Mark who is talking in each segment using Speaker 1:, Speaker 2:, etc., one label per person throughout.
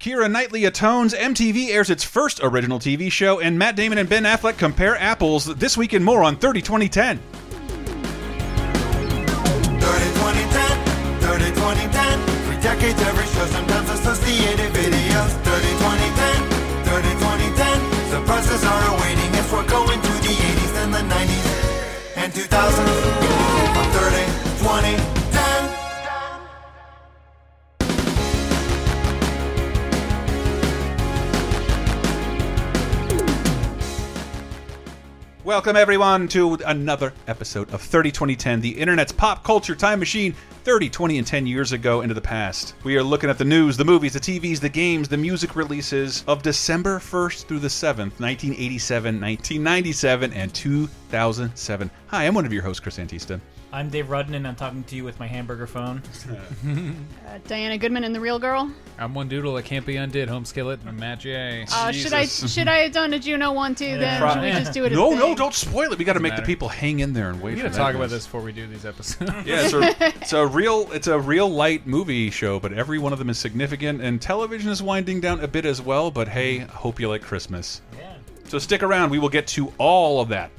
Speaker 1: Kira Knightley atones, MTV airs its first original TV show, and Matt Damon and Ben Affleck compare apples this week and more on 30 2010.
Speaker 2: 30, 20, 10, 30, 20, 10. For decades, every show sometimes associated videos. 30, 20, 10, 30, 20, 10. Surprises are awaiting if we're going to the 80s and the 90s and 2000s. On 30, 20, 10.
Speaker 1: Welcome, everyone, to another episode of 30 2010, the internet's pop culture time machine 30, 20, and 10 years ago into the past. We are looking at the news, the movies, the TVs, the games, the music releases of December 1st through the 7th, 1987, 1997, and 2007. Hi, I'm one of your hosts, Chris Antista.
Speaker 3: I'm Dave Rudden, and I'm talking to you with my hamburger phone.
Speaker 4: Uh, Diana Goodman and the Real Girl.
Speaker 5: I'm one doodle that can't be undid. Home skillet and Matt J.
Speaker 4: Uh, should I
Speaker 1: Jesus. Mm-hmm.
Speaker 4: should I have done a Juno one too? Then
Speaker 3: Pro-
Speaker 4: should we just do it? as
Speaker 1: No,
Speaker 4: a
Speaker 1: no,
Speaker 4: thing?
Speaker 1: don't spoil it. We got to make the
Speaker 5: matter.
Speaker 1: people hang in there and wait
Speaker 5: We
Speaker 1: for
Speaker 5: gotta
Speaker 1: that
Speaker 5: talk
Speaker 1: news.
Speaker 5: about this before we do these episodes.
Speaker 1: Yeah, it's a, it's a real it's a real light movie show, but every one of them is significant, and television is winding down a bit as well. But hey, hope you like Christmas.
Speaker 3: Yeah.
Speaker 1: So stick around; we will get to all of that.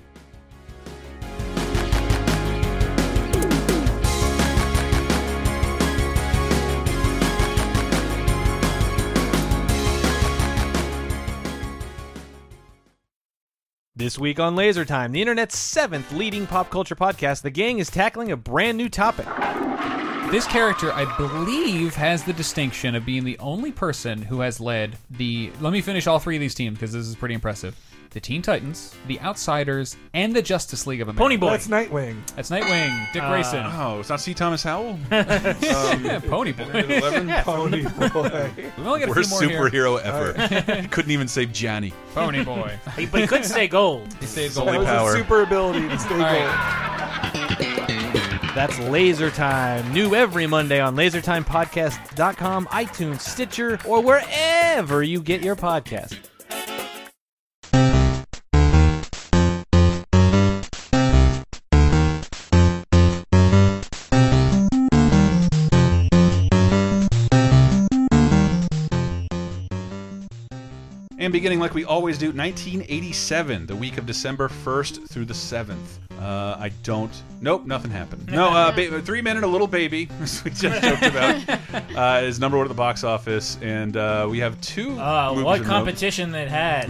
Speaker 6: This week on Laser Time, the internet's seventh leading pop culture podcast, the gang is tackling a brand new topic.
Speaker 5: This character, I believe, has the distinction of being the only person who has led the. Let me finish all three of these teams because this is pretty impressive. The Teen Titans, the Outsiders, and the Justice League of America.
Speaker 3: Pony Boy.
Speaker 7: That's Nightwing.
Speaker 5: That's Nightwing, Dick Grayson,
Speaker 1: Oh, it's not C. Thomas Howell.
Speaker 5: yeah, Pony Boy.
Speaker 1: 11?
Speaker 7: Pony boy.
Speaker 5: We've only got a few
Speaker 1: Worst
Speaker 5: more here.
Speaker 1: superhero ever. He Couldn't even save Johnny.
Speaker 5: Pony Boy.
Speaker 3: He- but he could say gold.
Speaker 5: He stays
Speaker 1: Only
Speaker 7: That was
Speaker 5: gold.
Speaker 1: power.
Speaker 7: his super ability to stay
Speaker 5: All right.
Speaker 7: gold.
Speaker 6: That's Laser Time, new every Monday on lasertimepodcast.com, iTunes, Stitcher, or wherever you get your podcast.
Speaker 1: And beginning like we always do, 1987, the week of December 1st through the 7th. Uh, I don't. Nope, nothing happened. No, uh, ba Three Men and a Little Baby, as we just joked about, uh, is number one at the box office. And uh, we have two.
Speaker 4: Ah,
Speaker 3: Uh,
Speaker 1: movies
Speaker 3: what
Speaker 1: in a row.
Speaker 3: competition it had.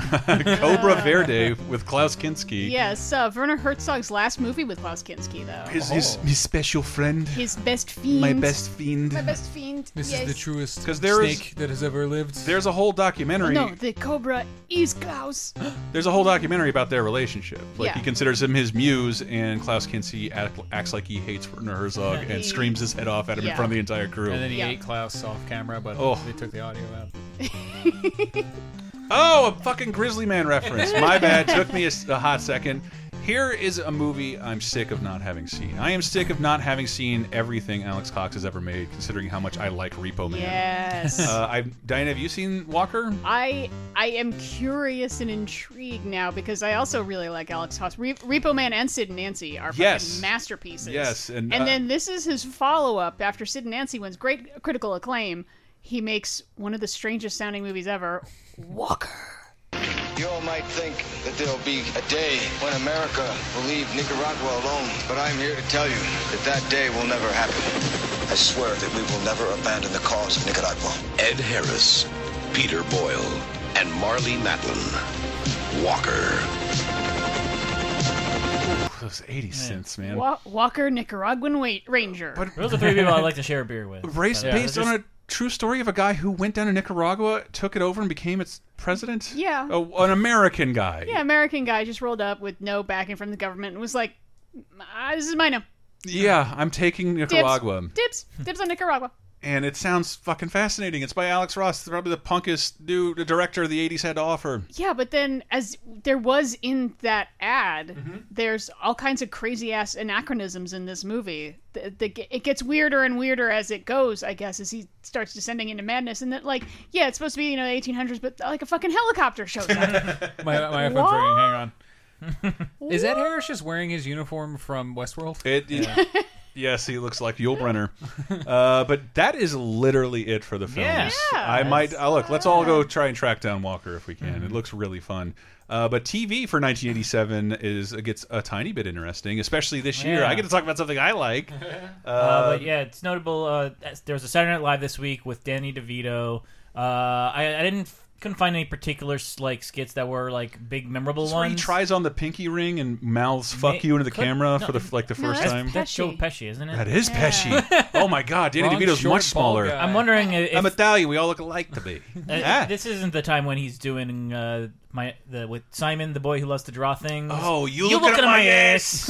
Speaker 1: Cobra Verde with Klaus Kinski.
Speaker 4: Yes, uh, Werner Herzog's last movie with Klaus Kinski, though. His,
Speaker 1: His, his, his special friend.
Speaker 4: best fiend.
Speaker 1: my best fiend.
Speaker 4: My best fiend.
Speaker 5: This is
Speaker 4: yes.
Speaker 5: the truest
Speaker 1: 'Cause there is-
Speaker 5: snake that has ever lived.
Speaker 1: There's a whole documentary.
Speaker 4: No, the Cobra is Klaus.
Speaker 1: There's a whole documentary about their relationship. Like
Speaker 4: Yeah.
Speaker 1: he considers him his muse, and Klaus Kinski act, acts like he hates Werner Herzog and
Speaker 4: He-
Speaker 1: screams his head off at him in
Speaker 4: Yeah.
Speaker 1: front of the entire crew.
Speaker 5: and then he
Speaker 4: Yeah.
Speaker 5: ate Klaus off camera, but
Speaker 1: Oh.
Speaker 5: they took the audio out.
Speaker 1: Oh, a fucking Grizzly Man reference. My bad. Took me a, s- a hot second. Here is a movie I'm sick of not having seen. I am sick of not having seen everything Alex Cox has ever made, considering how much I like Repo Man.
Speaker 4: Yes.
Speaker 1: Uh, I, Diana, have you seen Walker?
Speaker 4: I I am curious and intrigued now because I also really like Alex Hoss. Re- Repo Man and Sid and Nancy are fucking
Speaker 1: Yes.
Speaker 4: masterpieces.
Speaker 1: Yes, and, uh,
Speaker 4: then this is his follow up after Sid and Nancy wins great critical acclaim. He makes one of the strangest sounding movies ever, Walker.
Speaker 8: You all might think that there'll be a day when America will leave Nicaragua alone, but I'm here to tell you that that day will never happen. I swear that we will never abandon the cause of Nicaragua.
Speaker 9: Ed Harris, Peter Boyle, and Marley Matlin. Walker.
Speaker 1: Those 80 cents, man.
Speaker 4: Wa- Walker Nicaraguan wa- Ranger.
Speaker 1: But-
Speaker 3: Those are three people I'd like to share a beer with. Uh,
Speaker 1: Race
Speaker 3: Yeah,
Speaker 1: based
Speaker 3: just-
Speaker 1: on a true story of a guy who went down to Nicaragua, took it over, and became its president.
Speaker 4: Yeah.
Speaker 1: A, an American guy.
Speaker 4: yeah, American guy just rolled up with no backing from the government and was like, "Ah, "This is mine now."
Speaker 1: Yeah, I'm taking Nicaragua,
Speaker 4: Dips, dips, dips on Nicaragua.
Speaker 1: and it sounds fucking fascinating. It's by Alex Ross, probably the punkest dude, the director the '80s had to offer.
Speaker 4: Yeah, but then as there was in that ad, there's all kinds of crazy ass anachronisms in this movie. The, the, it gets weirder and weirder as it goes, I guess, as he starts descending into madness. And that, like, yeah, it's supposed to be you know 1800s, but like a fucking helicopter shows up.
Speaker 5: My, my iPhone's
Speaker 4: What?
Speaker 5: ringing. Hang on. Is Ed Harris just wearing his uniform from Westworld?
Speaker 1: It, it- Yes, he looks like Yulbrenner. uh, but that is literally it for the film.
Speaker 3: Yes.
Speaker 4: Yeah,
Speaker 1: I might uh, look. Let's all go try and track down Walker if we can. It looks really fun. Uh, but TV for 1987 is gets a tiny bit interesting, especially this year.
Speaker 3: Yeah.
Speaker 1: I get to talk about something I like.
Speaker 3: Uh, but yeah, it's notable. Uh, that's- there was a Saturday Night Live this week with Danny DeVito. Uh, I, I didn't couldn't find any particular like skits that were like big memorable
Speaker 1: Where he
Speaker 3: ones.
Speaker 1: tries on the pinky ring and mouths "fuck
Speaker 3: Ma-
Speaker 1: you" into the
Speaker 3: could-
Speaker 1: camera
Speaker 3: no,
Speaker 1: for the like the
Speaker 4: no,
Speaker 1: first
Speaker 4: that's
Speaker 1: time.
Speaker 4: Pesci.
Speaker 3: That's Joe Pesci, isn't it?
Speaker 1: That is Pesci. oh my God, Danny
Speaker 5: Long,
Speaker 1: DeVito's
Speaker 5: short,
Speaker 1: much
Speaker 5: bald
Speaker 1: smaller.
Speaker 5: guy.
Speaker 3: I'm wondering if
Speaker 1: I'm Italian. We all look alike to Ah. me.
Speaker 3: Uh,
Speaker 1: Yeah.
Speaker 3: This isn't the time when he's doing uh, my the with Simon, the boy who loves to draw things.
Speaker 1: Oh, you, looking, at my ass?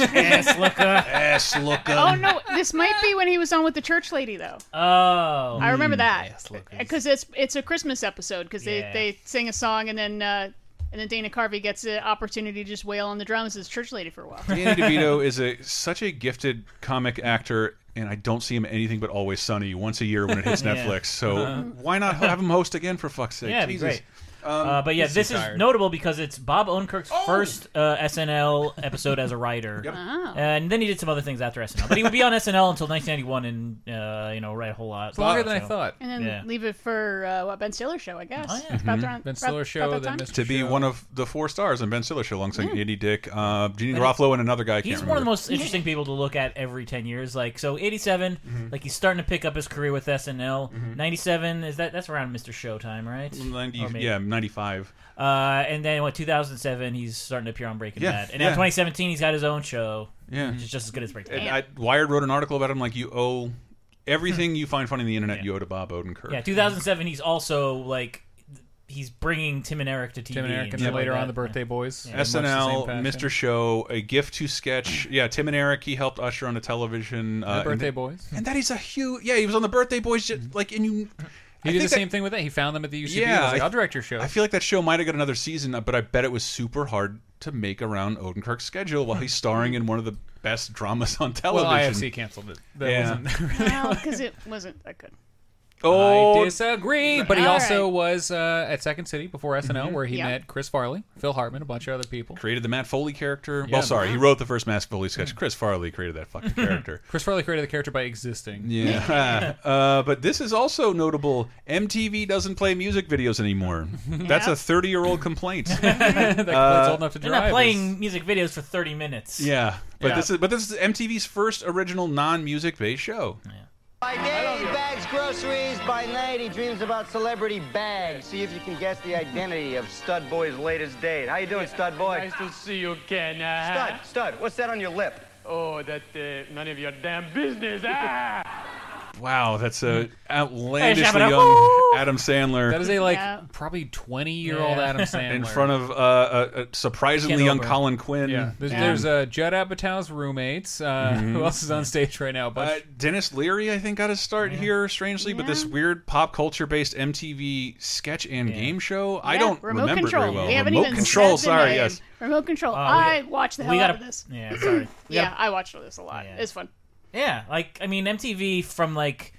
Speaker 3: ass looker.
Speaker 1: ass looking.
Speaker 4: Oh no, this might be when he was on with the church lady though.
Speaker 3: Oh,
Speaker 4: I remember that
Speaker 3: ass lookers.
Speaker 4: because it's it's a Christmas episode because
Speaker 3: Yeah.
Speaker 4: they they sing a song and then uh, and then Dana Carvey gets the opportunity to just wail on the drums as church lady for a while.
Speaker 1: Danny DeVito is a such a gifted comic actor, and I don't see him anything but Always Sunny once a year when it hits
Speaker 3: Yeah. Uh-huh.
Speaker 1: Netflix. So why not have him host again for fuck's sake?
Speaker 3: yeah, it'd be
Speaker 1: Jesus.
Speaker 3: great. uh, but yeah, this is notable because it's Bob Odenkirk's
Speaker 1: Oh!
Speaker 3: first uh, SNL episode as a writer, Uh,
Speaker 4: Oh.
Speaker 3: and then he did some other things after SNL. But he would be on SNL until 1991, and uh, you know, write a whole lot.
Speaker 5: It's longer than I
Speaker 3: so-
Speaker 5: thought.
Speaker 4: And then
Speaker 3: Yeah.
Speaker 4: leave it for uh, what Ben Stiller show, I guess.
Speaker 3: Oh, yeah.
Speaker 4: It's about around-
Speaker 5: Mm-hmm. Ben
Speaker 4: about-
Speaker 5: Stiller
Speaker 4: about
Speaker 5: show,
Speaker 4: that
Speaker 5: then
Speaker 4: time.
Speaker 5: Mr.
Speaker 1: To be
Speaker 5: Show.
Speaker 1: one of the four stars in Ben Stiller show alongside Andy Dick, uh, Gene Garofalo, and another guy. I can't
Speaker 3: Mm. He's one
Speaker 1: remember.
Speaker 3: of the most interesting people to look at every ten years. Like so, eighty-seven,
Speaker 1: Mm-hmm.
Speaker 3: like he's starting to pick up his career with SNL. Ninety-seven is that? That's around Mr. Showtime, right?
Speaker 1: 90,
Speaker 3: Or maybe-
Speaker 1: yeah, 95.
Speaker 3: Uh, and then what? Two thousand seven, he's starting to appear on Breaking
Speaker 1: Yeah,
Speaker 3: Bad, and
Speaker 1: yeah.
Speaker 3: now twenty seventeen, he's got his own show,
Speaker 1: Yeah.
Speaker 3: which is just as good as Breaking
Speaker 1: And
Speaker 3: Bad.
Speaker 1: I, Wired wrote an article about him like, you owe everything you find funny on the internet, you owe to Bob Odenkirk.
Speaker 3: Hmm. Yeah, two thousand seven, he's also like he's bringing Tim and Eric to TV.
Speaker 5: Tim and Eric, and
Speaker 3: stuff
Speaker 5: then later
Speaker 3: like
Speaker 5: on, the
Speaker 3: that.
Speaker 5: Birthday Boys. in much the same
Speaker 1: SNL,
Speaker 5: fashion.
Speaker 1: Mr. Show, A Gift to
Speaker 3: Hmm.
Speaker 1: Sketch. Yeah, Tim and Eric, he helped usher on a television. Uh, and
Speaker 5: Birthday
Speaker 1: th-
Speaker 5: Boys.
Speaker 1: And that is a huge. Yeah, he was on the Birthday Boys. Just, like, and you.
Speaker 5: Mm-hmm. He
Speaker 1: I
Speaker 5: did
Speaker 1: think
Speaker 5: the
Speaker 1: that-
Speaker 5: same thing with that. He found them at the UCB.
Speaker 1: Yeah,
Speaker 5: Yeah, was like,
Speaker 1: I-
Speaker 5: I'll direct your show.
Speaker 1: I feel like that show might have got another season, uh, but I bet it was super hard to make around Odenkirk's schedule while he's starring in one of the best dramas on
Speaker 5: well,
Speaker 1: television.
Speaker 5: IFC canceled it. That
Speaker 1: Yeah.
Speaker 5: wasn't
Speaker 4: because it wasn't that good.
Speaker 1: Oh,
Speaker 5: I disagree. But he
Speaker 4: All
Speaker 5: also
Speaker 4: right.
Speaker 5: was uh, at Second City before SNL, where he
Speaker 4: Yeah.
Speaker 5: met Chris Farley, Phil Hartman, a bunch of other people.
Speaker 1: created the Matt Foley character.
Speaker 5: Yeah. Mm.
Speaker 1: Well, sorry, he wrote the first Matt Foley sketch. Chris Farley created that fucking character.
Speaker 5: Chris Farley created the character by existing.
Speaker 1: Yeah. uh, but this is also notable. MTV doesn't play music videos anymore. That's a 30 year old complaint.
Speaker 5: that kid's
Speaker 1: Uh,
Speaker 5: old enough to
Speaker 3: They're
Speaker 5: drive.
Speaker 3: not
Speaker 5: is-
Speaker 3: playing music videos for thirty minutes.
Speaker 1: yeah. But
Speaker 5: Yeah.
Speaker 1: this is but this is MTV's first original non music based show.
Speaker 2: By day, he bags groceries. By night, he dreams about celebrity bags. See if you can guess the identity of Stud Boy's latest date. How you doing, Stud Boy?
Speaker 10: Nice to see you, Ken. Ah.
Speaker 2: Stud, Stud, what's that on your lip?
Speaker 10: Oh, that uh, none of your damn business. Ah!
Speaker 1: Wow, that's
Speaker 5: Mm.
Speaker 1: a outlandishly
Speaker 3: Shabba-daboo!
Speaker 1: young Adam Sandler.
Speaker 5: That is a like
Speaker 4: Yeah.
Speaker 5: probably twenty year old
Speaker 3: Yeah.
Speaker 5: Adam Sandler
Speaker 1: in front of uh, a, a surprisingly young
Speaker 5: Cantaloupe.
Speaker 1: Colin Quinn.
Speaker 5: Yeah, there's, there's uh, Judd Apatow's roommates. Uh, Who else is on stage right now? A bunch
Speaker 1: Uh, Dennis Leary, I think, got to start here, strangely, but this weird pop culture based MTV sketch and game show. I
Speaker 4: Yeah,
Speaker 1: don't
Speaker 4: remote
Speaker 1: remember
Speaker 4: control.
Speaker 1: it very well.
Speaker 4: We haven't
Speaker 1: remote
Speaker 4: even
Speaker 1: control,
Speaker 4: said the
Speaker 1: sorry,
Speaker 4: name.
Speaker 1: yes.
Speaker 4: Remote control.
Speaker 3: Oh, we
Speaker 4: I
Speaker 3: got-
Speaker 4: watched the hell
Speaker 3: we
Speaker 4: out of
Speaker 3: gotta.
Speaker 4: this.
Speaker 3: Yeah, sorry. We
Speaker 4: Yeah,
Speaker 3: gotta-
Speaker 4: I watched all this a lot.
Speaker 3: Yeah.
Speaker 4: It's fun.
Speaker 3: Yeah, like I mean MTV from like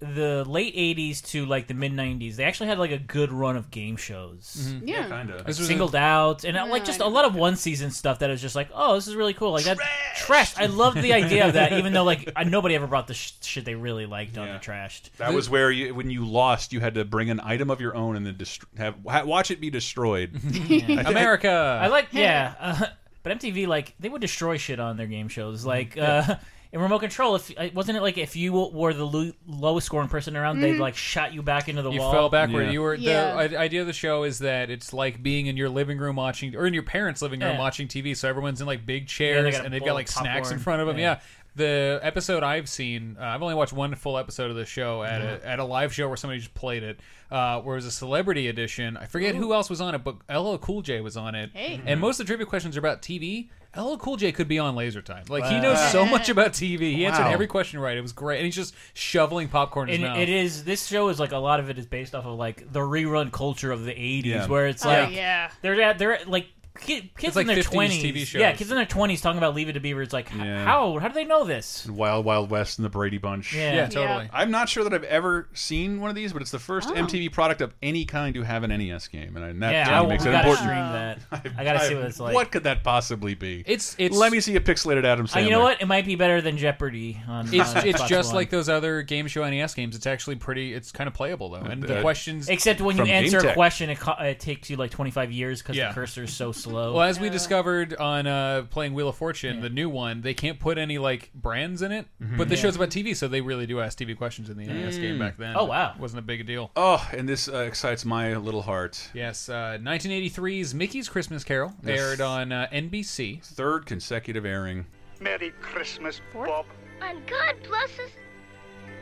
Speaker 3: the late 80s to like the mid 90s. They actually had like a good run of game shows.
Speaker 4: Yeah.
Speaker 1: Kinda.
Speaker 5: Mm-hmm. this was a-
Speaker 3: Singled out and uh, like just a lot of one season stuff that was just like, "Oh, this is really cool." Like that trash. I love the idea of that even though like I, nobody ever brought the sh- shit they really liked on
Speaker 1: Yeah.
Speaker 3: the trashed.
Speaker 1: That was where you, when you lost, you had to bring an item of your own and then dest- have ha- watch it be destroyed. I thi-
Speaker 5: America.
Speaker 3: I like yeah, uh, but MTV like they would destroy shit on their game
Speaker 4: Mm-hmm.
Speaker 3: shows. Like uh, in Remote Control, if uh, wasn't it like if you were the lo- lowest scoring person around,
Speaker 4: Mm-hmm.
Speaker 3: they'd like shot you back into the
Speaker 5: you
Speaker 3: wall.
Speaker 5: fell backward.
Speaker 1: Yeah.
Speaker 5: You were
Speaker 4: Yeah.
Speaker 5: the i- idea of the show is that it's like being in your living room watching, or in your parents' living room
Speaker 3: Yeah.
Speaker 5: watching TV. So everyone's in like big chairs
Speaker 3: got a
Speaker 5: and they've
Speaker 3: bowl
Speaker 5: got
Speaker 3: of
Speaker 5: like snacks in
Speaker 3: popcorn.
Speaker 5: front of them. Yeah.
Speaker 3: Yeah.
Speaker 5: The episode I've seen, uh, I've only watched one full episode of the show at
Speaker 3: Mm-hmm.
Speaker 5: a, at a live show where somebody just played it. Uh, where it was a celebrity edition. I forget who else was on it, but LL Cool J was on it.
Speaker 4: Hey.
Speaker 5: And most of the trivia questions are about TV. LL Cool J could be on Laser Time. Like he knows so much about TV. He answered
Speaker 1: Wow.
Speaker 5: every question right. It was great, and he's just shoveling popcorn in his
Speaker 3: And
Speaker 5: mouth.
Speaker 3: it is this show is like a lot of it is based off of like the rerun culture of the 80s
Speaker 1: Yeah.
Speaker 3: where it's
Speaker 4: Oh,
Speaker 3: like
Speaker 4: yeah.
Speaker 3: they're at they're at, like Kid, kids
Speaker 5: like
Speaker 3: in their
Speaker 5: 50s
Speaker 3: twenties,
Speaker 5: TV shows.
Speaker 3: yeah, kids in their twenties talking about Leave It to Beaver. It's like, h-
Speaker 1: Yeah.
Speaker 3: how how do they know this?
Speaker 1: And Wild Wild West and the Brady Bunch.
Speaker 3: Yeah. Yeah, totally. Yeah.
Speaker 1: I'm not sure that I've ever seen one of these, but it's the first MTV product of any kind to have an NES game, and that
Speaker 3: yeah,
Speaker 1: to
Speaker 3: I
Speaker 1: me makes
Speaker 3: we
Speaker 1: it
Speaker 3: gotta
Speaker 1: important.
Speaker 3: stream that. I gotta see what it's like.
Speaker 1: What could that possibly be?
Speaker 5: It's- it's-
Speaker 1: Let me see a pixelated Adam
Speaker 3: Uh,
Speaker 1: Sandler.
Speaker 3: you know what? It might be better than Jeopardy. On
Speaker 5: It's,
Speaker 3: on
Speaker 5: it's
Speaker 3: Xbox
Speaker 5: just
Speaker 3: One.
Speaker 5: like those other game show NES games. It's actually pretty. It's kind of playable though, and the
Speaker 1: Uh,
Speaker 5: questions.
Speaker 3: Except when you
Speaker 1: From
Speaker 3: answer
Speaker 1: GameTech.
Speaker 3: a question, it, co- it takes you like 25 years because
Speaker 5: Yeah.
Speaker 3: the cursor is so slow.
Speaker 5: Well, as we discovered on uh, playing Wheel of Fortune, the new one, they can't put any like brands in it.
Speaker 1: Mm-hmm.
Speaker 5: But the show's about TV, so they really do ask TV questions in the NES game back then.
Speaker 3: Oh, wow.
Speaker 5: It wasn't a big deal.
Speaker 1: Mm. Oh, and this uh, excites my little heart.
Speaker 5: Yes, uh, 1983's Mickey's Christmas Carol
Speaker 1: Yes.
Speaker 5: aired on uh, NBC.
Speaker 1: Third consecutive airing.
Speaker 11: Merry Christmas, Bob.
Speaker 12: And God blesses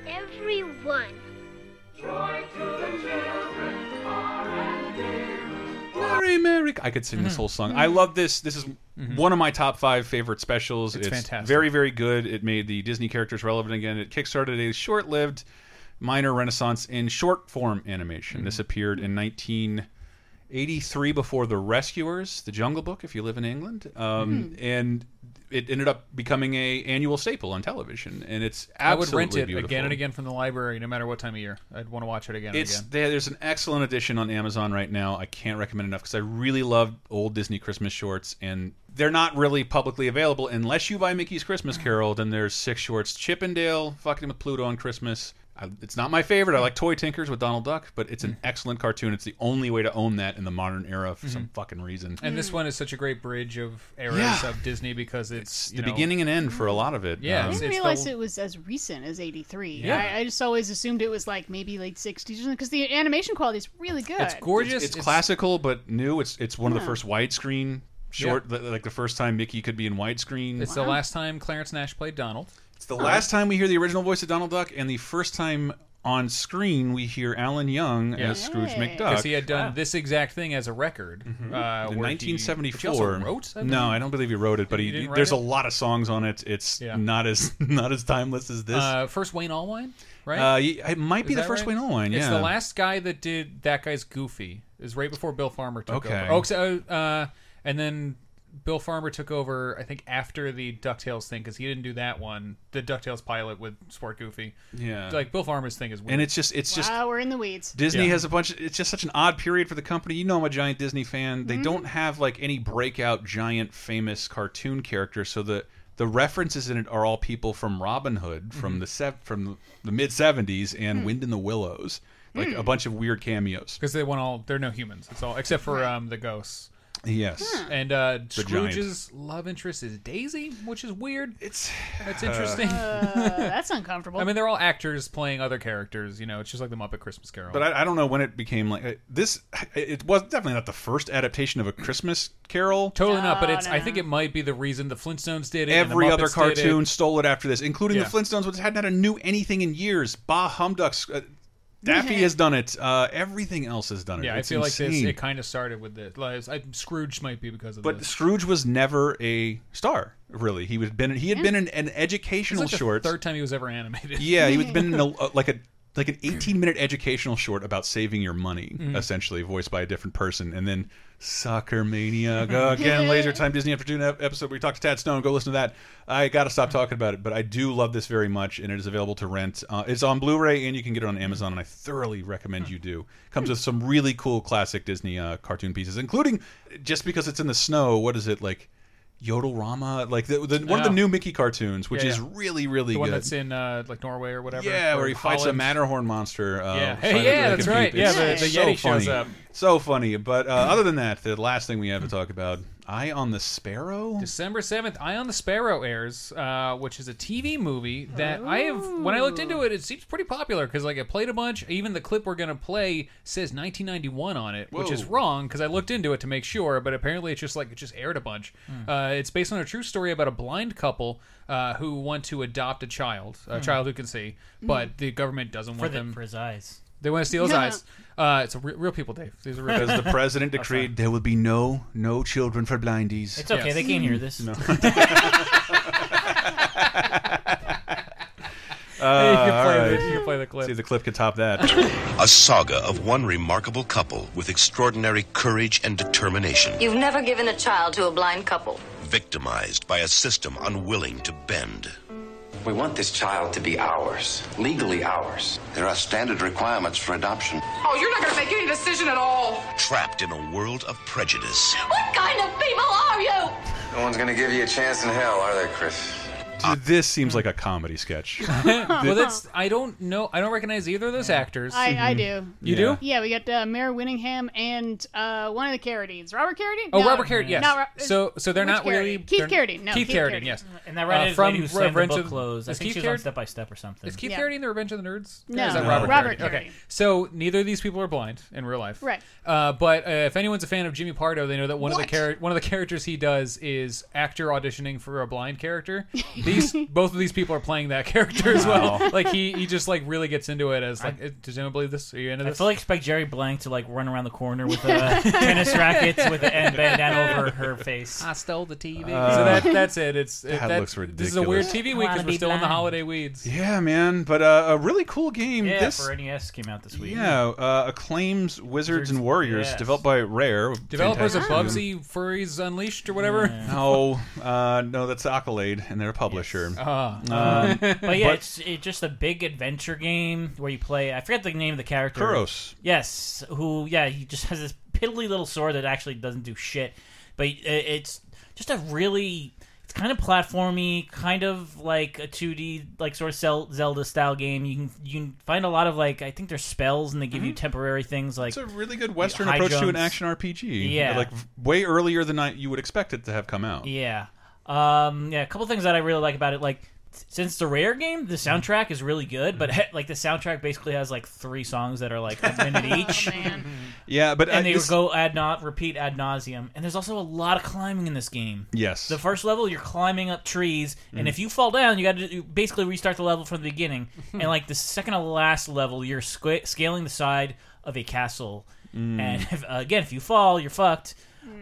Speaker 12: everyone.
Speaker 1: Merry Merry. I
Speaker 5: Mm-hmm.
Speaker 1: could sing this whole song. I love this. This is one of my top five favorite specials.
Speaker 5: It's fantastic.
Speaker 1: Very very good. It made the Disney characters relevant again. It kickstarted a short lived minor renaissance in short form animation.
Speaker 5: Mm-hmm.
Speaker 1: This appeared in 1983 before The Rescuers, The Jungle Book. If you live in England,
Speaker 5: Mm-hmm.
Speaker 1: um, and it ended up becoming a annual staple on television. And it's
Speaker 5: I would
Speaker 1: absolutely
Speaker 5: rent it
Speaker 1: beautiful.
Speaker 5: again and again from the library, no matter what time of year. I'd want to watch it again
Speaker 1: It's
Speaker 5: and again.
Speaker 1: there, there's an excellent edition on Amazon right now. I can't recommend enough because I really love old Disney Christmas shorts, and they're not really publicly available unless you buy Mickey's Christmas Carol. Then there's six shorts: Chippendale, Fucking with Pluto on Christmas. I, it's not my favorite. I like Toy Tinkers with Donald Duck, but it's an
Speaker 5: Mm.
Speaker 1: excellent cartoon. It's the only way to own that in the modern era for some fucking reason.
Speaker 5: Mm-hmm. And this one is such a great bridge of eras
Speaker 1: Yeah.
Speaker 5: of Disney because it's,
Speaker 1: It's
Speaker 5: you
Speaker 1: the
Speaker 5: know,
Speaker 1: beginning and end for a lot of it.
Speaker 5: Yeah,
Speaker 1: Um,
Speaker 4: I
Speaker 5: it's-
Speaker 4: didn't
Speaker 5: the-
Speaker 4: realize it was as recent as '83.
Speaker 5: Yeah.
Speaker 4: I, I just always assumed it was like maybe late '60s because the animation quality is really good.
Speaker 5: It's gorgeous.
Speaker 1: It's, classical but new. It's it's one of the
Speaker 4: Yeah.
Speaker 1: first widescreen short, li- like the first time Mickey could be in widescreen.
Speaker 5: It's the last time Clarence Nash played Donald.
Speaker 1: It's the last time we hear the original voice of Donald Duck, and the first time on screen we hear Alan Young
Speaker 5: Yeah.
Speaker 1: as Scrooge
Speaker 4: Yay.
Speaker 1: McDuck.
Speaker 5: because he had done this exact thing as a record. Uh,
Speaker 1: in
Speaker 5: where he- which he
Speaker 1: 1974.
Speaker 5: also wrote. I
Speaker 1: no,
Speaker 5: believe?
Speaker 1: I don't believe he wrote it, but
Speaker 5: He
Speaker 1: he,
Speaker 5: didn't write
Speaker 1: there's
Speaker 5: it?
Speaker 1: a lot of songs on it. It's
Speaker 5: Yeah.
Speaker 1: not as not as timeless as this. Uh,
Speaker 5: Uh, first Wayne Allwine, right?
Speaker 1: y- it might Uh, be
Speaker 5: Is
Speaker 1: the
Speaker 5: that
Speaker 1: first
Speaker 5: right?
Speaker 1: Wayne Allwine. Yeah,
Speaker 5: It's the last guy that did that guy's Goofy. Is right before Bill Farmer took
Speaker 1: Okay.
Speaker 5: over. Oh, except, uh, uh, and then Bill Farmer took over. I think after the Ducktales thing because he didn't do that one. The Ducktales pilot with Sport Goofy.
Speaker 1: Yeah.
Speaker 5: like Bill Farmer's thing is weird.
Speaker 1: and it's just it's just
Speaker 4: wow, Uh, we're in the weeds.
Speaker 1: Disney
Speaker 5: Yeah.
Speaker 1: has a bunch. Of, it's just such an odd period for the company. You know, I'm a giant Disney fan. They don't have like any breakout giant famous cartoon characters. So the the references in it are all people from Robin Hood from the sev from the mid '70s and Wind in the Willows, like a bunch of weird cameos.
Speaker 5: because they want all. They're no humans. It's all except for um, the ghosts.
Speaker 1: Yes,
Speaker 5: And uh,
Speaker 1: giant.
Speaker 5: Scrooge's love interest is Daisy, which is weird.
Speaker 1: it's
Speaker 5: That's interesting.
Speaker 4: Uh, that's uncomfortable.
Speaker 5: I mean, they're all actors playing other characters. You know, it's just like the Muppet Christmas Carol.
Speaker 1: But I, I don't know when it became like uh, this. It was definitely not the first adaptation of a Christmas Carol.
Speaker 5: totally not. But
Speaker 4: No,
Speaker 5: it's.
Speaker 4: no,
Speaker 5: I
Speaker 4: no.
Speaker 5: think it might be the reason the Flintstones did it. and the
Speaker 1: Every other
Speaker 5: Muppets did it.
Speaker 1: cartoon stole it after this, including
Speaker 5: Yeah.
Speaker 1: the Flintstones, which hadn't had a new anything in years. Bah Humducks. Uh, Daffy has done it. Uh, everything else has done it.
Speaker 5: Yeah,
Speaker 1: It's
Speaker 5: I feel like
Speaker 1: insane.
Speaker 5: this. It kind of started with this. Like, I, Scrooge might be because of
Speaker 1: But
Speaker 5: this.
Speaker 1: Scrooge was never a star, really. He was been he had been in an
Speaker 5: It's
Speaker 1: educational
Speaker 5: like the
Speaker 1: short.
Speaker 5: third time he was ever animated.
Speaker 1: Yeah, he was been in a, a- like a like an 18 minute educational short about saving your money,
Speaker 5: Mm-hmm.
Speaker 1: essentially voiced by a different person, and then Soccer Mania
Speaker 5: Mm-hmm.
Speaker 1: go again, Laser Time Disney Afternoon ep- episode. where We talked to Tad Stone. Go listen to that. I gotta stop
Speaker 5: Mm-hmm.
Speaker 1: talking about it, but I do love this very much, and it is available to rent. Uh, it's on Blu-ray, and you can get it on Amazon, and I thoroughly recommend you do. Comes with some really cool classic Disney uh, cartoon pieces, including just because it's in the snow. What is it like? Yodelrama, like the, the, one of
Speaker 5: Yeah.
Speaker 1: the new Mickey cartoons, which
Speaker 5: Oh. Yeah,
Speaker 1: is
Speaker 5: yeah.
Speaker 1: really, really
Speaker 5: the one
Speaker 1: good.
Speaker 5: that's in uh, like Norway or whatever.
Speaker 1: Yeah,
Speaker 5: or
Speaker 1: where he fights a
Speaker 5: Holland.
Speaker 1: Matterhorn monster. Uh,
Speaker 5: Yeah.
Speaker 1: trying
Speaker 5: Hey,
Speaker 1: to
Speaker 5: yeah,
Speaker 1: really
Speaker 5: that's
Speaker 1: compete.
Speaker 5: right. Yeah,
Speaker 1: It's
Speaker 5: the- the
Speaker 1: so
Speaker 5: Yeti
Speaker 1: funny.
Speaker 5: shows up.
Speaker 1: So funny. But uh, other than that, the last thing we have to talk about, Eye on the Sparrow.
Speaker 5: December 7th, Eye on the Sparrow airs, uh, which is a TV movie that I have, when I looked into it, it seems pretty popular because, like, it played a bunch. Even the clip we're going to play says 1991 on it, which is
Speaker 1: Whoa.
Speaker 5: wrong because I looked into it to make sure, but apparently it's just like it just aired a bunch. Uh, it's based on a true story about a blind couple uh, who want to adopt a child, a child who can see, but the government doesn't
Speaker 3: for,
Speaker 5: want
Speaker 3: the,
Speaker 5: them.
Speaker 3: for his eyes.
Speaker 5: They want to steal his eyes. Uh, it's a re- real people, Dave. These are real people.
Speaker 1: Because the president decreed there will be no no children for blindies.
Speaker 3: It's okay.
Speaker 5: Yes.
Speaker 3: They can't hear this.
Speaker 5: you,
Speaker 1: all
Speaker 5: can play
Speaker 1: right.
Speaker 5: the, you can play the clip.
Speaker 1: See if the clip can top that.
Speaker 9: A saga of one remarkable couple with extraordinary courage and determination,
Speaker 12: You've never given a child to a blind couple.
Speaker 9: victimized by a system unwilling to bend.
Speaker 13: We want this child to be ours, legally ours.
Speaker 9: There are standard requirements for adoption.
Speaker 14: Oh, you're not gonna make any decision at all.
Speaker 9: Trapped in a world of prejudice.
Speaker 14: What kind of people are you?
Speaker 13: No one's gonna give you a chance in hell, are they, Chris?
Speaker 1: Dude, this seems like a comedy sketch.
Speaker 5: well, that's I don't know. I don't recognize either of those actors.
Speaker 4: I, I do.
Speaker 5: You do?
Speaker 4: Yeah, we got uh, Mayor Winningham and uh, one of the Carradines. Robert Carradine?
Speaker 5: Oh,
Speaker 4: No,
Speaker 5: Robert Carradine. Yes.
Speaker 4: not Ro-
Speaker 5: so, so they're
Speaker 4: which
Speaker 5: not really
Speaker 4: Carradine? Keith
Speaker 5: they're-
Speaker 4: Carradine. No,
Speaker 5: Keith Carradine. Yes.
Speaker 3: And that right
Speaker 5: Uh,
Speaker 3: is from who slammed the
Speaker 5: Revenge
Speaker 3: book
Speaker 5: of-
Speaker 3: closed. I
Speaker 5: is
Speaker 3: think
Speaker 5: Keith
Speaker 3: she was on
Speaker 5: Carradine-
Speaker 3: Step by Step or something.
Speaker 5: Is Keith Carradine the Revenge of the Nerds?
Speaker 4: No.
Speaker 5: Or is that
Speaker 4: No.
Speaker 5: Robert,
Speaker 4: Robert
Speaker 5: Carradine? Okay.
Speaker 4: Carradine.
Speaker 5: So neither of these people are blind in real life.
Speaker 4: Right.
Speaker 5: Uh, but uh, if anyone's a fan of Jimmy Pardo, they know that one of the char- one of the characters he does is actor auditioning for a blind character. These both of these people are playing that character as well.
Speaker 3: Wow.
Speaker 5: Like he he just like really gets into it as like uh, does anyone believe this? Are you into
Speaker 3: I
Speaker 5: this?
Speaker 3: fully expect Jerry Blank to like run around the corner with uh, tennis rackets with the end bandana over her face.
Speaker 5: I stole the TV.
Speaker 1: Uh,
Speaker 5: so that that's it. It's it-
Speaker 1: that looks
Speaker 5: This is a weird
Speaker 1: ridiculous.
Speaker 5: TV week because
Speaker 3: Wanna
Speaker 5: we're
Speaker 3: be
Speaker 5: still in the
Speaker 3: blind.
Speaker 5: holiday weeds.
Speaker 1: Yeah, man. But uh, a really cool game.
Speaker 3: Yeah,
Speaker 1: this,
Speaker 3: for NES came out this week.
Speaker 1: Yeah, uh, Acclaim's Wizards and Warriors,
Speaker 3: yes.
Speaker 1: developed by Rare.
Speaker 5: Developers of
Speaker 1: Fantastic.
Speaker 5: Bubsy Furries Unleashed or whatever.
Speaker 1: No, uh, no, that's Accolade, and they're a publisher.
Speaker 5: Ah.
Speaker 1: Um,
Speaker 3: but yeah,
Speaker 1: but-
Speaker 3: it's it's just a big adventure game where you play. I forget the name of the character.
Speaker 1: Kuros.
Speaker 3: Yes, who? Yeah, he just has this piddly little sword that actually doesn't do shit. But it- it's just a really. It's kind of platformy, kind of like a 2D, like sort of Zel- Zelda style game. You can you can find a lot of like I think there's spells and they give you temporary things like. Mm-hmm. It's a
Speaker 1: really good Western approach to an action RPG.
Speaker 3: Yeah,
Speaker 1: like v- way earlier than I, you would expect it to have come out.
Speaker 3: Yeah. Um, yeah, a couple things that I really like about it, like s- since the rare game, the soundtrack is really good, but like the soundtrack basically has like three songs that are like a minute
Speaker 4: Oh,
Speaker 3: each.
Speaker 1: Yeah, but
Speaker 3: and
Speaker 1: uh,
Speaker 3: they
Speaker 1: this-
Speaker 3: go ad not repeat ad nauseum. And there's also a lot of climbing in this game.
Speaker 1: Yes.
Speaker 3: The first level, you're climbing up trees, and
Speaker 1: Mhm.
Speaker 3: if you fall down, you got to basically restart the level from the beginning. and like the second to last level, you're squ- scaling the side of a castle,
Speaker 1: Mm.
Speaker 3: and if, again, if you fall, you're fucked.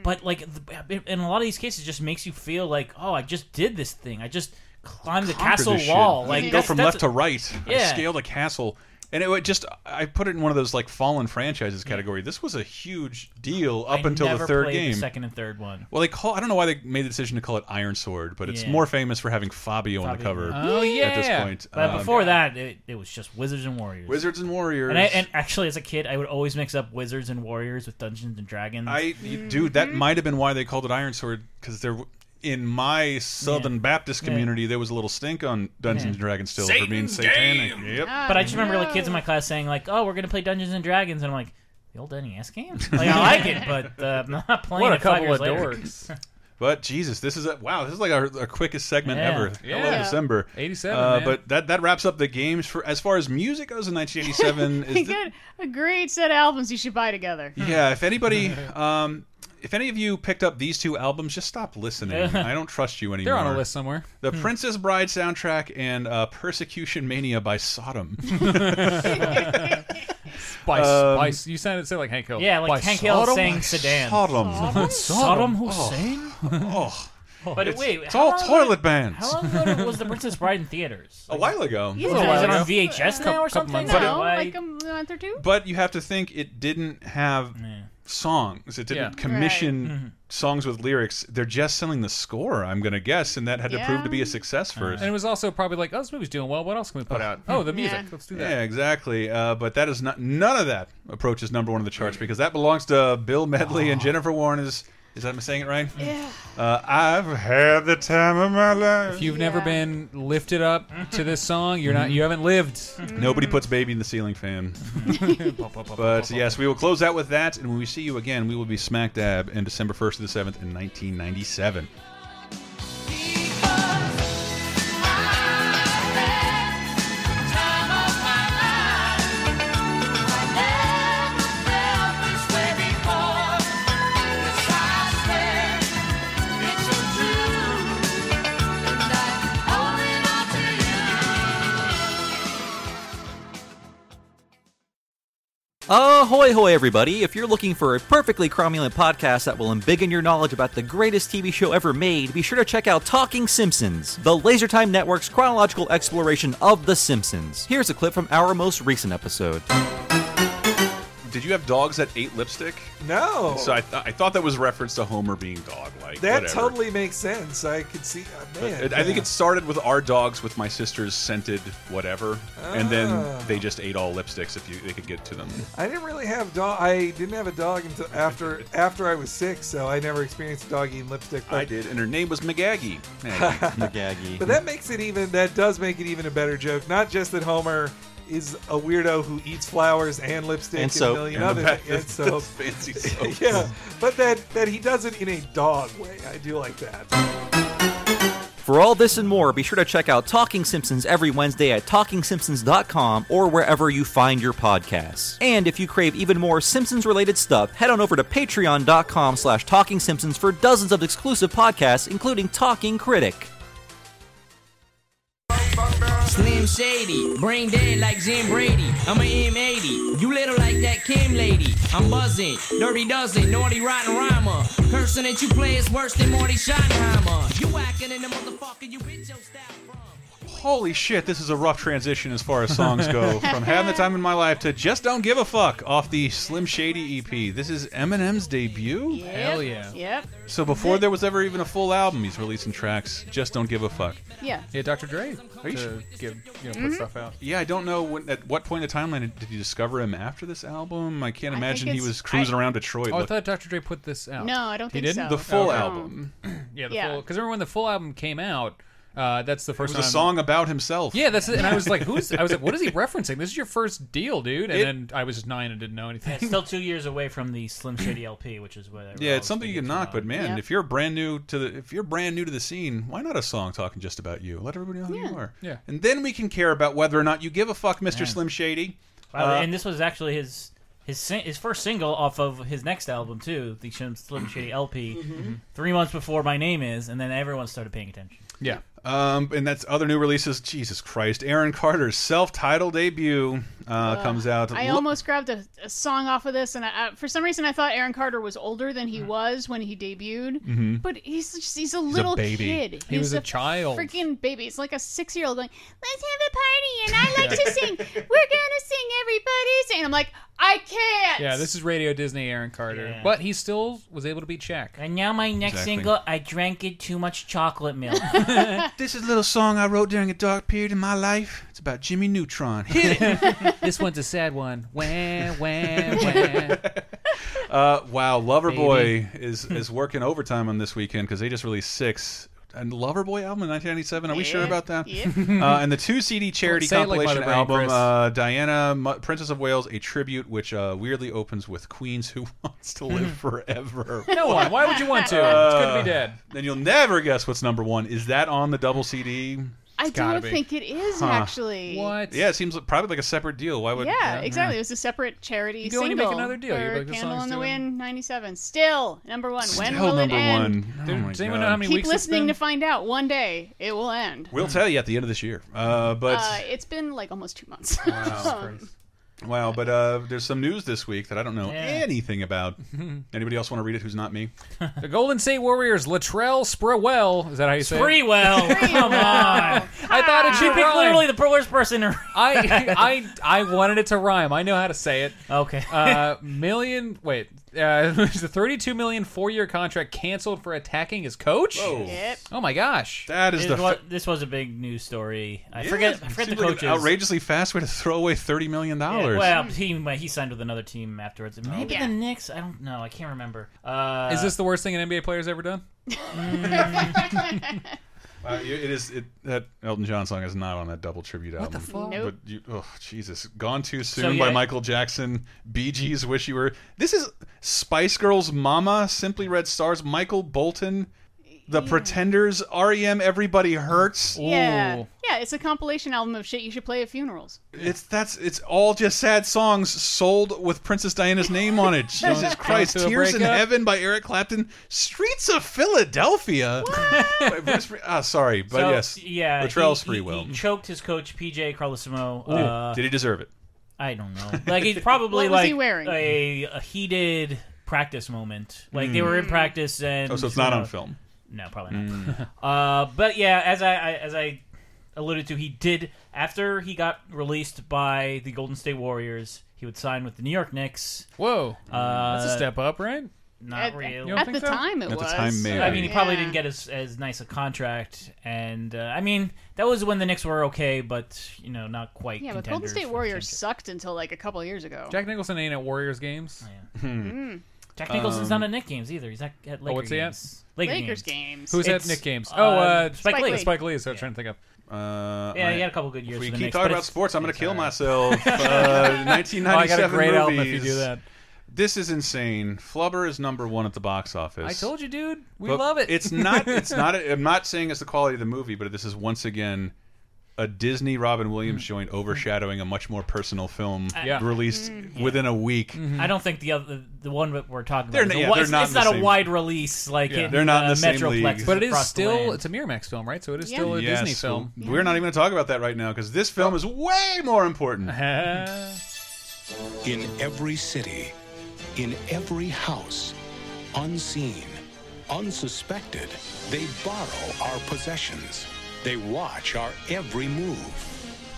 Speaker 3: But like th- in a lot of these cases, it just makes you feel like, oh, I just did this thing. I just climbed the
Speaker 1: conquer
Speaker 3: castle
Speaker 1: this shit.
Speaker 3: wall.
Speaker 1: You
Speaker 3: Like
Speaker 1: can go
Speaker 3: that's-
Speaker 1: from
Speaker 3: that's-
Speaker 1: left to right. I
Speaker 3: Yeah.
Speaker 1: scaled a castle, and it would just I put it in one of those like fallen franchises category. This was a huge deal up
Speaker 3: I
Speaker 1: until
Speaker 3: never
Speaker 1: the third
Speaker 3: played the
Speaker 1: game,
Speaker 3: second and third one.
Speaker 1: Well, they call I don't know why they made the decision to call it Iron Sword, but it's
Speaker 3: Yeah.
Speaker 1: more famous for having Fabio, on the cover.
Speaker 3: Fabio. Oh,
Speaker 1: at this
Speaker 3: yeah.
Speaker 1: point,
Speaker 3: But
Speaker 1: Um,
Speaker 3: before that, it, it was just Wizards and Warriors.
Speaker 1: Wizards and Warriors.
Speaker 3: And, I, and actually, as a kid, I would always mix up Wizards and Warriors with Dungeons and Dragons.
Speaker 1: I dude, that might have been why they called it Iron Sword because there. In my Southern Baptist
Speaker 3: Yeah.
Speaker 1: community, there was a little stink on Dungeons
Speaker 3: Yeah.
Speaker 1: and Dragons still for
Speaker 3: Satan
Speaker 1: being satanic.
Speaker 3: game!
Speaker 1: Yep.
Speaker 3: But I just remember like kids in my class saying like, "Oh, we're gonna play Dungeons and Dragons," and I'm like, "The old NES game? Like I like it, but uh, I'm not playing
Speaker 5: What a
Speaker 3: it five
Speaker 5: couple of
Speaker 3: years later."
Speaker 5: dorks.
Speaker 1: But Jesus, this is a wow. This is like our, our quickest segment
Speaker 5: Yeah.
Speaker 1: ever. Hello,
Speaker 5: Yeah.
Speaker 1: December
Speaker 5: 87,
Speaker 1: Uh,
Speaker 5: man.
Speaker 1: But that that wraps up the games for as far as music goes in 1987.
Speaker 4: You
Speaker 1: is the,
Speaker 4: got a great set of albums you should buy together.
Speaker 1: yeah. If anybody, um, if any of you picked up these two albums, just stop listening. I don't trust you anymore.
Speaker 5: They're on a list Hmm. somewhere.
Speaker 1: The Princess Bride soundtrack and uh, Persecution Mania by Sodom.
Speaker 5: By
Speaker 1: Um,
Speaker 5: Spice. You sounded said like Hank Hill.
Speaker 3: Yeah, like
Speaker 5: By
Speaker 3: Hank Hill
Speaker 5: Sodom?
Speaker 3: saying Sedan.
Speaker 1: Sodom.
Speaker 3: Sodom
Speaker 1: Oh.
Speaker 3: Hussein.
Speaker 1: Oh.
Speaker 3: But
Speaker 1: It's-
Speaker 3: wait,
Speaker 1: it's
Speaker 3: how
Speaker 1: all
Speaker 3: long
Speaker 1: toilet
Speaker 3: ago-
Speaker 1: bands.
Speaker 3: How long ago was The Princess Bride in theaters?
Speaker 1: A while ago.
Speaker 3: Is it- is it on VHS now or something?
Speaker 1: But it-
Speaker 4: No, like a month or two.
Speaker 1: But you have to think it didn't have songs. It didn't
Speaker 4: Yeah.
Speaker 1: commission
Speaker 4: Right.
Speaker 1: songs with lyrics. They're just selling the score, I'm going to guess, and that had to prove
Speaker 5: Yeah.
Speaker 1: to be a success first.
Speaker 5: And it was also probably like, oh, this movie's doing well. What else can we put out? Oh, the music. Let's do that.
Speaker 1: Yeah, exactly. Uh, but that is not none of that approaches number one of the charts because that belongs to Bill Medley and Jennifer Warren. Is is that am I saying it right?
Speaker 4: Yeah.
Speaker 1: Uh, I've had the time of my life.
Speaker 5: If you've never been lifted up to this song, you're not. You haven't lived.
Speaker 1: Nobody puts baby in the ceiling fan. but yes, we will close out with that, and when we see you again, we will be smack dab in December 1st to the 7th in 1997.
Speaker 15: Ahoy, hoy, everybody! If you're looking for a perfectly cromulent podcast that will embiggen your knowledge about the greatest TV show ever made, be sure to check out Talking Simpsons, the Lasertime Network's chronological exploration of The Simpsons. Here's a clip from our most recent episode.
Speaker 1: Did you have dogs that ate lipstick?
Speaker 7: No.
Speaker 1: So I, th- I thought that was reference to Homer being dog-like.
Speaker 7: That
Speaker 1: Whatever.
Speaker 7: totally makes sense. I could see. uh, man,
Speaker 1: It- I think
Speaker 7: yeah.
Speaker 1: it started with our dogs with my sister's scented whatever, and
Speaker 7: Ah.
Speaker 1: then they just ate all lipsticks if you they could get to them.
Speaker 7: I didn't really have dog. I didn't have a dog until after after I was six, so I never experienced a dog eating lipstick. But,
Speaker 1: I did, and her name was McGaggy.
Speaker 15: McGaggy.
Speaker 7: but that makes it even. That does make it even a better joke. Not just that Homer is a weirdo who eats flowers and lipstick
Speaker 15: And
Speaker 7: and,
Speaker 15: soap.
Speaker 7: a million
Speaker 15: And
Speaker 7: other
Speaker 15: that-
Speaker 7: things. And soap.
Speaker 1: fancy soap.
Speaker 7: yeah, but that that he does it in a dog way. I do like that.
Speaker 15: For all this and more, be sure to check out Talking Simpsons every Wednesday at TalkingSimpsons.com or wherever you find your podcasts. And if you crave even more Simpsons-related stuff, head on over to Patreon.com slash Talking Simpsons for dozens of exclusive podcasts, including Talking Critic.
Speaker 16: Slim Shady, brain dead like Jim Brady. I'm a M80, you little like that Kim lady. I'm buzzing, dirty dozen, naughty rotten rhymer. Cursing that you play is worse than Morty Schottenheimer. You acting in the motherfucker, you bitch your style.
Speaker 1: Holy shit, this is a rough transition as far as songs go. From Having the Time in My Life to Just Don't Give a Fuck off the Slim Shady EP. This is Eminem's debut?
Speaker 5: Hell yeah.
Speaker 4: Yep.
Speaker 1: So before there was ever even a full album, he's releasing tracks. Just Don't Give a Fuck.
Speaker 4: Yeah.
Speaker 5: Yeah, Dr. Dre.
Speaker 1: Are you
Speaker 5: to give, you know, put
Speaker 4: Mhm.
Speaker 5: stuff out.
Speaker 1: Yeah, I don't know when, at what point in the timeline did you discover him after this album? I can't
Speaker 5: I think
Speaker 1: imagine he
Speaker 5: it's-
Speaker 1: was cruising
Speaker 5: I-
Speaker 1: around Detroit.
Speaker 5: Oh, I
Speaker 1: look-
Speaker 5: thought Oh, Dr. Dre put this out.
Speaker 4: No, I don't
Speaker 5: he
Speaker 4: think
Speaker 5: didn't?
Speaker 4: so.
Speaker 1: The full
Speaker 5: Okay.
Speaker 1: album.
Speaker 5: yeah, the
Speaker 4: Yeah.
Speaker 5: full. Because remember when the full album came out, uh, that's the first
Speaker 1: was a
Speaker 5: time-
Speaker 1: song about himself.
Speaker 5: Yeah, that's it. And I was like, "Who's?" I was like, "What is he referencing? This is your first deal, dude." And
Speaker 1: It-
Speaker 5: then I was just nine and didn't know anything.
Speaker 3: Yeah, it's still two years away from the Slim Shady LP, which is what.
Speaker 1: Yeah, it's something you can knock, but man,
Speaker 3: Yeah.
Speaker 1: if you're brand new to the if you're brand new to the scene, why not a song talking just about you? Let everybody know who you are.
Speaker 5: Yeah.
Speaker 1: And then we can care about whether or not you give a fuck, Mr. Slim Shady.
Speaker 3: Wow,
Speaker 1: Uh,
Speaker 3: and this was actually his his sing- his first single off of his next album too, the Slim Slim
Speaker 1: Mm-hmm.
Speaker 3: Shady LP.
Speaker 5: Mhm.
Speaker 3: Three months before My Name Is, and then everyone started paying attention.
Speaker 5: Yeah.
Speaker 1: Um, and that's other new releases. Jesus Christ. Aaron Carter's self-titled debut uh,
Speaker 4: Ugh.
Speaker 1: comes out.
Speaker 4: I
Speaker 1: Lo-
Speaker 4: almost grabbed a, a song off of this, and I, I, for some reason I thought Aaron Carter was older than
Speaker 5: Mm-hmm.
Speaker 4: he was when he debuted.
Speaker 1: Mhm.
Speaker 4: But he's just, he's a little
Speaker 5: baby.
Speaker 4: kid.
Speaker 5: He
Speaker 4: He's
Speaker 5: was a child.
Speaker 4: freaking baby. It's like a six year old going, "Let's have a party, and I like to sing. We're gonna sing, everybody sing." And I'm like, I can't.
Speaker 5: Yeah, this is Radio Disney Aaron Carter.
Speaker 3: Yeah.
Speaker 5: But he still was able to beat Shaq.
Speaker 3: And now my next
Speaker 5: Exactly.
Speaker 3: single, I drank it too much chocolate milk.
Speaker 1: this is a little song I wrote during a dark period in my life. It's about Jimmy Neutron. Hit it.
Speaker 5: this one's a sad one. Wah, wah,
Speaker 1: Uh, wow,
Speaker 5: Baby.
Speaker 1: Loverboy is is working overtime on this weekend because they just released six. And Loverboy album in 1997. Are we sure
Speaker 5: Yeah,
Speaker 1: about that?
Speaker 5: yeah.
Speaker 1: Uh, and the two CD charity
Speaker 5: Say it like
Speaker 1: compilation
Speaker 5: Mother Brain,
Speaker 1: album,
Speaker 5: Chris.
Speaker 1: uh, Diana, Mu- Princess of Wales, a tribute, which uh, weirdly opens with Queens Who Wants to Live Forever.
Speaker 5: Hmm.
Speaker 1: Uh,
Speaker 5: No one. Why would you want to? it's good to be dead.
Speaker 1: Then you'll never guess what's number one. Is that on the double CD?
Speaker 4: I don't think it is
Speaker 1: Huh.
Speaker 4: actually.
Speaker 1: Yeah, it seems like, probably like a separate deal. Why would?
Speaker 4: Yeah, exactly. It was a separate charity
Speaker 5: You don't
Speaker 4: single.
Speaker 5: wanna make another deal. You're
Speaker 4: for
Speaker 5: like, this
Speaker 4: Candle
Speaker 5: song's
Speaker 4: in the
Speaker 5: doing-
Speaker 4: Wind, '97. Still number one. when
Speaker 1: Still
Speaker 4: will
Speaker 1: number
Speaker 4: it end?
Speaker 1: one. Oh
Speaker 5: Dude,
Speaker 1: my
Speaker 5: does anyone
Speaker 1: God.
Speaker 5: know how many
Speaker 4: Keep
Speaker 5: weeks it's
Speaker 4: listening
Speaker 5: been?
Speaker 4: to find out. One day it will end.
Speaker 1: We'll tell you at the end of this year. Uh, but
Speaker 4: uh, it's been like almost two months. Um,
Speaker 1: Wow. wow, but uh, there's some news this week that I don't know
Speaker 4: Yeah.
Speaker 1: anything about. Anybody else want to read it? Who's not me?
Speaker 5: The Golden State Warriors, Latrell Sprewell. Is that how you say it?
Speaker 3: Sprewell, come on.
Speaker 5: I thought it
Speaker 3: Ah. She
Speaker 5: should
Speaker 3: picked
Speaker 5: rhyme.
Speaker 3: literally the worst person. in-
Speaker 5: I, I I wanted it to rhyme. I know how to say it.
Speaker 3: Okay.
Speaker 5: Uh, million. Wait. Uh, it's a 32 million four-year contract canceled for attacking his coach.
Speaker 3: Whoa. Yep.
Speaker 5: Oh my gosh.
Speaker 1: That
Speaker 3: This wa- this was a big news story. I forget. I
Speaker 1: It
Speaker 3: forget the
Speaker 1: seems like
Speaker 3: coaches.
Speaker 1: An outrageously fast way to throw away thirty million
Speaker 3: Yeah,
Speaker 1: dollars.
Speaker 3: well, he he signed with another team afterwards. Maybe
Speaker 4: Yeah.
Speaker 3: the Knicks. I don't know. I can't remember. Uh,
Speaker 5: Is this the worst thing an NBA player's ever done?
Speaker 1: Uh, you- it is it, that Elton John song is not on that double tribute album.
Speaker 5: the fuck?
Speaker 4: Nope.
Speaker 1: But you, oh Jesus, "Gone Too Soon"
Speaker 5: So,
Speaker 1: by
Speaker 5: yeah.
Speaker 1: Michael Jackson, Bee Gees, "Wish You Were." This is Spice Girls, "Mama," Simply Red Stars, Michael Bolton, The Pretenders, REM, "Everybody Hurts."
Speaker 4: yeah, yeah. It's a compilation album of shit you should play at funerals.
Speaker 1: It's that's it's all just sad songs sold with Princess Diana's name on it. Jesus Christ,
Speaker 5: Don't do a
Speaker 1: "Tears in
Speaker 5: breakup.
Speaker 1: Heaven" by Eric Clapton, "Streets of Philadelphia." By Bruce Spring- ah, sorry, but
Speaker 3: so,
Speaker 1: yes,
Speaker 3: yeah.
Speaker 1: Latrell
Speaker 3: he- he-
Speaker 1: Sprewell.
Speaker 3: he choked his coach PJ Carlosimo. Uh,
Speaker 1: Did he deserve it?
Speaker 3: I don't know. Like he's probably
Speaker 4: What was
Speaker 3: like
Speaker 4: he wearing?
Speaker 3: A, a heated practice moment. Like they
Speaker 1: Hmm.
Speaker 3: were in practice and
Speaker 1: Oh, so it's not on
Speaker 3: uh,
Speaker 1: film. Hmm.
Speaker 3: No, probably not. uh, but yeah, as I, I as I alluded to, he did after he got released by the Golden State Warriors. He would sign with the New York Knicks.
Speaker 5: Whoa,
Speaker 1: Hmm.
Speaker 3: uh,
Speaker 5: that's a step up, right?
Speaker 3: Not
Speaker 4: At-
Speaker 3: really.
Speaker 4: You don't at think the so? time it At the was. time, maybe.
Speaker 3: I mean, he probably
Speaker 4: Yeah.
Speaker 3: didn't get as as nice a contract, and uh, I mean that was when the Knicks were okay, but you know not quite.
Speaker 4: Yeah, but
Speaker 3: contenders
Speaker 4: Golden State
Speaker 3: for-
Speaker 4: Warriors sucked until like a couple years ago.
Speaker 5: Jack Nicholson ain't at Warriors games.
Speaker 4: Mm.
Speaker 3: Jack Nicholson's
Speaker 1: Um,
Speaker 3: not at Nick games either. He's at, at Laker
Speaker 5: oh, what's he at?
Speaker 3: games. Laker
Speaker 4: Lakers games.
Speaker 5: Who's
Speaker 3: It's,
Speaker 5: at Nick games? Oh, uh,
Speaker 3: Spike Lee.
Speaker 5: Spike Lee. So I was trying to think of.
Speaker 1: Uh,
Speaker 3: Yeah,
Speaker 1: I-
Speaker 3: he had a couple good years
Speaker 1: If we
Speaker 3: for the
Speaker 1: keep
Speaker 3: Knicks,
Speaker 1: talking
Speaker 3: but
Speaker 1: about
Speaker 3: it's-
Speaker 1: sports, I'm going to
Speaker 3: it's
Speaker 1: kill
Speaker 3: all right.
Speaker 1: myself. Uh,
Speaker 5: Oh, I
Speaker 1: 1997
Speaker 5: got a great
Speaker 1: movies.
Speaker 5: album if you do that.
Speaker 1: This is insane. Flubber is number one at the box office.
Speaker 5: I told you, dude. We
Speaker 1: But
Speaker 5: love it.
Speaker 1: It's not. It's not. I'm not saying it's the quality of the movie, but this is once again a Disney Robin
Speaker 5: Mm.
Speaker 1: Williams joint overshadowing a much more personal film
Speaker 5: Uh,
Speaker 3: I- Yeah.
Speaker 1: released
Speaker 3: Mm.
Speaker 1: within a week.
Speaker 5: Mm-hmm.
Speaker 3: I don't think the other the one that we're talking
Speaker 1: They're
Speaker 3: about.
Speaker 1: not-
Speaker 3: is a
Speaker 1: yeah,
Speaker 3: wi-
Speaker 1: they're
Speaker 3: it's,
Speaker 1: not
Speaker 3: it's
Speaker 1: in the
Speaker 3: not
Speaker 1: same-
Speaker 3: a wide release like
Speaker 1: Yeah.
Speaker 3: in,
Speaker 1: They're not in
Speaker 3: uh,
Speaker 1: the same
Speaker 3: Metroplex
Speaker 1: league.
Speaker 5: But it is
Speaker 3: across the
Speaker 5: still
Speaker 3: land.
Speaker 5: it's a Miramax film, right? So it is still a
Speaker 1: Yes,
Speaker 5: Disney film.
Speaker 1: well, We're not even going to talk about that right now because this film is way more important.
Speaker 5: Uh-huh.
Speaker 17: In every city, in every house, unseen, unsuspected, they borrow our possessions. They watch our every move.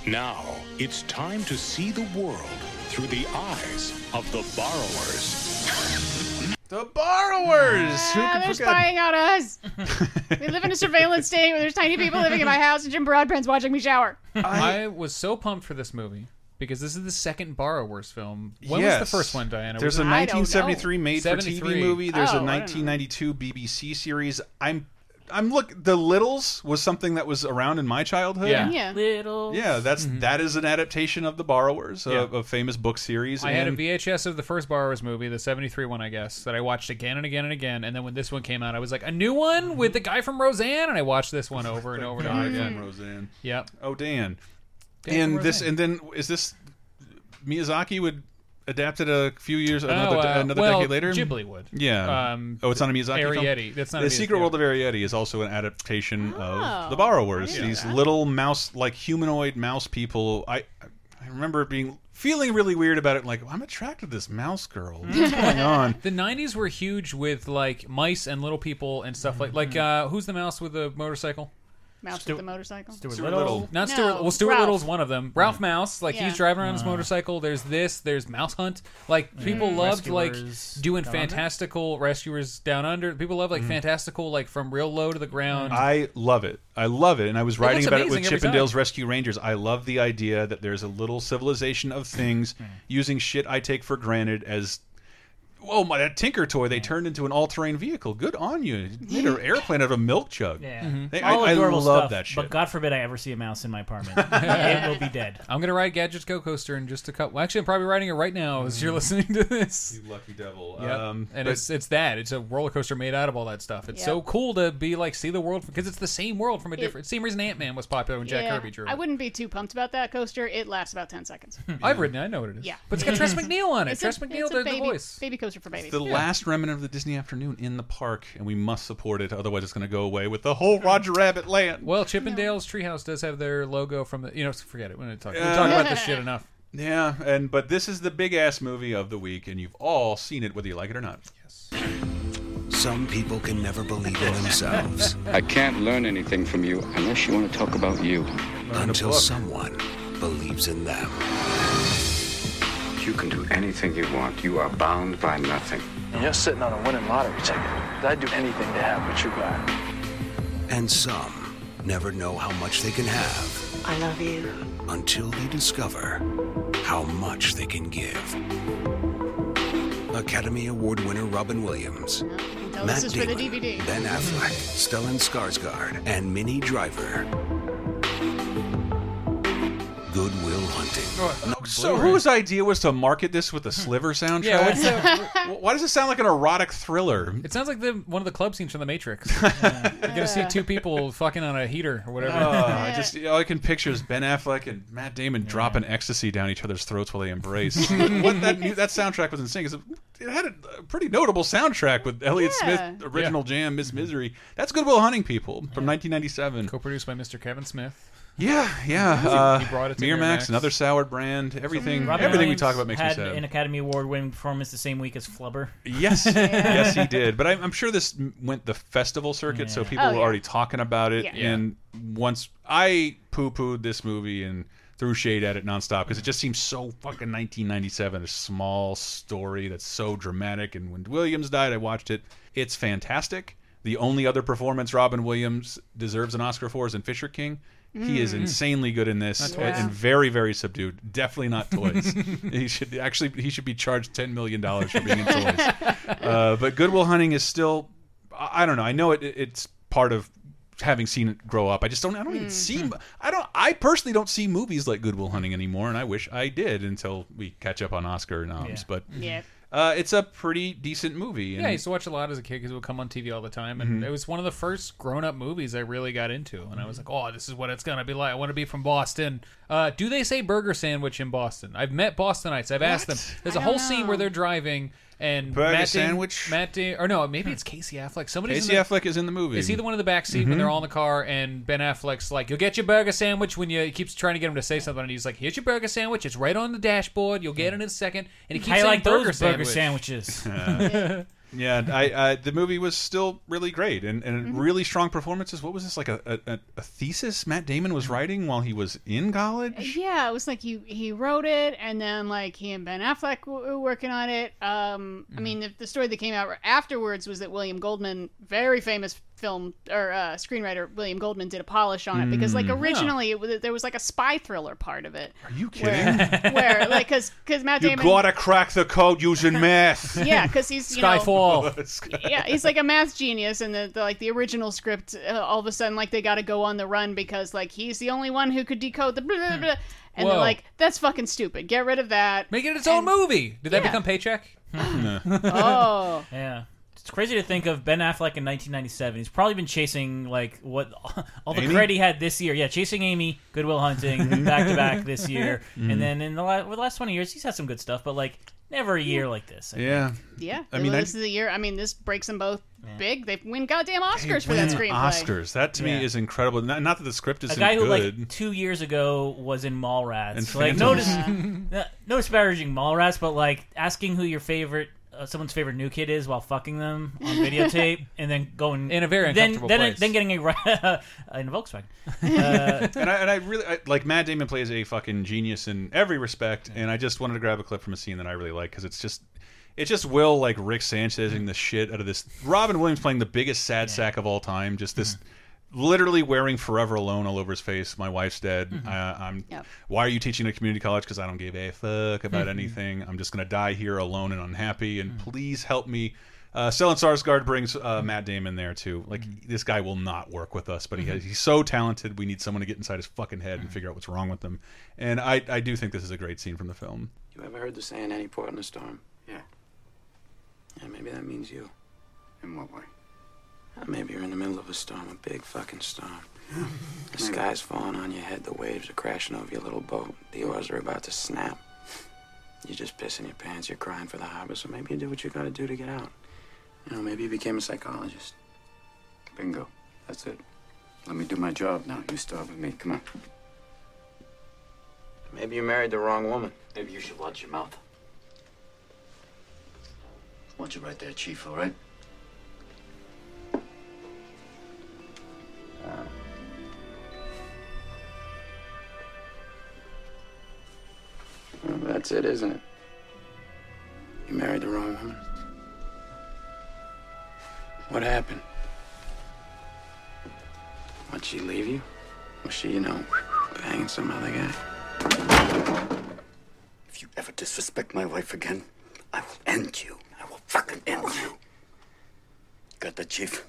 Speaker 17: Now, it's time to see the world through the eyes of the borrowers.
Speaker 1: The borrowers!
Speaker 4: Ah, they're spying on us. we live in a surveillance state where there's tiny people living in my house and Jim Broadbent's watching me shower.
Speaker 5: I was so pumped for this movie because this is the second Borrowers film. When was
Speaker 1: Yes.
Speaker 5: the first one, Diana?
Speaker 1: There's
Speaker 5: Was
Speaker 1: a
Speaker 5: it-
Speaker 1: 1973 made for TV
Speaker 5: 73.
Speaker 1: movie. There's
Speaker 5: Oh, I
Speaker 1: a
Speaker 5: don't know.
Speaker 1: 1992 BBC series. I'm I'm look. The Littles was something that was around in my childhood.
Speaker 3: Little.
Speaker 1: Yeah, that's
Speaker 5: Mm-hmm.
Speaker 1: that is an adaptation of The Borrowers, a, a famous book series.
Speaker 5: I had a
Speaker 1: and-
Speaker 5: VHS of the first Borrowers movie, the 73 one, I guess, that I watched again and again and again. And then when this one came out, I was like, a new
Speaker 1: Mm-hmm.
Speaker 5: one with the guy from Roseanne? And I watched this one over and over and over
Speaker 1: Guy
Speaker 5: again.
Speaker 1: from Roseanne.
Speaker 5: Yep.
Speaker 1: Oh, Dan.
Speaker 5: Dan
Speaker 1: and
Speaker 5: from
Speaker 1: this,
Speaker 5: Roseanne.
Speaker 1: and then is this Miyazaki would adapt it a few years another,
Speaker 5: uh,
Speaker 1: another
Speaker 5: well,
Speaker 1: decade later?
Speaker 5: Ghibli would.
Speaker 1: Yeah.
Speaker 5: Um,
Speaker 1: oh, it's not a Miyazaki film?
Speaker 5: Arrietty. That's not a
Speaker 1: the
Speaker 5: Miyazaki
Speaker 1: Secret World of Arietti is also an adaptation
Speaker 5: Oh,
Speaker 1: of The Borrowers.
Speaker 5: I didn't
Speaker 1: These
Speaker 5: know that.
Speaker 1: little mouse, like humanoid mouse people. I. I remember being feeling really weird about it, like I'm attracted to this mouse girl. What's going on?
Speaker 5: The '90s were huge with like mice and little people and stuff like like
Speaker 1: Mm-hmm.
Speaker 5: uh, who's the mouse with the motorcycle?
Speaker 4: Mouse with the motorcycle.
Speaker 5: Not
Speaker 4: No,
Speaker 5: Stuart. Well, Stuart
Speaker 4: Ralph.
Speaker 5: Little's one of them. Ralph Mouse, like
Speaker 4: Yeah.
Speaker 5: he's driving around his motorcycle. There's this. There's Mouse Hunt. Like people
Speaker 6: Mm.
Speaker 5: loved like
Speaker 6: Rescuers
Speaker 5: doing
Speaker 6: Down Under?
Speaker 5: fantastical rescuers down under. People love like fantastical like from real low to the ground.
Speaker 1: I love it. I love it. And I was writing
Speaker 5: looks
Speaker 1: about it with
Speaker 5: amazing every
Speaker 1: Chippendale's
Speaker 5: time.
Speaker 1: Rescue Rangers. I love the idea that there's a little civilization of things using shit I take for granted as. Oh my! That Tinker toy they turned into an all-terrain vehicle. Good on you! You Made an airplane out of a milk jug.
Speaker 3: Yeah.
Speaker 5: Mm-hmm.
Speaker 1: They-
Speaker 3: All
Speaker 1: I, I
Speaker 3: adorable
Speaker 1: love
Speaker 3: stuff,
Speaker 1: that shit.
Speaker 3: But God forbid I ever see a mouse in my apartment. it will be dead.
Speaker 5: I'm gonna ride Gadget's Go Coaster in just a couple. Well, actually, I'm probably riding it right now as you're listening to this.
Speaker 1: You lucky devil.
Speaker 5: Yep.
Speaker 1: Um,
Speaker 5: and
Speaker 1: but-
Speaker 5: it's it's that it's a roller coaster made out of all that stuff. It's
Speaker 4: Yep.
Speaker 5: so cool to be like see the world because it's the same world from a
Speaker 4: It-
Speaker 5: different same reason Ant Man was popular when Jack
Speaker 4: Yeah,
Speaker 5: Kirby drew.
Speaker 4: I
Speaker 5: it.
Speaker 4: wouldn't be too pumped about that coaster. It lasts about 10 seconds.
Speaker 5: I've ridden it. I know what it is.
Speaker 4: Yeah.
Speaker 5: but it's got Tress McNeil on it.
Speaker 4: It's a-
Speaker 5: Tress
Speaker 4: it's
Speaker 5: McNeil
Speaker 4: a
Speaker 5: did the
Speaker 4: baby-
Speaker 5: voice.
Speaker 4: Baby coaster for babies.
Speaker 1: It's the
Speaker 4: Yeah.
Speaker 1: last remnant of the Disney afternoon in the park, and we must support it. Otherwise, it's going to go away with the whole Roger Rabbit land.
Speaker 5: Well, Chippendales Treehouse does have their logo from the. You know, forget it. We're not talking.
Speaker 1: Yeah.
Speaker 5: we talk about this
Speaker 1: Uh,
Speaker 5: shit enough.
Speaker 1: Yeah, and but this is the big ass movie of the week, and you've all seen it, whether you like it or not.
Speaker 18: Some people can never believe in themselves
Speaker 19: I can't learn anything from you unless you want to talk about you.
Speaker 18: until someone believes in them.
Speaker 19: You can do anything you want. You are bound by nothing.
Speaker 20: And you're sitting on a winning lottery ticket. I'd do anything to have what you got.
Speaker 18: And some never know how much they can have
Speaker 20: I love you.
Speaker 18: until they discover how much they can give. Academy Award winner Robin Williams,
Speaker 4: No,
Speaker 18: Matt
Speaker 4: this is for the
Speaker 18: Damon,
Speaker 4: DVD.
Speaker 18: Ben Affleck, Stellan Skarsgård, and Minnie Driver. Goodwill Hunting.
Speaker 1: So whose idea was to market this with a sliver soundtrack?
Speaker 5: Yeah, what's
Speaker 1: Wh- Why does it sound like an erotic thriller?
Speaker 5: It sounds like the one of the club scenes from The Matrix. You're gonna
Speaker 1: Uh.
Speaker 5: see two people fucking on a heater or whatever.
Speaker 1: Oh, I just all I can picture is Ben Affleck and Matt Damon dropping ecstasy down each other's throats while they embrace. what that mu- that soundtrack was insane. 'cause It had a, a pretty notable soundtrack with Elliott
Speaker 5: Yeah.
Speaker 1: Smith original jam Miss Misery. That's Goodwill Hunting people from 1997,
Speaker 5: co-produced by Mr. Kevin Smith.
Speaker 1: Yeah, yeah.
Speaker 5: He-
Speaker 1: Uh,
Speaker 5: he brought it to
Speaker 1: Miramax,
Speaker 5: Miramax.
Speaker 1: another soured brand. Everything,
Speaker 3: Robin
Speaker 1: everything we
Speaker 3: Williams
Speaker 1: talk about makes me
Speaker 3: had
Speaker 1: sad.
Speaker 3: An Academy Award winning performance the same week as Flubber.
Speaker 1: Yes, yes, he did. But I'm, I'm sure this m- went the festival circuit, so
Speaker 3: Yeah.
Speaker 1: people
Speaker 3: Oh,
Speaker 1: were
Speaker 3: yeah.
Speaker 1: already talking about it.
Speaker 3: Yeah. Yeah.
Speaker 1: And once I poo-pooed this movie and threw shade at it nonstop because it just seems so fucking 1997. A small story that's so dramatic. And when Williams died, I watched it. It's fantastic. The only other performance Robin Williams deserves an Oscar for is in Fisher King. He is
Speaker 5: Mm.
Speaker 1: insanely good in this
Speaker 5: Not toys.
Speaker 1: and very, very subdued. Definitely not toys. he should actually he should be charged ten million dollars for being in toys. Uh, but Goodwill Hunting is still I I don't know. I know it it's part of having seen it grow up. I just don't I don't even
Speaker 4: Mm,
Speaker 1: see
Speaker 4: hmm.
Speaker 1: I don't I personally don't see movies like Goodwill Hunting anymore and I wish I did until we catch up on Oscar noms.
Speaker 5: Yeah.
Speaker 1: But
Speaker 5: Yeah.
Speaker 1: uh, it's a pretty decent movie. and-
Speaker 5: Yeah, I used to watch a lot as a kid because it would come on TV all the time, and
Speaker 1: Mhm.
Speaker 5: it was one of the first grown-up movies I really got into. And I was like, "Oh, this is what it's gonna be like. I want to be from Boston." Uh, do they say burger sandwich in Boston? I've met Bostonites. I've asked them. There's a whole scene where they're driving and
Speaker 1: Burger
Speaker 5: Matt Dam-
Speaker 1: sandwich?
Speaker 5: Matt Da- or no, maybe it's Casey Affleck. Somebody's in
Speaker 1: Casey
Speaker 5: the,
Speaker 1: Affleck is in the movie.
Speaker 5: Is he the one in the back seat when
Speaker 1: Mhm.
Speaker 5: they're all in the car and Ben Affleck's like, "You'll get your burger sandwich when you." He keeps trying to get him to say something, and he's like, "Here's your burger sandwich. It's right on the dashboard. You'll get it in a second. And he keeps
Speaker 3: I
Speaker 5: saying
Speaker 3: like those
Speaker 5: burger,
Speaker 3: burger
Speaker 5: sandwich.
Speaker 3: sandwiches.
Speaker 1: Uh, yeah, I, I the movie was still really great and, and
Speaker 4: Mm-hmm.
Speaker 1: really strong performances. What was this like a, a, a thesis Matt Damon was writing while he was in college?
Speaker 4: Yeah, it was like he he wrote it, and then like he and Ben Affleck w- were working on it. Um,
Speaker 5: Mm.
Speaker 4: I mean, the, the story that came out afterwards was that William Goldman, very famous film or uh, screenwriter William Goldman, did a polish on it because like
Speaker 14: Mm.
Speaker 4: originally it was, there was like a spy thriller part of it.
Speaker 1: Are you kidding?
Speaker 4: Where like because because Matt
Speaker 1: You
Speaker 4: Damon.
Speaker 1: gotta crack the code using math.
Speaker 4: Yeah, 'cause he's, you know-
Speaker 1: Skyfall.
Speaker 4: yeah, he's like a math genius, and the, the like the original script. Uh, all of a sudden, like they got to go on the run because like he's the only one who could decode the blah, blah, blah, and
Speaker 5: Whoa.
Speaker 4: they're like, "That's fucking stupid. Get rid of that."
Speaker 5: Make it its own movie. Did that
Speaker 4: Yeah.
Speaker 5: become paycheck?
Speaker 4: Oh.
Speaker 3: yeah. It's crazy to think of Ben Affleck in 1997. He's probably been chasing like what all the
Speaker 5: Amy?
Speaker 3: credit he had this year. Yeah, chasing Amy, Goodwill Hunting, back to back this year,
Speaker 1: Mhm.
Speaker 3: and then in the, la- over the last 20 years, he's had some good stuff, but like never a year like this. I
Speaker 1: Yeah.
Speaker 4: Yeah,
Speaker 1: I mean, I-
Speaker 4: this is the year. I mean, this breaks them both big. They win goddamn
Speaker 1: They
Speaker 4: Oscars for that
Speaker 1: win
Speaker 4: screenplay.
Speaker 1: Oscars. That to
Speaker 3: Yeah.
Speaker 1: me is incredible. Not, not that the script
Speaker 3: a
Speaker 1: isn't
Speaker 3: guy who
Speaker 1: good.
Speaker 3: like two years ago was in Mallrats.
Speaker 1: And
Speaker 3: like
Speaker 1: Phantoms.
Speaker 3: notice, no, no disparaging Mallrats, but like asking who your favorite. Uh, someone's favorite new kid is while fucking them on videotape, and then going
Speaker 5: In a very
Speaker 3: then
Speaker 5: uncomfortable
Speaker 3: then,
Speaker 5: place.
Speaker 3: then getting a ri- in a Volkswagen. Uh,
Speaker 1: and, I, and I really I, like Matt Damon plays a fucking genius in every respect, and I just wanted to grab a clip from a scene that I really like because it's just it's just Will like Rick
Speaker 3: Mm.
Speaker 1: Sanchezing the shit out of this. Robin Williams playing the biggest sad sack of all time, just this.
Speaker 3: Mm-hmm.
Speaker 1: Literally wearing "Forever Alone" all over his face. My wife's dead.
Speaker 4: Mm-hmm.
Speaker 1: I, I'm. Why are you teaching at community college? Because I don't give a fuck
Speaker 5: Mhm.
Speaker 1: about
Speaker 4: Mm-hmm.
Speaker 1: anything. I'm just gonna die here alone and unhappy.
Speaker 4: Mm.
Speaker 1: And please help me. Uh, Stellan Sarsgaard brings uh,
Speaker 4: Mm-hmm.
Speaker 1: Matt Damon there too. Like this guy will not work with us, but
Speaker 4: Mm-hmm.
Speaker 1: he has, he's so talented. We need someone to get inside his fucking head and figure out what's wrong with him. And I, I do think this is a great scene from the film.
Speaker 19: You ever heard the saying, any port in a storm? Yeah. Yeah, maybe that means you. In what way? Maybe you're in the middle of a storm, a big fucking storm. The sky's falling on your head, the waves are crashing over your little boat, the oars are about to snap. You're just pissing your pants, you're crying for the harbor, so maybe you do what you gotta do to get out. You know, maybe you became a psychologist. Bingo. That's it. Let me do my job. No, you start with me. Come on. Maybe you married the wrong woman. Maybe you should watch your mouth. Watch it right there, Chief, all right? Well, that's it, isn't it? You married the wrong woman. What happened? Why'd she leave you? Was she, you know, banging some other guy? If you ever disrespect my wife again, I will end you. I will fucking end you. Got the chief?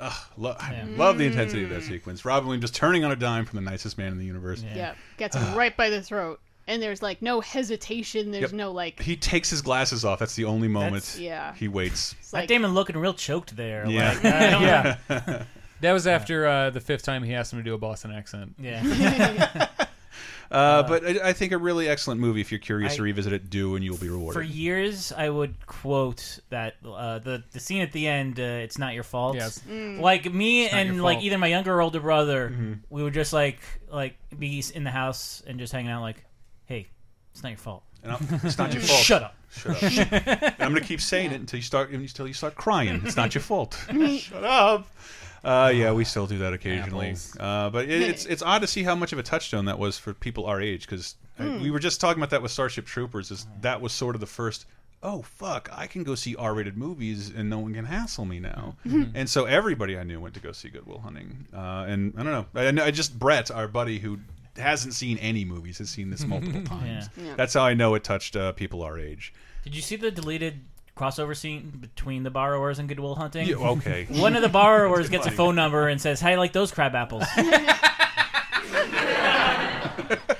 Speaker 1: Ugh, lo I love the intensity of that sequence. Robin Williams just turning on a dime from the nicest man in the universe.
Speaker 4: Mm. Yeah, gets him right by the throat, and there's like no hesitation. There's
Speaker 1: Yep.
Speaker 4: no like.
Speaker 1: He takes his glasses off. That's the only moment.
Speaker 4: That's- yeah.
Speaker 1: He waits.
Speaker 3: Matt Damon looking real choked there.
Speaker 1: Yeah.
Speaker 3: Like, I don't know.
Speaker 5: That was after uh, the fifth time he asked him to do a Boston accent.
Speaker 3: Yeah.
Speaker 1: Uh, but I, I think a really excellent movie. If you're curious
Speaker 3: I-
Speaker 1: to revisit it, do and you'll be rewarded.
Speaker 3: For years, I would quote that uh, the the scene at the end. Uh, it's not your fault.
Speaker 5: Yes. Mm.
Speaker 3: Like me
Speaker 5: It's not
Speaker 3: and
Speaker 5: your
Speaker 3: like
Speaker 5: fault. Mm-hmm.
Speaker 3: either my younger or older brother, we would just like like be in the house and just hanging out. Like, hey, it's not your fault.
Speaker 1: And I'm, it's not your fault.
Speaker 3: Shut up.
Speaker 1: Shut up. and I'm going to keep saying it until you start until you start crying. It's not your fault. Shut up. Uh, yeah, we still do that occasionally. Uh, but it, it's it's odd to see how much of a touchstone that was for people our age because
Speaker 7: Mm.
Speaker 1: we were just talking about that with Starship Troopers. Is that was sort of the first. Oh fuck! I can go see R-rated movies and no one can hassle me now.
Speaker 7: Mhm.
Speaker 1: And so everybody I knew went to go see Goodwill Hunting. Uh, and I don't know. I- I, know- I just Brett, our buddy who hasn't seen any movies, has seen this multiple times.
Speaker 3: Yeah. Yeah.
Speaker 1: That's how I know it touched uh, people our age.
Speaker 3: Did you see the deleted crossover scene between the borrowers and Goodwill Hunting?
Speaker 1: Yeah, okay.
Speaker 3: One of the borrowers
Speaker 1: It's
Speaker 3: gets a
Speaker 1: funny.
Speaker 3: phone number and says, "How you like those crab apples?"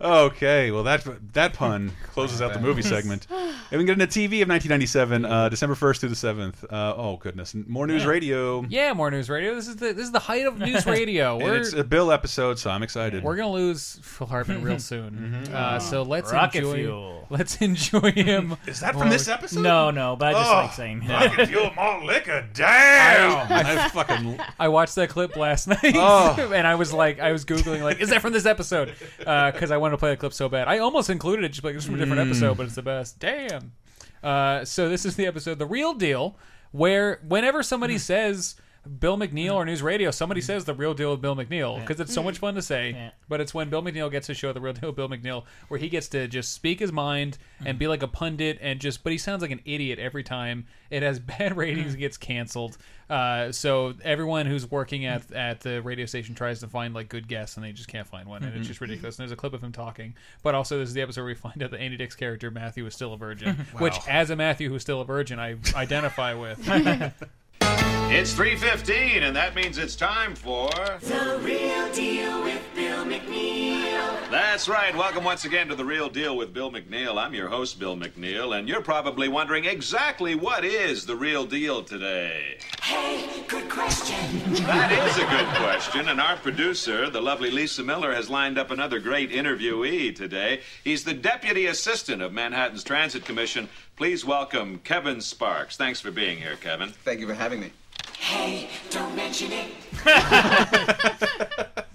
Speaker 1: Okay, well that that pun closes out the movie segment. And we get into TV of 1997, uh, December 1st through the 7th. Uh, oh goodness, more news
Speaker 5: Yeah.
Speaker 1: radio.
Speaker 5: Yeah, more news radio. This is the this is the height of news radio.
Speaker 1: And
Speaker 5: We're
Speaker 1: it's a Bill episode, so I'm excited.
Speaker 5: we're gonna lose Phil Hartman real soon.
Speaker 1: Mhm.
Speaker 5: Uh, so let's
Speaker 3: Rocket
Speaker 5: enjoy.
Speaker 3: fuel.
Speaker 5: Let's enjoy him.
Speaker 1: Is that
Speaker 5: while
Speaker 1: from this
Speaker 5: we-
Speaker 1: episode?
Speaker 3: No, no, but I just
Speaker 1: Oh,
Speaker 3: like saying
Speaker 1: I
Speaker 3: that.
Speaker 1: can feel more liquor. Damn! I, fucking. uh,
Speaker 5: I watched that clip last night, and I was like, I was googling, like, is that from this episode? Because I wanted to play the clip so bad. I almost included it, just like it's from a different
Speaker 6: Mm.
Speaker 5: episode, but it's the best. Damn. Uh, so this is the episode, the real deal, where whenever somebody says Bill McNeil or News Radio, somebody says the real deal with Bill McNeil because it's so much fun to say. But it's when Bill McNeil gets to show the real deal with Bill McNeil, where he gets to just speak his mind and be like a pundit and just, but he sounds like an idiot every time. It has bad ratings, it gets canceled. Uh, so everyone who's working at at the radio station tries to find like good guests, and they just can't find one, and it's
Speaker 6: Mhm.
Speaker 5: just ridiculous. And there's a clip of him talking, but also this is the episode where we find out that Andy Dick's character Matthew is still a virgin,
Speaker 6: Wow.
Speaker 5: which as a Matthew who's still a virgin, I identify with.
Speaker 21: It's 3.15, and that means it's time for... The Real Deal with Bill McNeil. That's right. Welcome once again to The Real Deal with Bill McNeil. I'm your host, Bill McNeil, and you're probably wondering exactly what is the real deal today.
Speaker 2: Hey, good question.
Speaker 21: That is a good question, and our producer, the lovely Lisa Miller, has lined up another great interviewee today. He's the Deputy Assistant of Manhattan's Transit Commission. Please welcome Kevin Sparks. Thanks for being here, Kevin. Thank you for having me.
Speaker 2: Hey, don't mention it.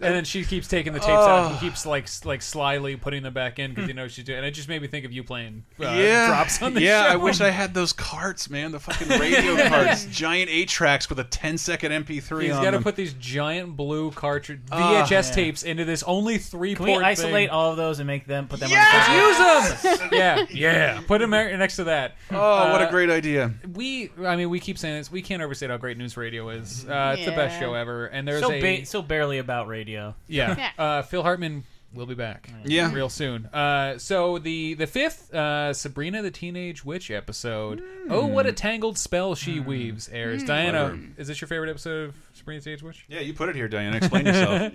Speaker 5: and then she keeps taking the tapes out. And he keeps like s- like slyly putting them back in because you know she's doing. And it just made me think of you playing uh,
Speaker 1: yeah,
Speaker 5: drops on the
Speaker 1: yeah.
Speaker 5: show.
Speaker 1: I wish I had those carts, man. The fucking radio carts, giant eight tracks with a 10 second MP3
Speaker 5: He's
Speaker 1: on
Speaker 5: got to
Speaker 1: them.
Speaker 5: put these giant blue cartridge
Speaker 1: Ah.
Speaker 5: VHS tapes into this only three.
Speaker 3: Can we
Speaker 5: port
Speaker 3: isolate
Speaker 5: thing.
Speaker 3: all of those and make them put them?
Speaker 5: Yes!
Speaker 3: on
Speaker 5: Use them. yeah, yeah. Put him there next to that.
Speaker 1: Oh, what a
Speaker 5: Uh,
Speaker 1: great idea!
Speaker 5: We, I mean, we keep saying this. We can't overstate how great news radio is. Uh, It's the best
Speaker 3: Yeah.
Speaker 5: show ever. And there's
Speaker 3: so
Speaker 5: a
Speaker 3: ba- so barely about radio.
Speaker 5: yeah. uh, Phil Hartman will be back.
Speaker 1: Yeah.
Speaker 5: real soon. Uh, so the the fifth uh, Sabrina the Teenage Witch episode.
Speaker 1: Mm.
Speaker 5: Oh, what a tangled spell she weaves airs.
Speaker 4: Mm.
Speaker 5: Diana,
Speaker 1: Clever.
Speaker 5: is this your favorite episode of Sabrina the Teenage Witch?
Speaker 1: Yeah, you put it here, Diana. Explain yourself.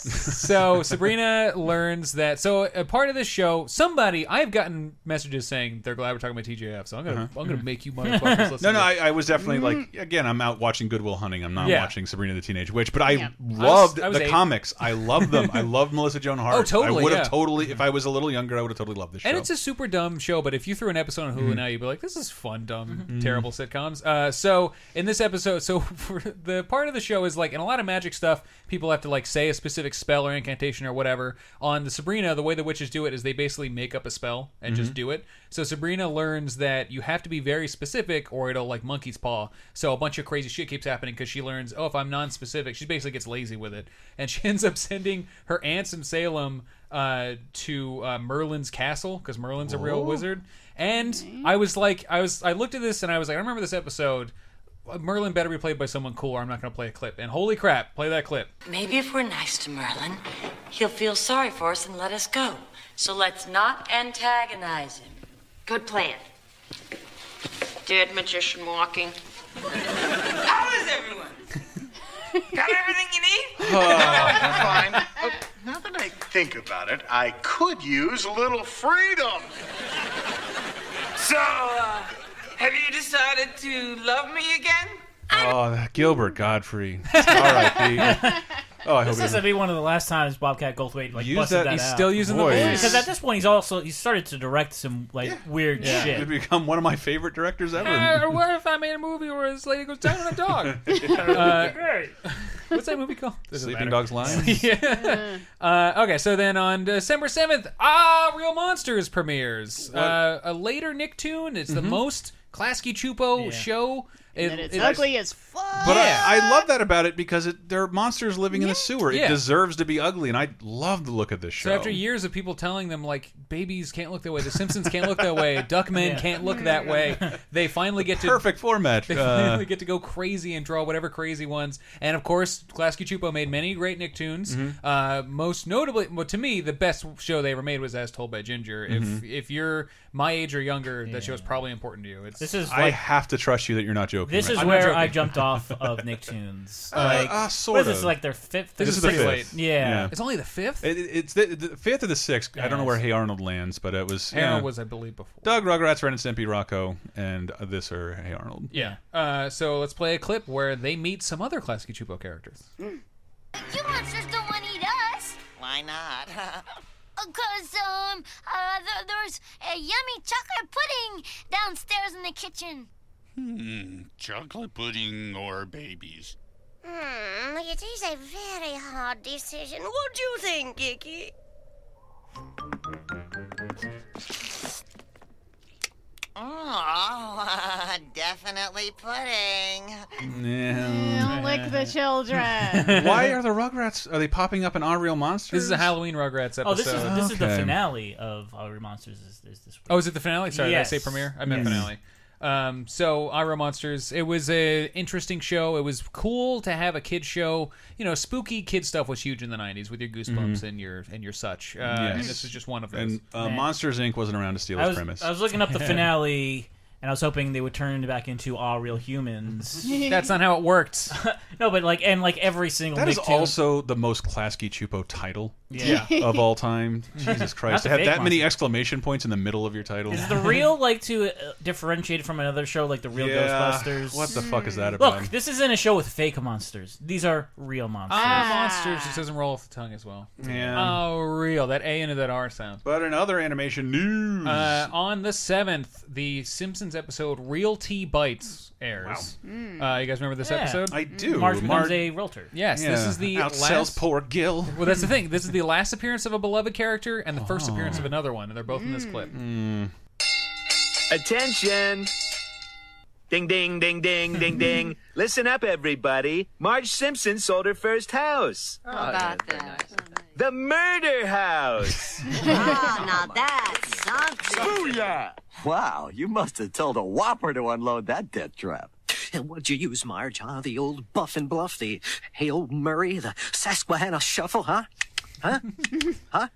Speaker 5: so Sabrina learns that. So a part of this show, somebody I've gotten messages saying they're glad we're talking about TJF. So I'm gonna I'm gonna make you motherfuckers listen. to
Speaker 1: Uh-huh. No, no, I,
Speaker 5: this.
Speaker 1: I was definitely like, again, I'm out watching Goodwill Hunting. I'm not
Speaker 5: Mm. Yeah.
Speaker 1: watching Sabrina the Teenage Witch, but I
Speaker 5: Yeah.
Speaker 1: loved
Speaker 5: I was- I was
Speaker 1: the
Speaker 5: eight.
Speaker 1: comics. I loved them. I loved Melissa Joan Hart.
Speaker 5: Oh, totally,
Speaker 1: I would
Speaker 5: yeah. Mm-hmm.
Speaker 1: have totally, if I was a little younger, I would have totally loved this show.
Speaker 5: And it's a super dumb show, but if you threw an episode on Hulu
Speaker 1: Mhm.
Speaker 5: now, you'd be like, "This is fun, dumb,
Speaker 1: Mhm.
Speaker 5: terrible sitcoms." Uh, so in this episode, so for the part of the show is like in a lot of magic stuff, people have to like say a specific spell or incantation or whatever. On the Sabrina, the way the witches do it is they basically make up a spell and just
Speaker 1: Mm-hmm.
Speaker 6: Mhm.
Speaker 5: do it. So Sabrina learns that you have to be very specific, or it'll like monkey's paw. So a bunch of crazy shit keeps happening because she learns, oh, if I'm non-specific, she basically gets lazy with it, and she ends up sending her aunts in Salem uh, to uh, Merlin's castle because Merlin's a real
Speaker 6: Ooh.
Speaker 5: wizard. And I was like, I was, I looked at this and I was like, I remember this episode. Merlin better be played by someone cool, or I'm not going to play a clip. And holy crap, play that clip.
Speaker 22: Maybe if we're nice to Merlin, he'll feel sorry for us and let us go. So let's not antagonize him. Good plan.
Speaker 23: Dead magician walking. How is everyone? Got everything you need?
Speaker 21: Fine. But now that I think about it, I could use a little freedom.
Speaker 23: So, uh, have you decided to love me again?
Speaker 1: oh, that Gilbert Godfrey. R.I.P. Oh, I hope
Speaker 3: this
Speaker 1: he
Speaker 3: has to
Speaker 1: doesn't.
Speaker 3: be one of the last times Bobcat Goldthwait like
Speaker 1: Use
Speaker 3: busted
Speaker 1: that-
Speaker 3: that.
Speaker 1: he's
Speaker 3: out.
Speaker 1: still using the Voice. voice.
Speaker 3: because at this point he's also he started to direct some like weird
Speaker 5: Yeah.
Speaker 3: shit.
Speaker 1: He'd become one of my favorite directors ever.
Speaker 5: Or what if I made a movie where this lady goes down on a dog?
Speaker 1: Uh,
Speaker 5: what's that movie called? Doesn't
Speaker 1: Sleeping
Speaker 5: matter.
Speaker 1: Dogs Lion.
Speaker 4: Mm.
Speaker 5: yeah. Uh, okay, so then on December 7th, Ah, Real Monsters premieres. Uh, a later Nicktoon. It's the
Speaker 1: Mhm.
Speaker 5: most Klasky Chupo
Speaker 1: Yeah.
Speaker 5: show. It-
Speaker 4: and it's
Speaker 5: it-
Speaker 4: ugly as fuck.
Speaker 1: But I, I love that about it because it, there are monsters living in the sewer. It
Speaker 5: Yeah.
Speaker 1: deserves to be ugly, and I love the look of this show.
Speaker 5: So after years of people telling them like babies can't look that way, The Simpsons can't look that way, Duckmen
Speaker 1: Yeah.
Speaker 5: can't look that way, they finally get to
Speaker 1: perfect format.
Speaker 5: They
Speaker 1: Uh,
Speaker 5: finally get to go crazy and draw whatever crazy ones. And of course, Klasky Chupo made many great Nicktoons.
Speaker 1: Mhm.
Speaker 5: Uh, most notably, well, to me, the best show they ever made was As Told by Ginger. If
Speaker 1: Mhm.
Speaker 5: if you're my age or younger, that show is probably important to you. It's
Speaker 3: This is
Speaker 1: I have to trust you that you're not joking.
Speaker 3: This
Speaker 1: right
Speaker 3: is
Speaker 1: now.
Speaker 3: where I jumped off of Nicktoons.
Speaker 1: Uh,
Speaker 3: like,
Speaker 1: uh,
Speaker 3: what
Speaker 1: sort
Speaker 3: is this,
Speaker 1: of.
Speaker 3: like their fifth?
Speaker 1: This is the
Speaker 3: sixth?
Speaker 1: fifth.
Speaker 3: Yeah.
Speaker 5: It's only the fifth.
Speaker 1: It, it- it's the, the fifth or the sixth. I don't know where Hey Arnold lands, but it was.
Speaker 5: Hey
Speaker 1: yeah.
Speaker 5: Arnold was, I believe, before.
Speaker 1: Doug Rugrats, Ren and Stimpy, Rocco, and this are Hey Arnold.
Speaker 5: yeah. Uh, so let's play a clip where they meet some other Klasky Chupo characters.
Speaker 8: You monsters don't want to eat us.
Speaker 10: Why not?
Speaker 8: Because, um, uh, th- there's a yummy chocolate pudding downstairs in the kitchen.
Speaker 17: Hmm, chocolate pudding or babies?
Speaker 8: Hmm, it is a very hard decision. What do you think, Kiki?
Speaker 10: Oh, definitely pudding.
Speaker 1: Yeah.
Speaker 4: Lick the children.
Speaker 1: Why are the Rugrats? Are they popping up in Our Real Monsters?
Speaker 5: This is a Halloween Rugrats episode.
Speaker 3: Oh, this is this is the
Speaker 1: Okay.
Speaker 3: finale of Hungry Monsters. Is, is this week?
Speaker 5: Oh, is it the finale? Sorry,
Speaker 3: yes.
Speaker 5: did I say premiere? I meant
Speaker 3: Yes.
Speaker 5: finale. Um, so Ira Monsters, it was a interesting show. It was cool to have a kid show. You know, spooky kid stuff was huge in the '90s with your Goosebumps
Speaker 1: Mhm.
Speaker 5: and your and your such. Uh, And
Speaker 1: Yes.
Speaker 5: this is just one of those.
Speaker 1: And uh,
Speaker 5: Yeah.
Speaker 1: Monsters Inc. wasn't around to steal
Speaker 3: I
Speaker 1: his
Speaker 3: was,
Speaker 1: premise.
Speaker 3: I was looking up the finale, and I was hoping they would turn it back into all real humans.
Speaker 5: That's not how it worked.
Speaker 3: no, but like and like every single
Speaker 1: That is
Speaker 3: Nicktoon-
Speaker 1: also the most Klasky Chupo title
Speaker 3: Yeah.
Speaker 1: of all time. Jesus Christ. To
Speaker 3: Not the
Speaker 1: have
Speaker 3: fake
Speaker 1: that many
Speaker 3: monster.
Speaker 1: exclamation points in the middle of your title.
Speaker 3: Is the real like to uh, differentiate it from another show like the real
Speaker 1: Yeah.
Speaker 3: Ghostbusters?
Speaker 1: What the fuck is that about?
Speaker 3: Look, this isn't a show with fake monsters. These are real monsters.
Speaker 5: Ah, monsters just doesn't roll off the tongue as well.
Speaker 1: Mm.
Speaker 3: um,
Speaker 1: Yeah.
Speaker 5: Oh, real that A into that R sound.
Speaker 1: But in other animation news,
Speaker 5: Uh, on the seventh, the Simpsons episode "Real Tea Bites" airs.
Speaker 3: Wow. Mm.
Speaker 5: Uh, you guys remember this
Speaker 3: Yeah.
Speaker 5: episode?
Speaker 3: I do. Marge becomes a realtor.
Speaker 5: Yes, this
Speaker 1: Yeah.
Speaker 5: is the
Speaker 1: Outsells
Speaker 5: last...
Speaker 1: poor Gil.
Speaker 5: Well, that's the thing. This is the last appearance of a beloved character and the first appearance
Speaker 1: Oh.
Speaker 5: of another one, and they're both in this clip.
Speaker 11: Attention! Ding, ding, ding, ding, ding, ding. Listen up, everybody. Marge Simpson sold her first house.
Speaker 22: about that?
Speaker 11: The murder house.
Speaker 8: Oh,
Speaker 22: Ah, now that's something.
Speaker 11: Booyah!
Speaker 24: Wow, you must have told a whopper to unload that death trap. And what'd you use, Marge, huh? The old buff and bluff, the Hail Murray, the Susquehanna shuffle, huh? Huh? huh?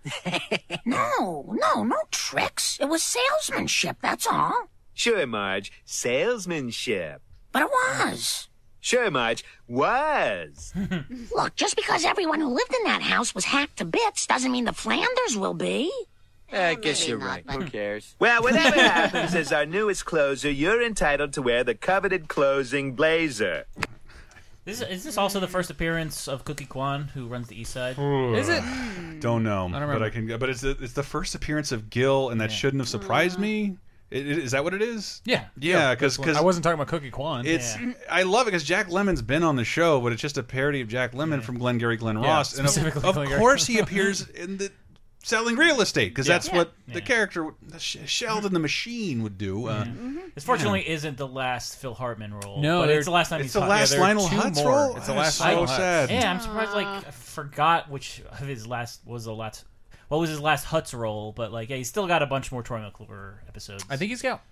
Speaker 11: No, no, no tricks. It was salesmanship, that's all. Sure, Marge. Salesmanship. But it was. Sure, Marge. Was.
Speaker 8: Look, just because everyone who lived in that house was hacked to bits doesn't mean the Flanders will be.
Speaker 11: I guess you're right. Who cares? Well, whatever happens, as our newest closer, you're entitled to wear the coveted closing blazer.
Speaker 3: This, is this also the first appearance of Cookie Kwan, who runs the East Side?
Speaker 1: Is it? don't know, but
Speaker 3: remember.
Speaker 1: I can. But it's the, it's the first appearance of Gil, and that shouldn't have surprised me. I- i- Is that what it is?
Speaker 5: Yeah.
Speaker 1: yeah. Because
Speaker 5: I wasn't talking about Cookie Kwan.
Speaker 1: It's I love it because Jack Lemon's been on the show, but it's just a parody of Jack Lemon from Glengarry Glen
Speaker 5: Yeah,
Speaker 1: Ross, and of,
Speaker 5: specifically
Speaker 1: of
Speaker 5: Glengarry.
Speaker 1: course he appears in the selling real estate because
Speaker 3: Yeah.
Speaker 1: that's
Speaker 3: Yeah.
Speaker 1: what the character would- the Sh- Sheldon the Machine would do. Uh,
Speaker 3: This fortunately isn't the last Phil Hartman role.
Speaker 1: No,
Speaker 3: but
Speaker 1: there-
Speaker 3: it's the last time
Speaker 1: it's
Speaker 3: he's
Speaker 1: the
Speaker 3: hot.
Speaker 1: last
Speaker 3: yeah, there are
Speaker 1: Lionel
Speaker 3: two
Speaker 1: Hutz
Speaker 3: more.
Speaker 1: role? It's the That last is so Lionel Hutz. sad.
Speaker 3: Yeah, I'm surprised. Like,
Speaker 5: Ah.
Speaker 3: I forgot which of his last was the last. What was his last Hutz role? But like, yeah, he's still got a bunch more Troy McClure episodes.
Speaker 5: I think he's got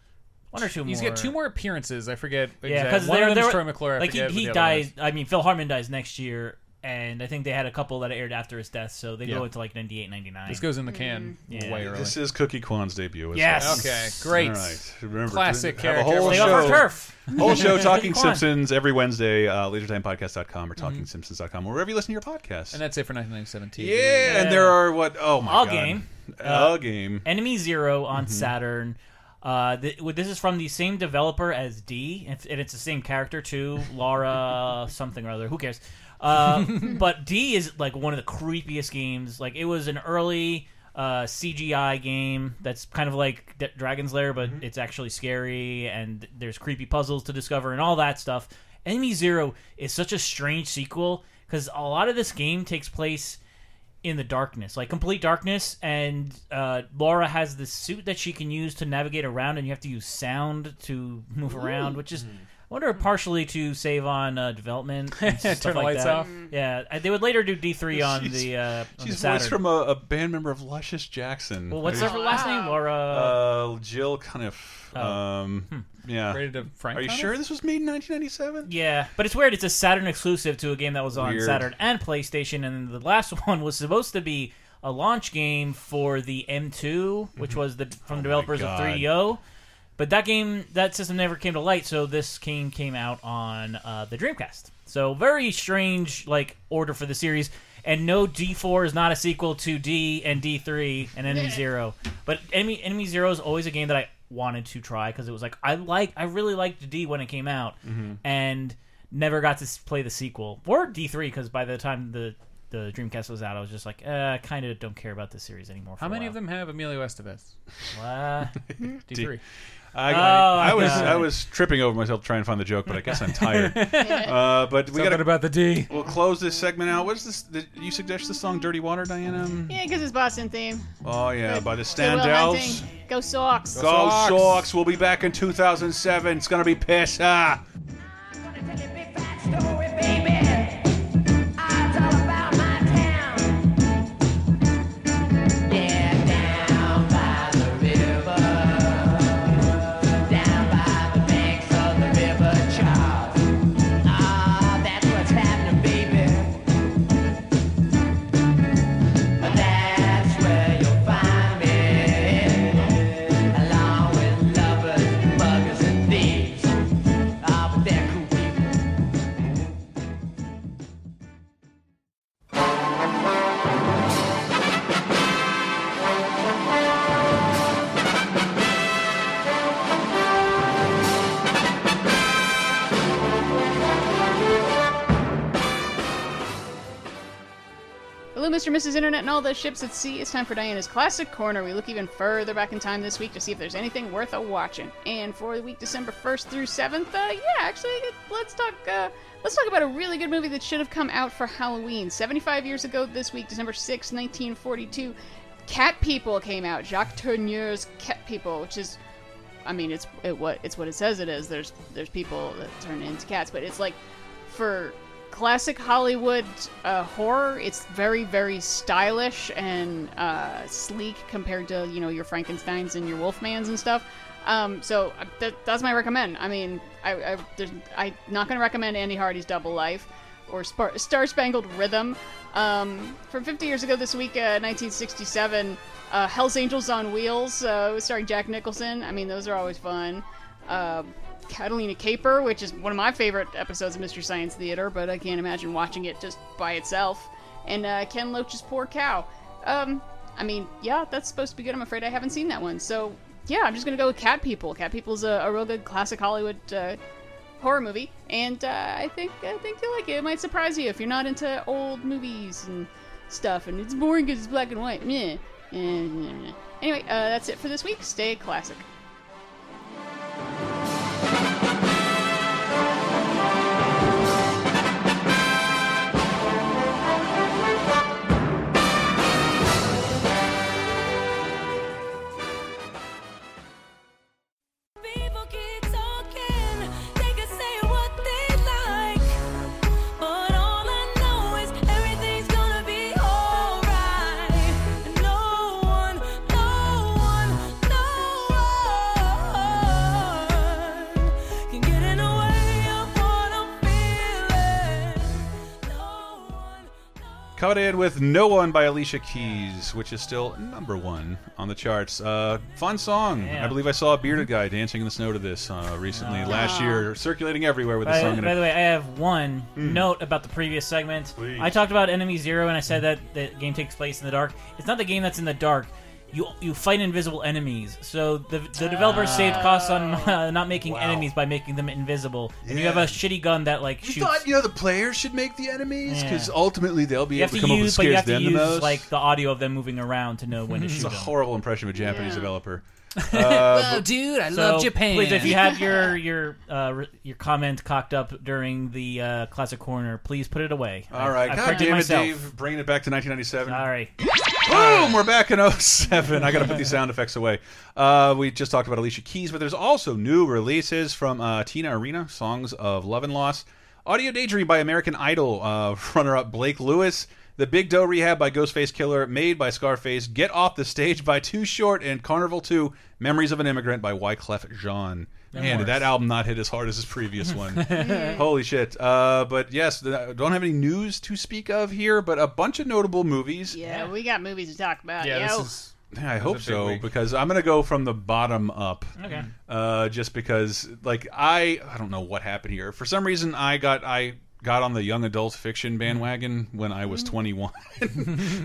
Speaker 3: one or two.
Speaker 5: He's
Speaker 3: more.
Speaker 5: got two more appearances. I forget.
Speaker 3: Yeah,
Speaker 5: exact-
Speaker 3: because
Speaker 5: one of
Speaker 3: there,
Speaker 5: them
Speaker 3: there
Speaker 5: is Troy
Speaker 3: were-
Speaker 5: McClure. I
Speaker 3: Like
Speaker 5: forget
Speaker 3: he, he
Speaker 5: what the other one is.
Speaker 3: dies. I mean, Phil Hartman dies next year, and I think they had a couple that aired after his death, so they
Speaker 5: Yeah.
Speaker 3: go into like 98, 99.
Speaker 5: This goes in the can
Speaker 3: Yeah.
Speaker 5: way early.
Speaker 1: Mm-hmm. This is Cookie Kwan's debut. isn't
Speaker 3: Yes.
Speaker 1: it?
Speaker 5: Okay, great.
Speaker 1: All right. Remember,
Speaker 5: Classic
Speaker 1: have a
Speaker 5: character.
Speaker 1: whole
Speaker 5: Stay off
Speaker 1: show,
Speaker 5: our turf.
Speaker 1: Whole show
Speaker 5: Cookie
Speaker 1: talking
Speaker 5: Kwan.
Speaker 1: Simpsons every Wednesday, uh, LaserTimePodcast.com or TalkingSimpsons.com, or wherever you listen to your podcast.
Speaker 5: And that's it for 1917.
Speaker 1: Yeah, and there are what? Oh my
Speaker 3: All
Speaker 1: god!
Speaker 3: game.
Speaker 1: All
Speaker 3: Uh,
Speaker 1: game.
Speaker 3: Enemy Zero on Saturn. Uh, th- well, this is from the same developer as D, and it's- and it's the same character too, Laura something or other. Who cares? Uh, but D is like one of the creepiest games. Like it was an early uh, CGI game that's kind of like D- Dragon's Lair, but it's actually scary, and there's creepy puzzles to discover and all that stuff. Enemy Zero is such a strange sequel because a lot of this game takes place in the darkness, like complete darkness. And uh, Laura has this suit that she can use to navigate around, and you have to use sound to move around, which is.
Speaker 1: Hmm.
Speaker 3: I wonder, if partially to save on uh, development, and
Speaker 5: Turn
Speaker 3: stuff
Speaker 5: the
Speaker 3: like
Speaker 5: lights
Speaker 3: that.
Speaker 5: off.
Speaker 3: Yeah, uh, they would later do D three on
Speaker 1: She's-
Speaker 3: the. Uh, on the
Speaker 1: She's
Speaker 3: Saturn.
Speaker 1: voiced from a, a band member of Luscious Jackson.
Speaker 3: Well, what's
Speaker 1: Who's-
Speaker 3: her last name? Laura.
Speaker 1: Uh, Jill Cuniff. Um, Yeah.
Speaker 3: Related Hmm. to Frank
Speaker 1: Are you
Speaker 3: Cuniff?
Speaker 1: sure this was made in 1997?
Speaker 3: yeah, but it's weird. It's a Saturn exclusive to a game that was on
Speaker 1: Weird.
Speaker 3: Saturn and PlayStation, and the last one was supposed to be a launch game for the M2, which was the from the developers of
Speaker 1: Mm-hmm. Oh
Speaker 3: E
Speaker 1: God.
Speaker 3: 3DO. But that game, that system never came to light, so this game came out on uh, the Dreamcast. So very strange, like order for the series. And no, D4 is not a sequel to D and D3 and Enemy Zero. But Enemy Enemy Zero is always a game that I wanted to try because it was like I like I really liked D when it came out,
Speaker 5: Mm-hmm.
Speaker 1: Mhm.
Speaker 3: and never got to s- play the sequel or D3 because by the time the the Dreamcast was out, I was just like, uh, kind of don't care about this series anymore. For
Speaker 5: How
Speaker 3: a
Speaker 5: many
Speaker 3: while.
Speaker 5: of them have Emilio Estevez?
Speaker 3: Uh,
Speaker 5: D3.
Speaker 1: I,
Speaker 5: Oh,
Speaker 1: I,
Speaker 5: I
Speaker 1: was
Speaker 5: got it.
Speaker 1: I was tripping over myself trying to find the joke, but I guess I'm tired. uh, but we got
Speaker 5: Something about the D.
Speaker 1: We'll close this segment out. What's this? The, you suggest the song "Dirty Water," Diana?
Speaker 4: Yeah, because it's Boston theme.
Speaker 1: Oh yeah, by the
Speaker 4: Goodwill
Speaker 1: Standells.
Speaker 4: Hunting. Go Sox.
Speaker 1: Go Sox! We'll be back in 2007. It's gonna be piss. Ah.
Speaker 8: Ah, Ah,
Speaker 4: Hello, Mr. Mrs. Internet and all those ships at sea. It's time for Diana's Classic Corner. We look even further back in time this week to see if there's anything worth a watching. And for the week December 1st through 7th, uh, yeah, actually, let's talk. Uh, let's talk about a really good movie that should have come out for Halloween. 75 years ago this week, December 6, 1942, Cat People came out. Jacques Tourneur's Cat People, which is I mean, it's it what it's what it says it is. There's there's people that turn into cats, but it's like for classic Hollywood uh, horror, it's very very stylish and uh, sleek compared to you know your Frankenstein's and your Wolfmans and stuff. Um, so uh, that, that's my recommend. I mean, I, I there's, I'm not going to recommend Andy Hardy's Double Life or Spar- Star Spangled Rhythm. Um, from 50 years ago this week, uh, 1967, uh, Hell's Angels on Wheels, uh, starring Jack Nicholson. I mean, those are always fun. Uh, Catalina Caper, which is one of my favorite episodes of Mr. Science Theater, but I can't imagine watching it just by itself. And uh, Ken Loach's Poor Cow. Um, I mean, yeah, that's supposed to be good. I'm afraid I haven't seen that one. So, yeah, I'm just going to go with Cat People. Cat People's a, a real good classic Hollywood uh, horror movie, and uh, I think I think you'll like it. It might surprise you if you're not into old movies and stuff, and it's boring because it's black and white. Meh. Eh, meh, meh. Anyway, uh, that's it for this week. Stay classic.
Speaker 1: Coming in with No One by Alicia Keys, which is still number one on the charts. Uh, fun song. I believe I saw a bearded guy dancing in the snow to this uh, recently, last year, circulating everywhere with a
Speaker 3: Oh. By,
Speaker 1: song in
Speaker 3: by
Speaker 1: it. Hmm.
Speaker 3: the way, I have one note about the previous segment.
Speaker 1: Please.
Speaker 3: I talked about Enemy Zero and I said that the game takes place in the dark. It's not the game that's in the dark. you you fight invisible enemies. So the the developers saved costs on uh, not making enemies by making them invisible. And you
Speaker 1: Ah. Yeah.
Speaker 3: have a shitty gun that like
Speaker 1: We
Speaker 3: shoots.
Speaker 1: thought you know the players should make the enemies
Speaker 3: Yeah.
Speaker 1: because ultimately they'll be
Speaker 3: You have
Speaker 1: able to
Speaker 3: to
Speaker 1: come up with
Speaker 3: use, but you
Speaker 1: scares
Speaker 3: have to
Speaker 1: them the most.
Speaker 3: use like the audio of them moving around to know when to
Speaker 1: This is
Speaker 3: shoot
Speaker 1: a
Speaker 3: them.
Speaker 1: horrible impression of a Japanese developer. Uh,
Speaker 3: Whoa,
Speaker 1: but-
Speaker 5: Oh, dude, I love Japan.
Speaker 3: Please, if you had your your uh, re- your comment cocked up during the uh, classic corner, please put it away.
Speaker 1: All right,
Speaker 3: I, I
Speaker 1: God
Speaker 3: corrected
Speaker 1: damn it,
Speaker 3: myself.
Speaker 1: Dave, bringing it back to 1997. All
Speaker 3: right,
Speaker 1: boom, we're back in 07. I got to put these sound effects away. Uh, we just talked about Alicia Keys, but there's also new releases from uh, Tina Arena, "Songs of Love and Loss," "Audio Daydream" by American Idol uh, runner-up Blake Lewis, "The Big Doe Rehab" by Ghostface Killer, "Made" by Scarface, "Get Off the Stage" by Too Short, and "Carnival 2: Memories of an Immigrant" by Wyclef Jean. Man, did
Speaker 5: Memoirs.
Speaker 1: that album not hit as hard as his previous one. Holy shit. Uh, but yes, th- don't have any news to speak of here, but a bunch of notable movies.
Speaker 4: Yeah, we got movies to talk about.
Speaker 5: Yeah,
Speaker 4: yo.
Speaker 5: this is
Speaker 1: Yeah, I
Speaker 5: It was
Speaker 1: hope
Speaker 5: a big
Speaker 1: so
Speaker 5: week.
Speaker 1: because I'm gonna go from the bottom up.
Speaker 3: Mm.
Speaker 5: Okay.
Speaker 1: Uh, just because, like, I I don't know what happened here. For some reason, I got I got on the young adult
Speaker 5: Mm-hmm.
Speaker 1: fiction bandwagon when I was 21.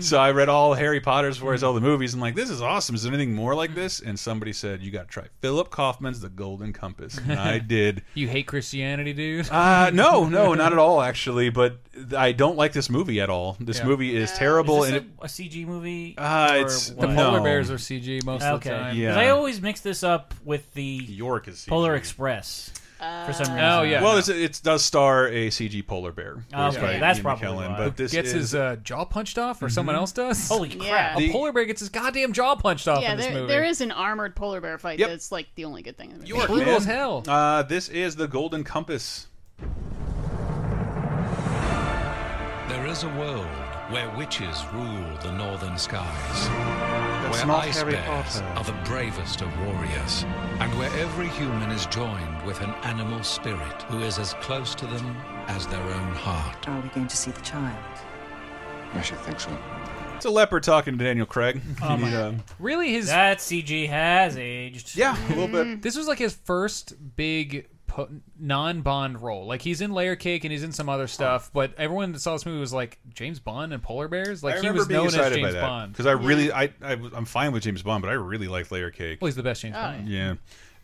Speaker 1: so I read all Harry Potter's before I
Speaker 5: Mm-hmm.
Speaker 1: saw the movies. I'm like, this is awesome. Is there anything more like this? And somebody said you got to try Philip Kaufman's The Golden Compass. And I did.
Speaker 5: You hate Christianity, dude?
Speaker 1: Uh, no, no, not at all, actually. But I don't like this movie at all. This
Speaker 5: Yeah.
Speaker 1: movie is terrible,
Speaker 3: Is
Speaker 1: and
Speaker 3: this
Speaker 1: it,
Speaker 3: a, a CG movie?
Speaker 1: Uh,
Speaker 3: or
Speaker 1: it's-
Speaker 3: what?
Speaker 1: The polar No. bears are CG most of the
Speaker 3: Ah, okay.
Speaker 1: time.
Speaker 3: 'Cause
Speaker 1: Yeah.
Speaker 3: I always mix this up with the
Speaker 1: York is CG.
Speaker 3: Polar Express
Speaker 4: Uh,
Speaker 3: for some reason.
Speaker 5: Oh,
Speaker 1: Well, it's, it does star a CG polar bear.
Speaker 3: Oh,
Speaker 1: voiced
Speaker 3: okay.
Speaker 1: by
Speaker 3: That's
Speaker 1: Ian
Speaker 3: probably
Speaker 1: McKellen,
Speaker 3: why.
Speaker 1: But this
Speaker 5: gets
Speaker 1: is
Speaker 5: his uh, jaw punched off, or someone
Speaker 1: Mhm.
Speaker 5: else does?
Speaker 3: Holy
Speaker 4: crap.
Speaker 5: A
Speaker 1: The-
Speaker 5: polar bear gets his goddamn jaw punched off
Speaker 4: Yeah,
Speaker 5: in this
Speaker 4: there,
Speaker 5: movie.
Speaker 4: there is an armored polar bear fight
Speaker 5: Yep.
Speaker 4: that's like the only good thing. In the movie.
Speaker 1: York,
Speaker 5: brutal
Speaker 1: man.
Speaker 5: as hell.
Speaker 1: Uh, this is the Golden Compass.
Speaker 17: There is a world where witches rule the northern skies.
Speaker 1: That's
Speaker 17: where
Speaker 1: not
Speaker 17: ice
Speaker 1: Harry
Speaker 17: bears
Speaker 1: Potter.
Speaker 17: are the bravest of warriors. And where every human is joined with an animal spirit who is as close to them as their own heart.
Speaker 9: Are we going to see the child?
Speaker 17: I should think so.
Speaker 1: It's a leopard talking to Daniel Craig.
Speaker 5: Oh, my-
Speaker 1: Yeah.
Speaker 5: Really, his
Speaker 3: that CG has aged.
Speaker 1: Yeah, a little bit.
Speaker 5: This was like his first big po- non-Bond role. Like he's in Layer Cake and he's in some other stuff, but everyone that saw this movie was like James Bond and Polar Bears. Like
Speaker 1: I
Speaker 5: he
Speaker 1: remember
Speaker 5: was
Speaker 1: being
Speaker 5: known as
Speaker 1: excited by
Speaker 5: James
Speaker 1: that
Speaker 5: Bond.
Speaker 1: because I really, I, I, I'm fine with James Bond, but I really like Layer Cake.
Speaker 5: Well, he's the best James
Speaker 4: Oh,
Speaker 5: Bond.
Speaker 1: Yeah.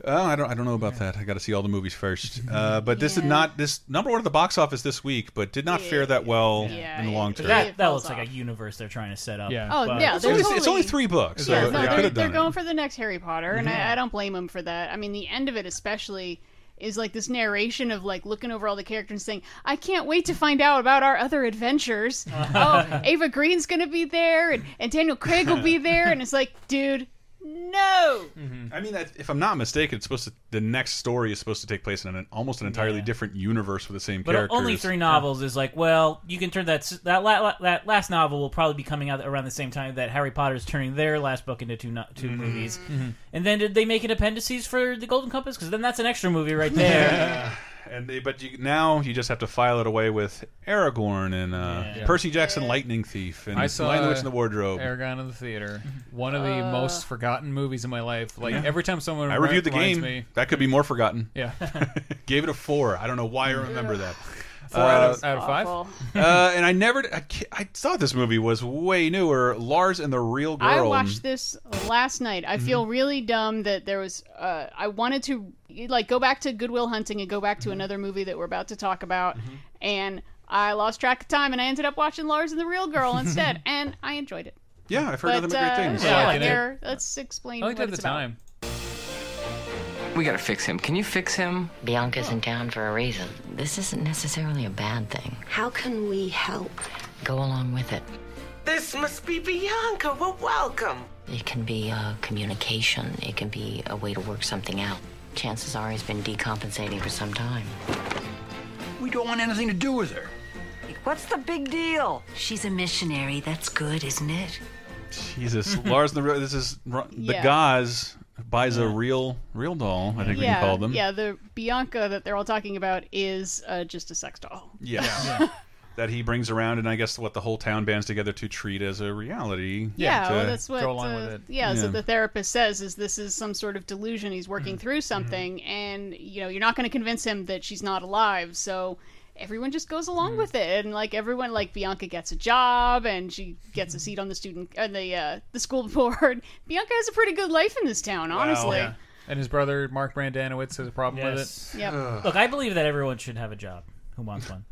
Speaker 1: Uh, I don't. I don't know about that. I got to see all the movies first. Uh, but this did not. This number one at the box office this week, but did not fare that well in the long
Speaker 3: But
Speaker 1: term.
Speaker 3: That, that looks like a universe they're trying to set up.
Speaker 1: Yeah.
Speaker 4: Oh
Speaker 3: but-
Speaker 4: yeah,
Speaker 1: It's
Speaker 4: they're
Speaker 1: only-
Speaker 4: totally-
Speaker 1: it's only three books, so
Speaker 4: Yeah,
Speaker 1: they
Speaker 4: no,
Speaker 1: could've
Speaker 4: they're,
Speaker 1: done
Speaker 4: they're
Speaker 1: it.
Speaker 4: going for the next Harry Potter, and
Speaker 1: Yeah.
Speaker 4: I, I don't blame them for that. I mean, the end of it especially is like this narration of like looking over all the characters and saying, "I can't wait to find out about our other adventures." oh, Ava Green's gonna be there, and, and Daniel Craig will be there, and it's like, dude, no.
Speaker 1: I mean, that- if I'm not mistaken, it's supposed to. The next story is supposed to take place in an almost an entirely different universe with the same
Speaker 3: But
Speaker 1: characters.
Speaker 3: only three novels is like, well, you can turn that s- that la, la- that last novel will probably be coming out around the same time that Harry Potter's turning their last book into two no, 2 movies.
Speaker 1: Mhm.
Speaker 3: And then did they make an appendices for the Golden Compass? Because then that's an extra movie right there.
Speaker 1: And they, but you, now you just have to file it away with Aragorn and uh,
Speaker 5: Yeah.
Speaker 1: Percy Jackson, Lightning Thief, and
Speaker 5: I saw uh,
Speaker 1: Lion the Witch in the Wardrobe.
Speaker 5: Aragon in the theater. One of the
Speaker 1: Uh.
Speaker 5: most forgotten movies in my life. Like
Speaker 1: Yeah.
Speaker 5: every time someone
Speaker 1: I reviewed the
Speaker 5: reminds
Speaker 1: game.
Speaker 5: me,
Speaker 1: That could be more forgotten.
Speaker 5: Yeah.
Speaker 1: Gave it a four. I don't know why I remember that.
Speaker 5: Four out of- out of five? Awful.
Speaker 1: uh, and I never. I, ca- I thought this movie was way newer. Lars and the Real Girl.
Speaker 4: I watched this last night. I feel
Speaker 1: Mm-hmm.
Speaker 4: really dumb that there was. Uh, I wanted to like go back to Goodwill Hunting and go back
Speaker 1: Mm-hmm.
Speaker 4: to another movie that we're about to talk about, and I lost track of time and I ended up watching Lars and the Real Girl instead, and I enjoyed it.
Speaker 1: Yeah, I've heard
Speaker 4: but,
Speaker 1: nothing but great
Speaker 4: uh,
Speaker 1: things.
Speaker 4: yeah, there- let's explain what it's about.
Speaker 12: We gotta fix him. Can you fix him? Bianca's in town for a reason. This isn't necessarily a bad thing.
Speaker 13: How can we help?
Speaker 12: Go along with it.
Speaker 13: This must be Bianca. Well, welcome.
Speaker 12: It can be uh, communication, it can be a way to work something out. Chances are he's been decompensating for some time.
Speaker 15: We don't want anything to do with her.
Speaker 13: What's the big deal? She's a missionary. That's good, isn't it?
Speaker 1: Jesus, Lars and the Real. This is ru- the
Speaker 4: Yeah.
Speaker 1: Gaz buys a real real doll. I think we
Speaker 4: yeah,
Speaker 1: can call them.
Speaker 4: yeah. The Bianca that they're all talking about is uh, just a sex doll.
Speaker 1: Yeah. that he brings around, and I guess what the whole town bands together to treat as a reality.
Speaker 4: Yeah,
Speaker 1: to
Speaker 4: well, that's what. uh, Yeah, Mm-hmm. so the therapist says is this is some sort of delusion. He's working through something, and you know you're not going to convince him that she's not alive. So everyone just goes along with it and like everyone like bianca gets a job and she gets a seat on the student on the uh, the school board bianca has a pretty good life in this town honestly
Speaker 5: And his brother Mark Brandanowitz has a problem
Speaker 3: Yes.
Speaker 5: with it.
Speaker 4: Yep. Ugh.
Speaker 3: Look, I believe that everyone should have a job who wants one.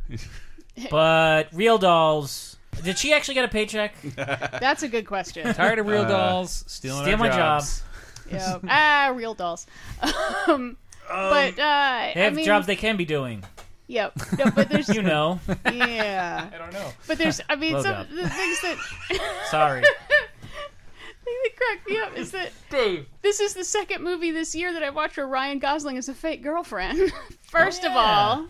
Speaker 3: but real dolls. Did she actually get a paycheck?
Speaker 4: that's a good question
Speaker 5: Tired of real dolls Uh, stealing
Speaker 3: steal
Speaker 5: our
Speaker 3: my
Speaker 5: jobs.
Speaker 4: Yep. ah real dolls um, but uh
Speaker 3: They
Speaker 4: I
Speaker 3: have
Speaker 4: mean,
Speaker 3: jobs they can be doing.
Speaker 4: yep no but there's
Speaker 3: You know.
Speaker 4: yeah i don't know but there's i mean
Speaker 3: Blow
Speaker 4: some
Speaker 3: job.
Speaker 4: the things that
Speaker 3: Sorry.
Speaker 4: thing that cracked me up is that this is the second movie this year that I watched where Ryan Gosling is a fake girlfriend. First
Speaker 2: Oh,
Speaker 4: of
Speaker 2: yeah.
Speaker 4: all,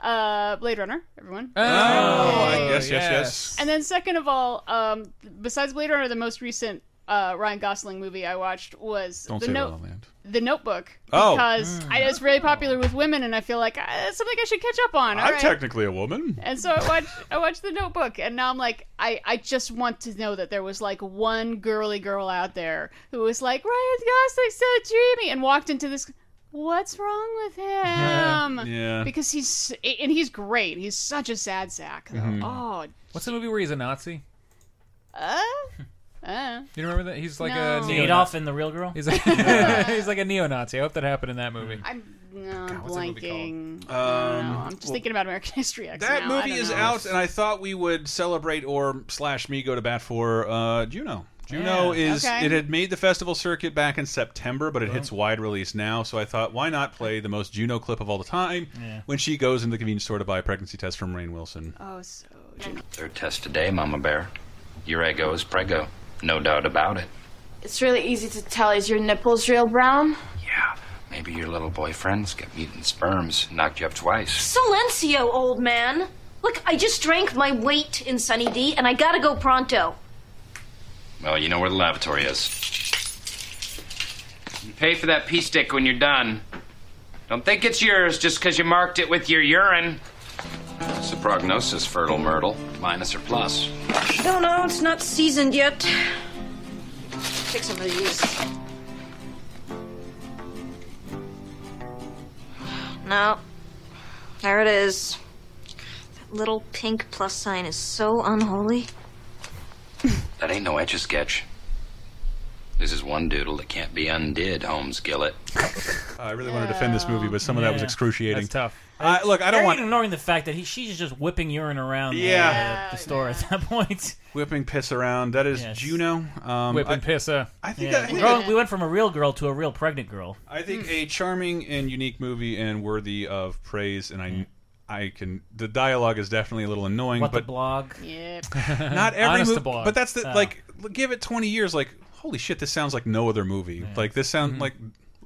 Speaker 4: uh, Blade Runner, everyone.
Speaker 1: Uh,
Speaker 2: Oh, I
Speaker 1: yes, yes, yes.
Speaker 4: And then second of all, um, besides Blade Runner, the most recent uh, Ryan Gosling movie I watched was
Speaker 1: Don't
Speaker 4: the
Speaker 1: say
Speaker 4: Note-
Speaker 1: La La Land.
Speaker 4: The Notebook.
Speaker 1: Oh.
Speaker 4: Because
Speaker 2: Mm.
Speaker 4: I, it's really popular with women, and I feel like uh, it's something I should catch up on. All
Speaker 1: I'm
Speaker 4: right.
Speaker 1: technically a woman.
Speaker 4: And so I watched I watched The Notebook, and now I'm like, I, I just want to know that there was like one girly girl out there who was like, Ryan Gosling's so dreamy, and walked into this. What's wrong with him?
Speaker 5: Yeah.
Speaker 4: Because he's and he's great. He's such a sad sack. though.
Speaker 1: Mm-hmm.
Speaker 5: Mhm.
Speaker 4: Oh,
Speaker 5: What's the movie where he's a Nazi?
Speaker 4: uh, uh.
Speaker 5: You remember that? He's like a
Speaker 4: No.
Speaker 5: neo-Nazi.
Speaker 3: Adolf in The Real Girl?
Speaker 5: He's like, he's like a neo-Nazi. I hope that happened in that movie.
Speaker 4: I'm no, I'm
Speaker 5: what's that movie
Speaker 4: blanking.
Speaker 1: called? Um,
Speaker 4: no, I'm just
Speaker 1: well,
Speaker 4: thinking about American History X.
Speaker 1: That
Speaker 4: now. I
Speaker 1: movie
Speaker 4: don't
Speaker 1: is
Speaker 4: know.
Speaker 1: out, and I thought we would celebrate or slash me go to bat for uh, Juno. Juno
Speaker 4: Yeah.
Speaker 1: is
Speaker 4: Okay.
Speaker 1: it had made the festival circuit back in September,
Speaker 3: Oh.
Speaker 1: but it hits wide release now. So I thought, why not play the most Juno clip of all the time
Speaker 9: Yeah.
Speaker 1: when she goes into the convenience store to buy a pregnancy test from Rain Wilson?
Speaker 4: Oh, so
Speaker 9: Third test today, Mama Bear. Your ego is prego. No doubt about it.
Speaker 16: It's really easy to tell. Is your nipples real brown?
Speaker 9: Maybe your little boyfriend's got mutant sperms, knocked you up twice.
Speaker 16: Silencio, old man. Look, I just drank my weight in Sunny D, and I gotta go pronto.
Speaker 9: Well, you know where the lavatory is. You pay for that pee stick when you're done. Don't think it's yours just because you marked it with your urine. What's the prognosis, Fertile Myrtle? Minus or plus?
Speaker 16: No, no, it's not seasoned yet. Take some of these. No. There it is. That little pink plus sign is so unholy.
Speaker 9: That ain't no etch a sketch. This is one doodle that can't be undid, Holmes Gillett.
Speaker 1: I really want to defend this movie, but some of that was
Speaker 3: Yeah.
Speaker 1: excruciating.
Speaker 3: That's tough.
Speaker 1: Uh, look, I don't
Speaker 3: They're
Speaker 1: want
Speaker 3: ignoring the fact that he, she's just whipping urine around the-
Speaker 1: Yeah.
Speaker 3: the, the store at that point.
Speaker 1: whipping piss around. That is Juno. Um,
Speaker 3: Whipping
Speaker 1: I-
Speaker 5: pisser.
Speaker 1: I think
Speaker 3: Yeah.
Speaker 1: I think
Speaker 3: Girl- we went from a real girl to a real pregnant girl.
Speaker 1: I think a charming and unique movie and worthy of praise. And
Speaker 5: Hmm.
Speaker 1: I, I can. The dialogue is definitely a little annoying,
Speaker 3: What
Speaker 1: but
Speaker 3: the blog?
Speaker 4: Yeah.
Speaker 1: not every
Speaker 5: uh-huh. Honest to
Speaker 1: movie.
Speaker 5: blog.
Speaker 1: But that's the
Speaker 5: Oh.
Speaker 1: like. Give it twenty years. Like holy shit, this sounds like no other movie. Like this sound
Speaker 5: Hmm.
Speaker 1: like.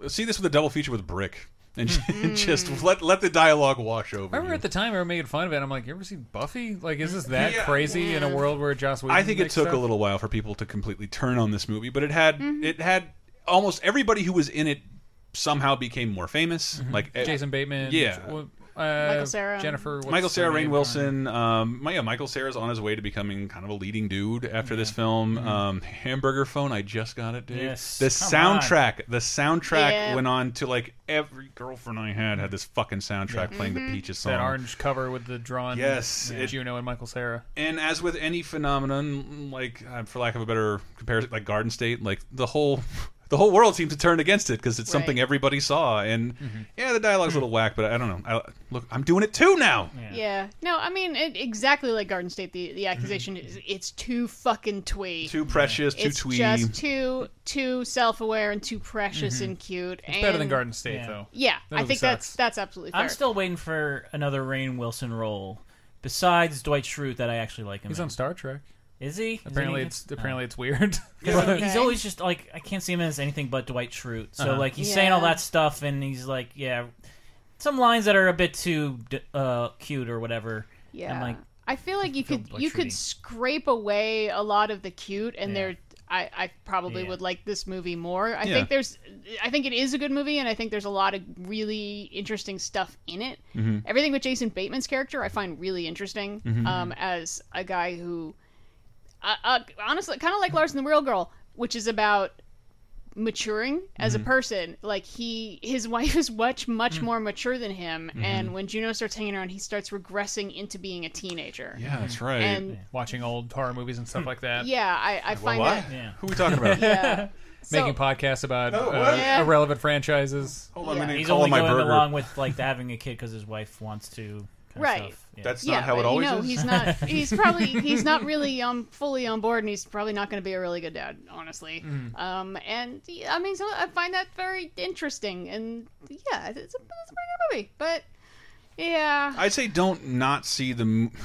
Speaker 1: See this with a double feature with Brick, and just let let the dialogue wash
Speaker 5: I
Speaker 1: over.
Speaker 5: Hmm. remember at the time I were making fun of it. I'm like, you ever seen Buffy? Like, is this that
Speaker 1: Yeah.
Speaker 5: crazy in a world where Joss Whedon?
Speaker 1: I think it
Speaker 5: makes
Speaker 1: took
Speaker 5: stuff?
Speaker 1: a little while for people to completely turn on this movie, but it had it had almost everybody who was in it somehow became more famous. Like eh,
Speaker 5: Mm-hmm. Jason Bateman.
Speaker 1: yeah.
Speaker 5: w- uh,
Speaker 4: Michael Cera.
Speaker 5: Jennifer. what's
Speaker 1: Michael
Speaker 5: her
Speaker 1: Sarah Rain
Speaker 5: name?
Speaker 1: Wilson. Um, my- yeah, Michael Sarah's on his way to becoming kind of a leading dude after this film. Um, Hamburger Phone, I just got it, Dave.
Speaker 5: Mm-hmm. Yes,
Speaker 1: The
Speaker 5: come
Speaker 1: soundtrack, the soundtrack
Speaker 5: Yeah.
Speaker 1: went on to like every girlfriend I had had this fucking soundtrack playing
Speaker 5: Mhm.
Speaker 4: Mm-hmm.
Speaker 1: the Peaches song.
Speaker 5: That orange cover with the drawn.
Speaker 1: Yes,
Speaker 5: yeah,
Speaker 1: it-
Speaker 5: Juno and Michael Sarah.
Speaker 1: And as with any phenomenon, like uh, for lack of a better comparison, like Garden State, like the whole the whole world seemed to turn against it because it's something everybody saw. And
Speaker 5: Mm-hmm.
Speaker 1: yeah, the dialogue's a little whack, but I don't know. I, look, I'm doing it too now.
Speaker 4: Yeah. No, I mean it, exactly like Garden State. The the accusation is it's too fucking twee,
Speaker 1: Too precious, too
Speaker 4: it's
Speaker 1: twee.
Speaker 4: just too too self aware and too precious
Speaker 3: Mhm.
Speaker 4: and cute.
Speaker 5: It's
Speaker 4: and
Speaker 5: better than Garden State
Speaker 3: Yeah.
Speaker 5: though.
Speaker 4: Yeah,
Speaker 3: That
Speaker 4: I
Speaker 3: movie
Speaker 4: think that's
Speaker 3: sucks.
Speaker 4: that's absolutely fair.
Speaker 3: I'm still waiting for another Rain Wilson role besides Dwight Schrute that I actually like him.
Speaker 5: He's
Speaker 3: in.
Speaker 5: on Star Trek.
Speaker 3: Is he? Is he
Speaker 5: Apparently
Speaker 3: any
Speaker 5: it's-
Speaker 3: good?
Speaker 5: apparently
Speaker 3: Oh.
Speaker 5: it's weird.
Speaker 3: He's,
Speaker 5: Yeah.
Speaker 3: he's
Speaker 5: Okay.
Speaker 3: always just like I can't see him as anything but Dwight Schrute. So
Speaker 5: Uh-huh.
Speaker 3: like he's saying all
Speaker 5: Yeah.
Speaker 3: that stuff and he's like yeah, some lines that are a bit too d- uh, cute or whatever.
Speaker 4: yeah.
Speaker 3: I'm like
Speaker 4: I feel like you could
Speaker 3: like
Speaker 4: you
Speaker 3: treating.
Speaker 4: could scrape away a lot of the cute, and
Speaker 3: Yeah.
Speaker 4: there I I probably
Speaker 3: Yeah.
Speaker 4: would like this movie more. I
Speaker 1: Yeah.
Speaker 4: think there's I think it is a good movie, and I think there's a lot of really interesting stuff in it.
Speaker 3: Mm-hmm.
Speaker 1: Mhm.
Speaker 4: Everything with Jason Bateman's character I find really interesting
Speaker 1: Mhm.
Speaker 4: um, as a guy who, uh, uh, honestly, kind of like Lars and the Real Girl, which is about maturing as
Speaker 1: Mm-hmm.
Speaker 5: Mhm.
Speaker 4: a person. Like he, his wife is much, much
Speaker 1: Mm.
Speaker 4: more mature than him.
Speaker 1: Mm-hmm.
Speaker 5: Mhm.
Speaker 4: And when Juno starts hanging around, he starts regressing into being a teenager. Mm-hmm. And
Speaker 5: Watching old horror movies and
Speaker 3: Hmm.
Speaker 5: stuff like that.
Speaker 4: yeah, I, I find that.
Speaker 1: Who are we talking about?
Speaker 4: Yeah.
Speaker 5: Making
Speaker 4: So-
Speaker 5: podcasts about
Speaker 4: Oh,
Speaker 5: uh,
Speaker 4: what? Yeah.
Speaker 5: irrelevant franchises.
Speaker 1: Hold on, I'm gonna
Speaker 3: He's
Speaker 1: call
Speaker 3: only
Speaker 1: my
Speaker 3: going
Speaker 1: burger.
Speaker 3: along with like the having a kid because his wife wants to. kind of
Speaker 4: Right.
Speaker 3: stuff.
Speaker 1: That's not how it
Speaker 4: but,
Speaker 1: always
Speaker 4: you know,
Speaker 1: is?
Speaker 4: He's not. He's probably. He's not really um fully on board, and he's probably not going to be a really good dad, honestly.
Speaker 1: Mm.
Speaker 4: Um, and yeah, I mean, so I find that very interesting, and yeah, it's a, it's a pretty good movie, but yeah,
Speaker 1: I'd say don't not see the. m-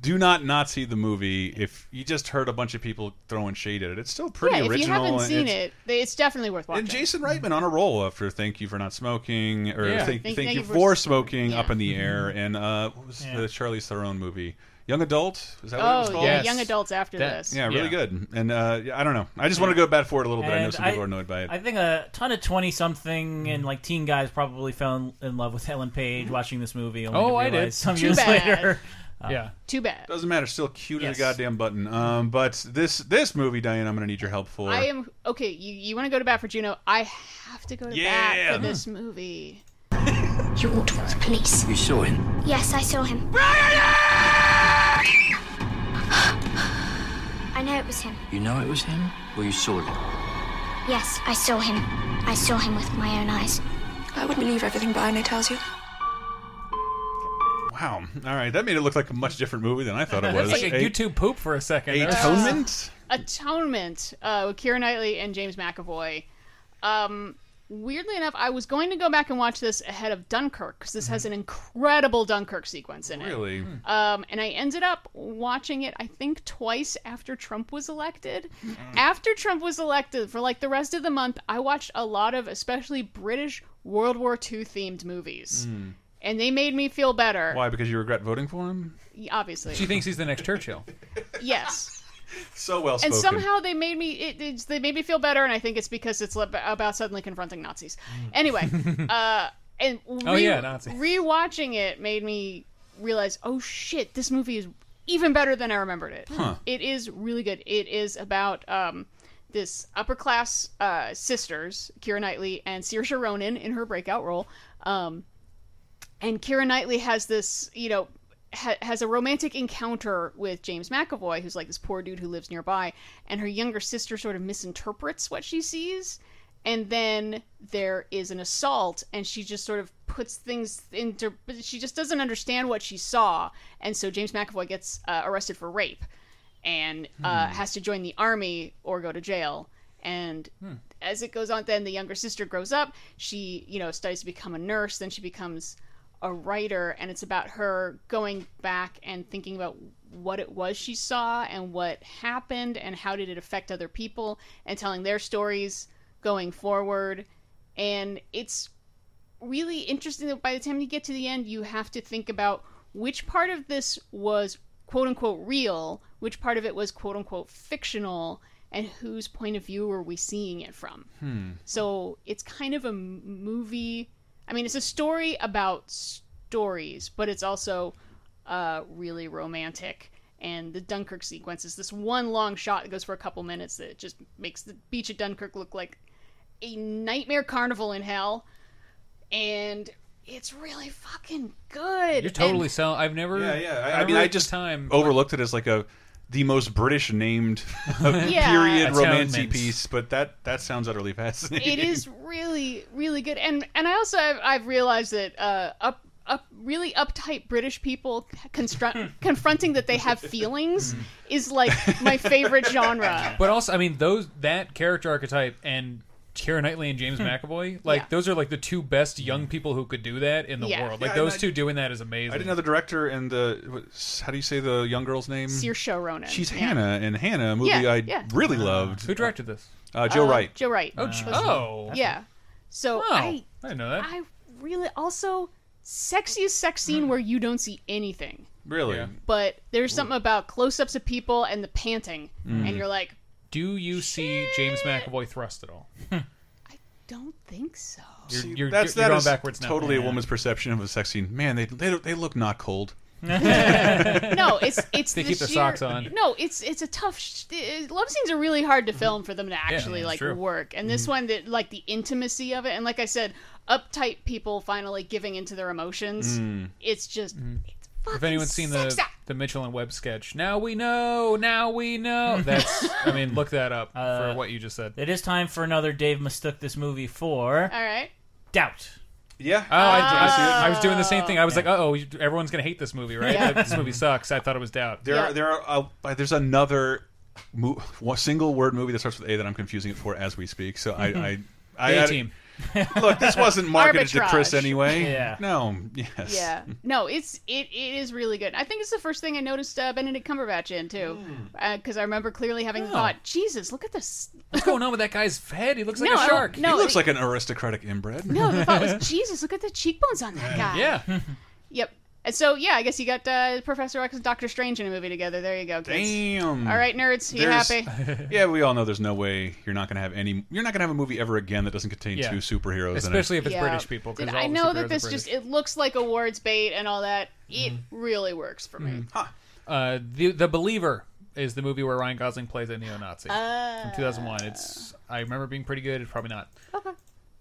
Speaker 1: Do not not see the movie if you just heard a bunch of people throwing shade at it. It's still pretty
Speaker 4: yeah, if you
Speaker 1: original.
Speaker 4: haven't
Speaker 1: and
Speaker 4: seen
Speaker 1: it's-
Speaker 4: it, they- it's definitely worth watching.
Speaker 1: And Jason Reitman on a roll after "Thank You for Not Smoking" or
Speaker 4: Yeah.
Speaker 1: thank,
Speaker 4: Thank-
Speaker 1: thank
Speaker 4: thank
Speaker 1: You
Speaker 4: you
Speaker 1: for,
Speaker 4: for
Speaker 1: Smoking" up in the air, and uh, what was the Charlie Theron movie? Young Adult is that what it was
Speaker 4: Oh,
Speaker 1: called?
Speaker 4: yeah, Yes. Young Adult's after That- this.
Speaker 1: Yeah, really
Speaker 4: yeah.
Speaker 1: good. And uh, yeah, I don't know. I just want to go back for it a little bit. I know
Speaker 3: And
Speaker 1: some people are annoyed by it.
Speaker 3: I think a ton of twenty-something
Speaker 5: Mm-hmm.
Speaker 3: and like teen guys probably fell in, in love with Helen Page watching this movie. Only
Speaker 5: Oh,
Speaker 3: to
Speaker 5: I did.
Speaker 3: realize Some
Speaker 5: Mm-hmm. Too
Speaker 3: years
Speaker 5: bad.
Speaker 3: later. Uh,
Speaker 5: Yeah.
Speaker 4: Too bad.
Speaker 1: Doesn't matter. Still cute as a
Speaker 4: Yes.
Speaker 1: goddamn button. Um, but this this movie, Diane, I'm going to need your help for.
Speaker 4: I am okay. You you want to go to bat for Juno? I have to go to
Speaker 1: Yeah.
Speaker 4: bat for
Speaker 1: Hmm.
Speaker 4: this movie.
Speaker 8: You walked with the police.
Speaker 24: You saw him.
Speaker 8: Yes, I saw him. I know it was him.
Speaker 24: You know it was him? Or you saw it?
Speaker 8: Yes, I saw him. I saw him with my own eyes. I would believe everything Barney tells you.
Speaker 1: Wow. All right, that made it look like a much different movie than I thought it was.
Speaker 5: That's like a YouTube poop for a second. That was-
Speaker 1: Atonement.
Speaker 4: Atonement uh, with Keira Knightley and James McAvoy. Um, weirdly enough, I was going to go back and watch this ahead of Dunkirk because this has an incredible Dunkirk sequence in it.
Speaker 1: Mm-hmm. Really?
Speaker 4: Um, and I ended up watching it, I think, twice after Trump was elected.
Speaker 1: Mm.
Speaker 4: after Trump was elected, for like the rest of the month, I watched a lot of especially British World War II themed movies.
Speaker 1: Mm.
Speaker 4: And they made me feel better,
Speaker 1: Why? Because you regret voting for him?
Speaker 4: obviously.
Speaker 5: She thinks he's the next Churchill.
Speaker 4: yes.
Speaker 1: So well spoken.
Speaker 4: and somehow they made me it, it's they made me feel better and i think it's because it's ab- about suddenly confronting nazis
Speaker 1: Mm.
Speaker 4: anyway uh and re-
Speaker 5: Oh, yeah, Nazis.
Speaker 4: rewatching it made me realize oh shit this movie is even better than i remembered it
Speaker 14: Huh.
Speaker 4: it is really good it is about um this upper class uh sisters kira knightley and saoirse ronan in her breakout role um and Kira Knightley has this, you know, ha- has a romantic encounter with James McAvoy, who's like this poor dude who lives nearby, and her younger sister sort of misinterprets what she sees, and then there is an assault, and she just sort of puts things into, but she just doesn't understand what she saw, and so James McAvoy gets uh, arrested for rape, and uh,
Speaker 14: Hmm.
Speaker 4: has to join the army or go to jail, and
Speaker 14: Hmm.
Speaker 4: as it goes on then the younger sister grows up she you know studies to become a nurse then she becomes a writer and it's about her going back and thinking about what it was she saw and what happened and how did it affect other people and telling their stories going forward and it's really interesting that by the time you get to the end you have to think about which part of this was quote unquote real which part of it was quote unquote fictional and whose point of view are we seeing it from
Speaker 14: Hmm.
Speaker 4: so it's kind of a m- movie. I mean, it's a story about stories, but it's also uh, really romantic. And the Dunkirk sequence is this one long shot that goes for a couple minutes that just makes the beach at Dunkirk look like a nightmare carnival in hell. And it's really fucking good.
Speaker 5: You're totally
Speaker 4: And-
Speaker 5: selling. I've never.
Speaker 1: Yeah, yeah. I- I,
Speaker 5: remember
Speaker 1: mean, I
Speaker 5: at the
Speaker 1: just Oh.
Speaker 5: time.
Speaker 1: overlooked it as like a the most British named uh,
Speaker 4: Yeah.
Speaker 1: period
Speaker 5: Atonement.
Speaker 1: romance piece, but that that sounds utterly fascinating.
Speaker 4: it is really really good and and i also i've, I've realized that uh up up really uptight british people
Speaker 5: Hmm.
Speaker 4: constru- confronting that they have feelings is like my favorite genre
Speaker 5: But also, I mean, those that character archetype and Keira Knightley and
Speaker 3: Hmm.
Speaker 5: James McAvoy, like
Speaker 4: Yeah.
Speaker 5: those are like the two best young people who could do that in the
Speaker 4: Yeah.
Speaker 5: world. Like
Speaker 1: Yeah,
Speaker 5: those
Speaker 1: and I-
Speaker 5: two doing that is amazing.
Speaker 1: I didn't know the director and the what- how do you say the young girl's name?
Speaker 4: Saoirse Ronan.
Speaker 1: She's
Speaker 4: Yeah.
Speaker 1: Hannah, and Hannah, a movie
Speaker 4: Yeah,
Speaker 1: I
Speaker 4: yeah.
Speaker 1: really loved.
Speaker 5: Who directed this?
Speaker 1: Uh, Joe
Speaker 4: Uh,
Speaker 1: Wright.
Speaker 4: joe wright
Speaker 5: Oh, Joe- oh.
Speaker 4: yeah so
Speaker 5: Oh,
Speaker 4: i
Speaker 5: I didn't know that.
Speaker 4: i really also sexiest sex scene where you don't see anything
Speaker 1: really?
Speaker 4: but there's something about close-ups of people and the panting
Speaker 5: Mm.
Speaker 4: and you're like
Speaker 5: Do you see James McAvoy thrust at all?
Speaker 4: don't think so
Speaker 5: You're,
Speaker 1: See,
Speaker 5: you're,
Speaker 1: that's
Speaker 5: you're
Speaker 1: that
Speaker 5: going
Speaker 1: is
Speaker 5: backwards now.
Speaker 1: Totally a woman's perception of a sex scene. Man, they they, they look not cold.
Speaker 4: no, it's it's
Speaker 5: They
Speaker 4: the
Speaker 5: keep their
Speaker 4: sheer-
Speaker 5: socks on. Mm-hmm.
Speaker 4: No, it's it's a tough. Sh- uh, love scenes are really hard to film for them to actually
Speaker 5: that's
Speaker 4: like
Speaker 5: true.
Speaker 4: work, and this
Speaker 5: Mhm.
Speaker 4: one that like the intimacy of it, and like I said, uptight people finally giving into their emotions.
Speaker 5: Mm.
Speaker 4: It's just
Speaker 5: If anyone's seen the the Mitchell and Webb sketch, now we know. Now we know. That's. I mean, look that up for what you just said.
Speaker 3: It is time for another Dave mistook this movie for
Speaker 5: Uh,
Speaker 4: all right.
Speaker 3: doubt.
Speaker 1: Yeah.
Speaker 5: Oh, I, I was- I was doing the same thing. I was like, "Oh, everyone's gonna hate this movie, right?
Speaker 1: Yeah.
Speaker 5: This movie sucks." I thought it was doubt.
Speaker 1: There, are there are uh, there's another mo- one single word movie that starts with A that I'm confusing it for as we speak. So I, I, I,
Speaker 5: A Team.
Speaker 1: Look, this wasn't marketed to Chris
Speaker 4: Arbitrage.
Speaker 1: anyway.
Speaker 4: Yeah.
Speaker 1: No. Yes.
Speaker 4: Yeah. No, it's it, it is really good. I think it's the first thing I noticed uh, Benedict Cumberbatch in too,
Speaker 5: Mm.
Speaker 4: because I remember clearly
Speaker 5: Oh.
Speaker 4: having the thought, Jesus, look at this.
Speaker 5: What's going on with that guy's head? He looks
Speaker 4: No, I don't- No,
Speaker 1: he looks
Speaker 4: it-
Speaker 1: like an aristocratic inbred.
Speaker 4: No, the thought was, Jesus, look at the cheekbones on that guy.
Speaker 5: Yeah.
Speaker 4: Yep. And so yeah, I guess you got uh, Professor X and Doctor Strange in a movie together. There you go. Kids.
Speaker 1: Damn.
Speaker 4: All right, nerds, you
Speaker 1: There's-
Speaker 4: happy?
Speaker 1: yeah, we all know there's no way you're not going to have any. You're not going to have a movie ever again that doesn't contain
Speaker 5: Yeah.
Speaker 1: two superheroes,
Speaker 5: Especially
Speaker 1: in
Speaker 5: if
Speaker 1: it.
Speaker 5: it's British people. 'cause
Speaker 4: Dude,
Speaker 5: all
Speaker 4: I
Speaker 5: the
Speaker 4: know
Speaker 5: superheroes are
Speaker 4: that this
Speaker 5: British. Mm-hmm.
Speaker 4: just it looks like awards bait and all that. It really works for me.
Speaker 5: Uh, the the believer is the movie where Ryan Gosling plays a neo-Nazi
Speaker 4: Ah.
Speaker 5: from 2001. It's I remember being pretty good. It's probably not. Okay.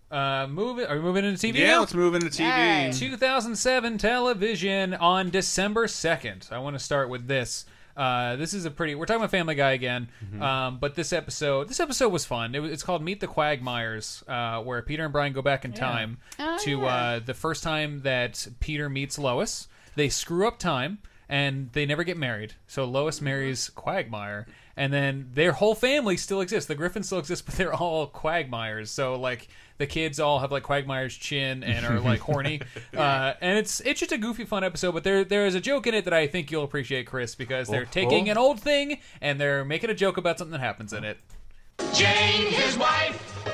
Speaker 5: Uh, move it. Are we moving into TV?
Speaker 1: Yeah,
Speaker 5: now?
Speaker 1: let's move into TV. Alright.
Speaker 5: 2007 television on December 2nd. I want to start with this. Uh, this is a pretty. We're talking about Family Guy again,
Speaker 1: Mm-hmm.
Speaker 5: um, but this episode, this episode was fun. It, was- it's called Meet the Quagmires, uh, where Peter and Brian go back in time
Speaker 6: Oh,
Speaker 5: to
Speaker 6: yeah.
Speaker 5: uh, the first time that Peter meets Lois. They screw up time and they never get married. So
Speaker 6: Mm-hmm.
Speaker 5: Lois marries Quagmire, and then their whole family still exists. The Griffin still exists, but they're all Quagmires. So like the kids all have like Quagmire's chin and are like horny. Uh, and it's it's just a goofy, fun episode. But there there is a joke in it that I think you'll appreciate, Chris, because they're
Speaker 6: Oh,
Speaker 5: taking
Speaker 6: oh.
Speaker 5: an old thing and they're making a joke about something that happens in it.
Speaker 2: Jane, his wife.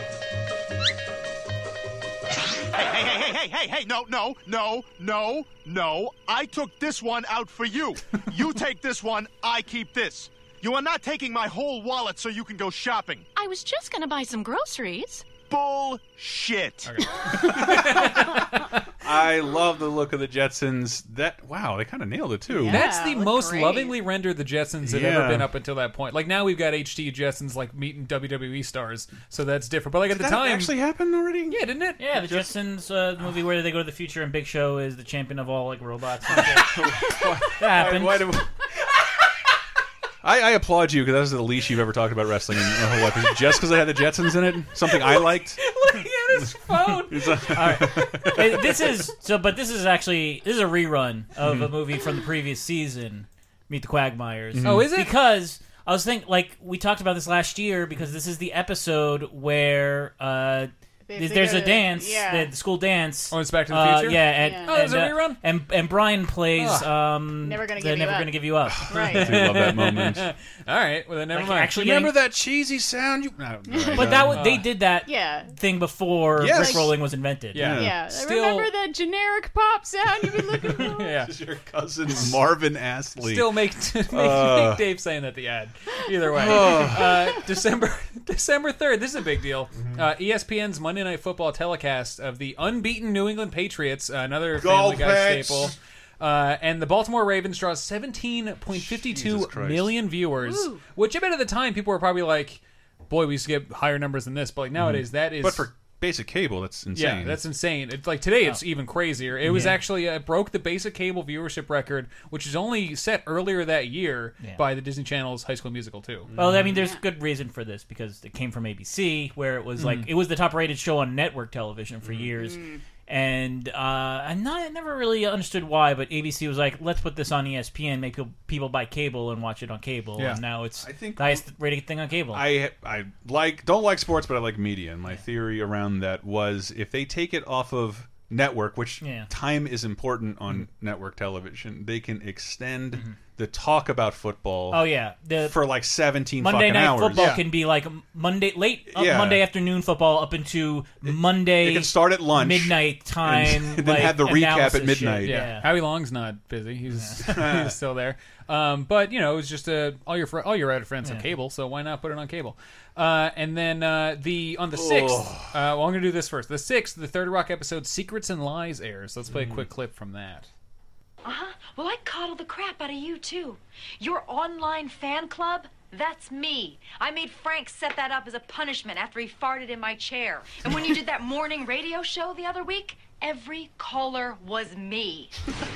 Speaker 2: Hey, hey, hey, hey, hey, hey, hey, no, no, no, no, no. I took this one out for you. You take this one, I keep this. You are not taking my whole wallet so you can go shopping.
Speaker 14: I was just gonna buy some groceries.
Speaker 2: Bullshit.
Speaker 1: I love the look of the Jetsons. That wow, they kind of nailed it too.
Speaker 5: That's the most lovingly rendered the Jetsons have
Speaker 1: Yeah.
Speaker 5: ever been up until that point. Like now we've got HD Jetsons like meeting WWE stars, so that's different. But like at
Speaker 3: Did
Speaker 5: the
Speaker 3: that
Speaker 5: time,
Speaker 3: actually
Speaker 1: happened already.
Speaker 5: Yeah, didn't it?
Speaker 3: Yeah, the
Speaker 5: Just-
Speaker 3: Jetsons uh, the
Speaker 1: Ah.
Speaker 3: movie where they go to the future and Big Show is the champion of all like robots. that happened.
Speaker 1: Why do? I, I applaud you because that was the least you've ever talked about wrestling in your whole life. Just because I had the Jetsons in it, something I liked.
Speaker 5: Looking at his phone.
Speaker 1: It's a-
Speaker 3: Uh, this is so, but this is actually this is a rerun of a
Speaker 5: Mhm.
Speaker 3: movie from the previous season, Meet the Quagmires.
Speaker 5: Mhm. Oh, is it?
Speaker 3: Because I was thinking, like we talked about this last year, because this is the episode where uh,
Speaker 5: They-
Speaker 3: th-
Speaker 5: they
Speaker 3: there's
Speaker 5: go
Speaker 3: a
Speaker 5: to-
Speaker 3: dance,
Speaker 5: yeah.
Speaker 3: the, the school dance.
Speaker 5: Oh, it's Back to the
Speaker 3: Uh,
Speaker 5: Future?
Speaker 3: yeah, and,
Speaker 5: Yeah. Oh, there's
Speaker 3: and,
Speaker 5: a
Speaker 3: uh,
Speaker 5: rerun?
Speaker 3: and and Brian plays
Speaker 5: Ugh.
Speaker 3: um,
Speaker 5: Never Gonna
Speaker 3: the
Speaker 5: Give You
Speaker 3: Never
Speaker 5: Up.
Speaker 3: gonna give you up.
Speaker 5: Right. I do love that moment. All right, well then never mind. Remember
Speaker 1: that cheesy sound? You,
Speaker 3: but that was, they did that
Speaker 4: Yeah.
Speaker 3: thing before
Speaker 4: Yes.
Speaker 3: Rick Rolling was invented.
Speaker 4: Yeah. Remember the generic pop sound you've been looking for?
Speaker 5: yeah.
Speaker 1: Your cousin Marvin Astley.
Speaker 5: Still make, make,
Speaker 1: Uh.
Speaker 5: make Dave saying that the ad. Either way,
Speaker 1: Oh.
Speaker 5: uh, December December third. This is a big deal.
Speaker 1: Mm-hmm.
Speaker 5: Uh, ESPN's Monday Night Football telecast of the unbeaten New England Patriots, uh, another
Speaker 6: Go
Speaker 5: Family Guy
Speaker 6: Pats.
Speaker 5: staple. Uh, and the Baltimore Ravens draws 17.52
Speaker 6: Christ.
Speaker 5: million viewers,
Speaker 6: Woo.
Speaker 5: which I bet at the time people were probably like, "Boy, we used to get higher numbers than this." But like nowadays, that is
Speaker 1: Mm-hmm. But for basic cable, that's insane. Oh.
Speaker 5: yeah, that's insane. It's like today, it's even crazier. It was
Speaker 1: Yeah.
Speaker 5: actually uh, broke the basic cable viewership record, which is only set earlier that year by the Disney Channel's High School Musical too.
Speaker 1: Mm.
Speaker 3: Well, I mean, there's good reason for this because it came from ABC, where it was like
Speaker 5: Mhm.
Speaker 3: it was the top-rated show on network television for years, and uh, I'm not I never really understood why, but ABC was like, let's put this on E ESPN, make people, people buy cable and watch it on cable,
Speaker 1: Yeah.
Speaker 3: and now it's
Speaker 1: I think-
Speaker 3: the highest rated thing on cable.
Speaker 1: I I like don't like sports, but I like media. And my theory around that was if they take it off of network, which
Speaker 3: Yeah.
Speaker 1: time is important on network television, they can extend the talk about football.
Speaker 3: Oh, yeah. The-
Speaker 1: for like seventeen
Speaker 3: Monday
Speaker 1: fucking
Speaker 3: night
Speaker 1: hours.
Speaker 3: football can be like Monday late uh,
Speaker 1: Yeah.
Speaker 3: Monday afternoon football up into Monday.
Speaker 1: it can start at lunch
Speaker 3: midnight time.
Speaker 1: and then
Speaker 3: like,
Speaker 1: have the recap
Speaker 3: analysis
Speaker 1: at
Speaker 3: shit.
Speaker 1: midnight.
Speaker 5: Yeah.
Speaker 1: Yeah.
Speaker 5: Howie Long's not busy. He's, he's still there. Um, but you know, it was just uh all your fr- all your out friends
Speaker 6: Yeah.
Speaker 5: have cable, so why not put it on cable? Uh, and then uh, the on the
Speaker 6: Ugh.
Speaker 5: sixth, uh, well, I'm gonna do this first. The
Speaker 1: Mm.
Speaker 5: sixth, the Third Rock episode, "Secrets and Lies" airs. Let's play a quick clip from that.
Speaker 18: Uh huh.
Speaker 7: Uh-huh. Well, I coddle the crap out of you, too. Your online fan club? That's me. I made Frank set that up as a punishment after he farted in my chair. And when you did that morning radio show the other week, every caller was me.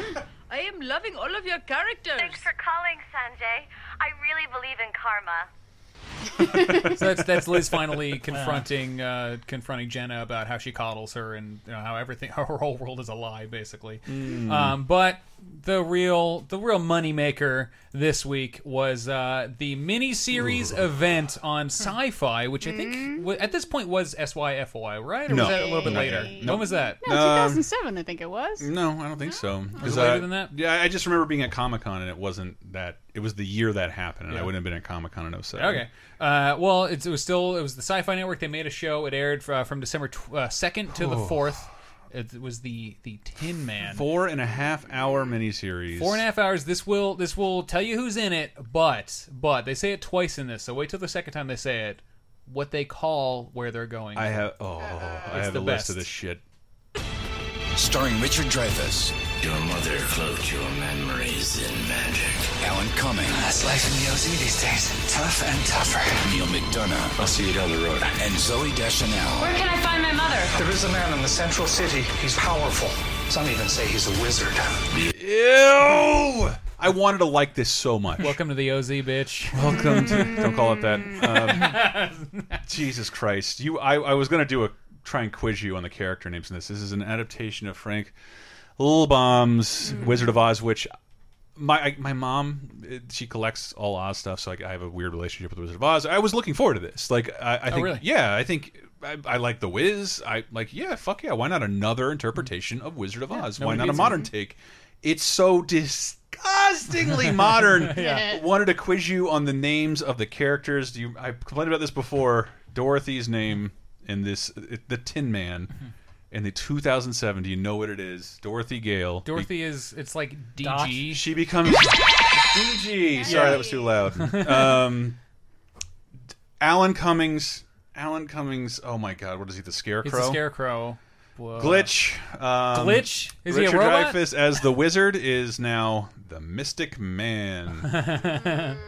Speaker 18: I am loving all of your characters. Thanks for calling, Sanjay. I really believe in karma.
Speaker 5: so that's that's Liz finally confronting uh, confronting Jenna about how she coddles her and you know, how everything how her whole world is a lie basically.
Speaker 6: Mm.
Speaker 5: Um, but the real the real moneymaker this week was uh, the miniseries event
Speaker 1: Hmm.
Speaker 5: on Sci-Fi, which I think wa- at this point was SYFY, right? Or
Speaker 1: No.
Speaker 5: was that a little bit
Speaker 1: Not
Speaker 5: later?
Speaker 1: yet. No.
Speaker 5: When was that?
Speaker 4: No,
Speaker 1: Um,
Speaker 4: 2007, I think it was.
Speaker 5: mm,
Speaker 1: No, I don't think so.
Speaker 5: Was
Speaker 1: 'Cause,
Speaker 5: it later
Speaker 1: uh,
Speaker 5: than that?
Speaker 1: Yeah, I just remember being at Comic Con and it wasn't that. It was the year that happened, and I
Speaker 5: Yeah.
Speaker 1: wouldn't have been at Comic Con in 07.
Speaker 5: Okay. Uh, well, it's, it was still it was the Sci-Fi Network. They made a show. It aired uh, from December second to the
Speaker 1: Oh.
Speaker 5: fourth. It was the the Tin Man.
Speaker 1: Four and a half hour miniseries.
Speaker 5: Four and a half hours. This will this will tell you who's in it, but but they say it twice in this, so wait till the second time they say it. What they call where they're going.
Speaker 1: I have. Oh, I
Speaker 5: It's
Speaker 1: have
Speaker 5: the
Speaker 1: a
Speaker 5: best.
Speaker 1: list of this shit.
Speaker 19: Starring Richard Dreyfuss.
Speaker 20: Your mother cloaked your memories in magic.
Speaker 19: Alan Cumming. That's life in the OZ these days. Tough and tougher. Neil McDonough. I'll see you down the road. And Zoe Deschanel.
Speaker 25: Where can I find my mother?
Speaker 19: There is a man in the central city. He's powerful. Some even say he's a wizard.
Speaker 1: Ew! I wanted to like this so much.
Speaker 5: Welcome to the OZ, bitch.
Speaker 1: Welcome to. Don't call it that. Um, Jesus Christ! You, I, I was gonna do a try and quiz you on the character names in this. This is an adaptation of Frank Lilbaum's Wizard of Oz, which my I, my mom eh, she collects all Oz stuff, so I, I have a weird relationship with the Wizard of Oz. I was looking forward to this. Like I, I
Speaker 5: Oh,
Speaker 1: think,
Speaker 5: really?
Speaker 1: yeah, I think. I, I like the Wiz. I like, yeah, fuck yeah. Why not another interpretation of Wizard of
Speaker 5: Yeah,
Speaker 1: Oz?
Speaker 5: nobody
Speaker 1: Why not a
Speaker 5: beats it.
Speaker 1: modern take? It's so dis disgustingly modern.
Speaker 5: Yeah.
Speaker 1: Wanted to quiz you on the names of the characters. Do you? I complained about this before. Dorothy's name in this, the Tin Man,
Speaker 5: Mm-hmm.
Speaker 1: in the 2007. Do you know what it is? Dorothy Gale.
Speaker 5: Dorothy is it's like DG.
Speaker 1: She becomes DG. Sorry, that was too loud. Um, Alan Cummings. Alan Cummings. Oh my God, what is he? The
Speaker 5: He's
Speaker 1: Scarecrow.
Speaker 5: a scarecrow. Whoa.
Speaker 1: Glitch. Um,
Speaker 5: Glitch? Is he a
Speaker 1: Richard
Speaker 5: robot?
Speaker 1: Dreyfuss as the wizard is now the Mystic Man.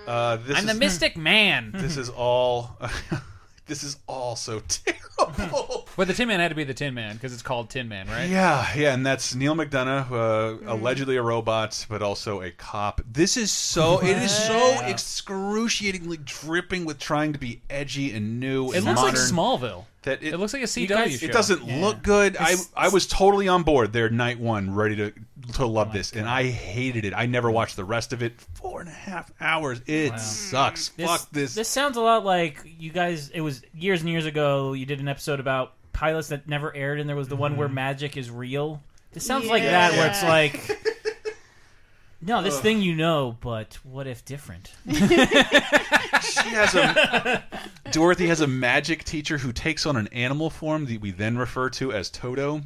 Speaker 1: uh, this
Speaker 5: I'm the
Speaker 1: is-
Speaker 5: Mystic Man.
Speaker 1: This is all. this is all so terrible.
Speaker 5: but the Tin Man had to be the Tin Man because it's called Tin Man, right?
Speaker 1: Yeah, yeah, and that's Neil McDonough, uh,
Speaker 5: Mm.
Speaker 1: allegedly a robot, but also a cop. This is so. It is so
Speaker 5: Wow.
Speaker 1: excruciatingly dripping with trying to be edgy and new.
Speaker 5: It
Speaker 1: and
Speaker 5: looks like
Speaker 1: modern
Speaker 5: Smallville.
Speaker 1: That it,
Speaker 5: looks like a CW
Speaker 1: you guys-
Speaker 5: show.
Speaker 1: It doesn't look good. I I was totally on board there night one, ready to to love this, and I hated it. I never watched the rest of it. Four and a half hours. It sucks. Fuck this.
Speaker 3: This sounds a lot like you guys. It was years and years ago. You did an episode about pilots that never aired, and there was the one where magic is real. This sounds like that, where it's
Speaker 5: Yeah.
Speaker 3: like. No, this
Speaker 5: Ugh.
Speaker 3: thing you know, but what if different?
Speaker 1: she has a Dorothy has a magic teacher who takes on an animal form that we then refer to as Toto.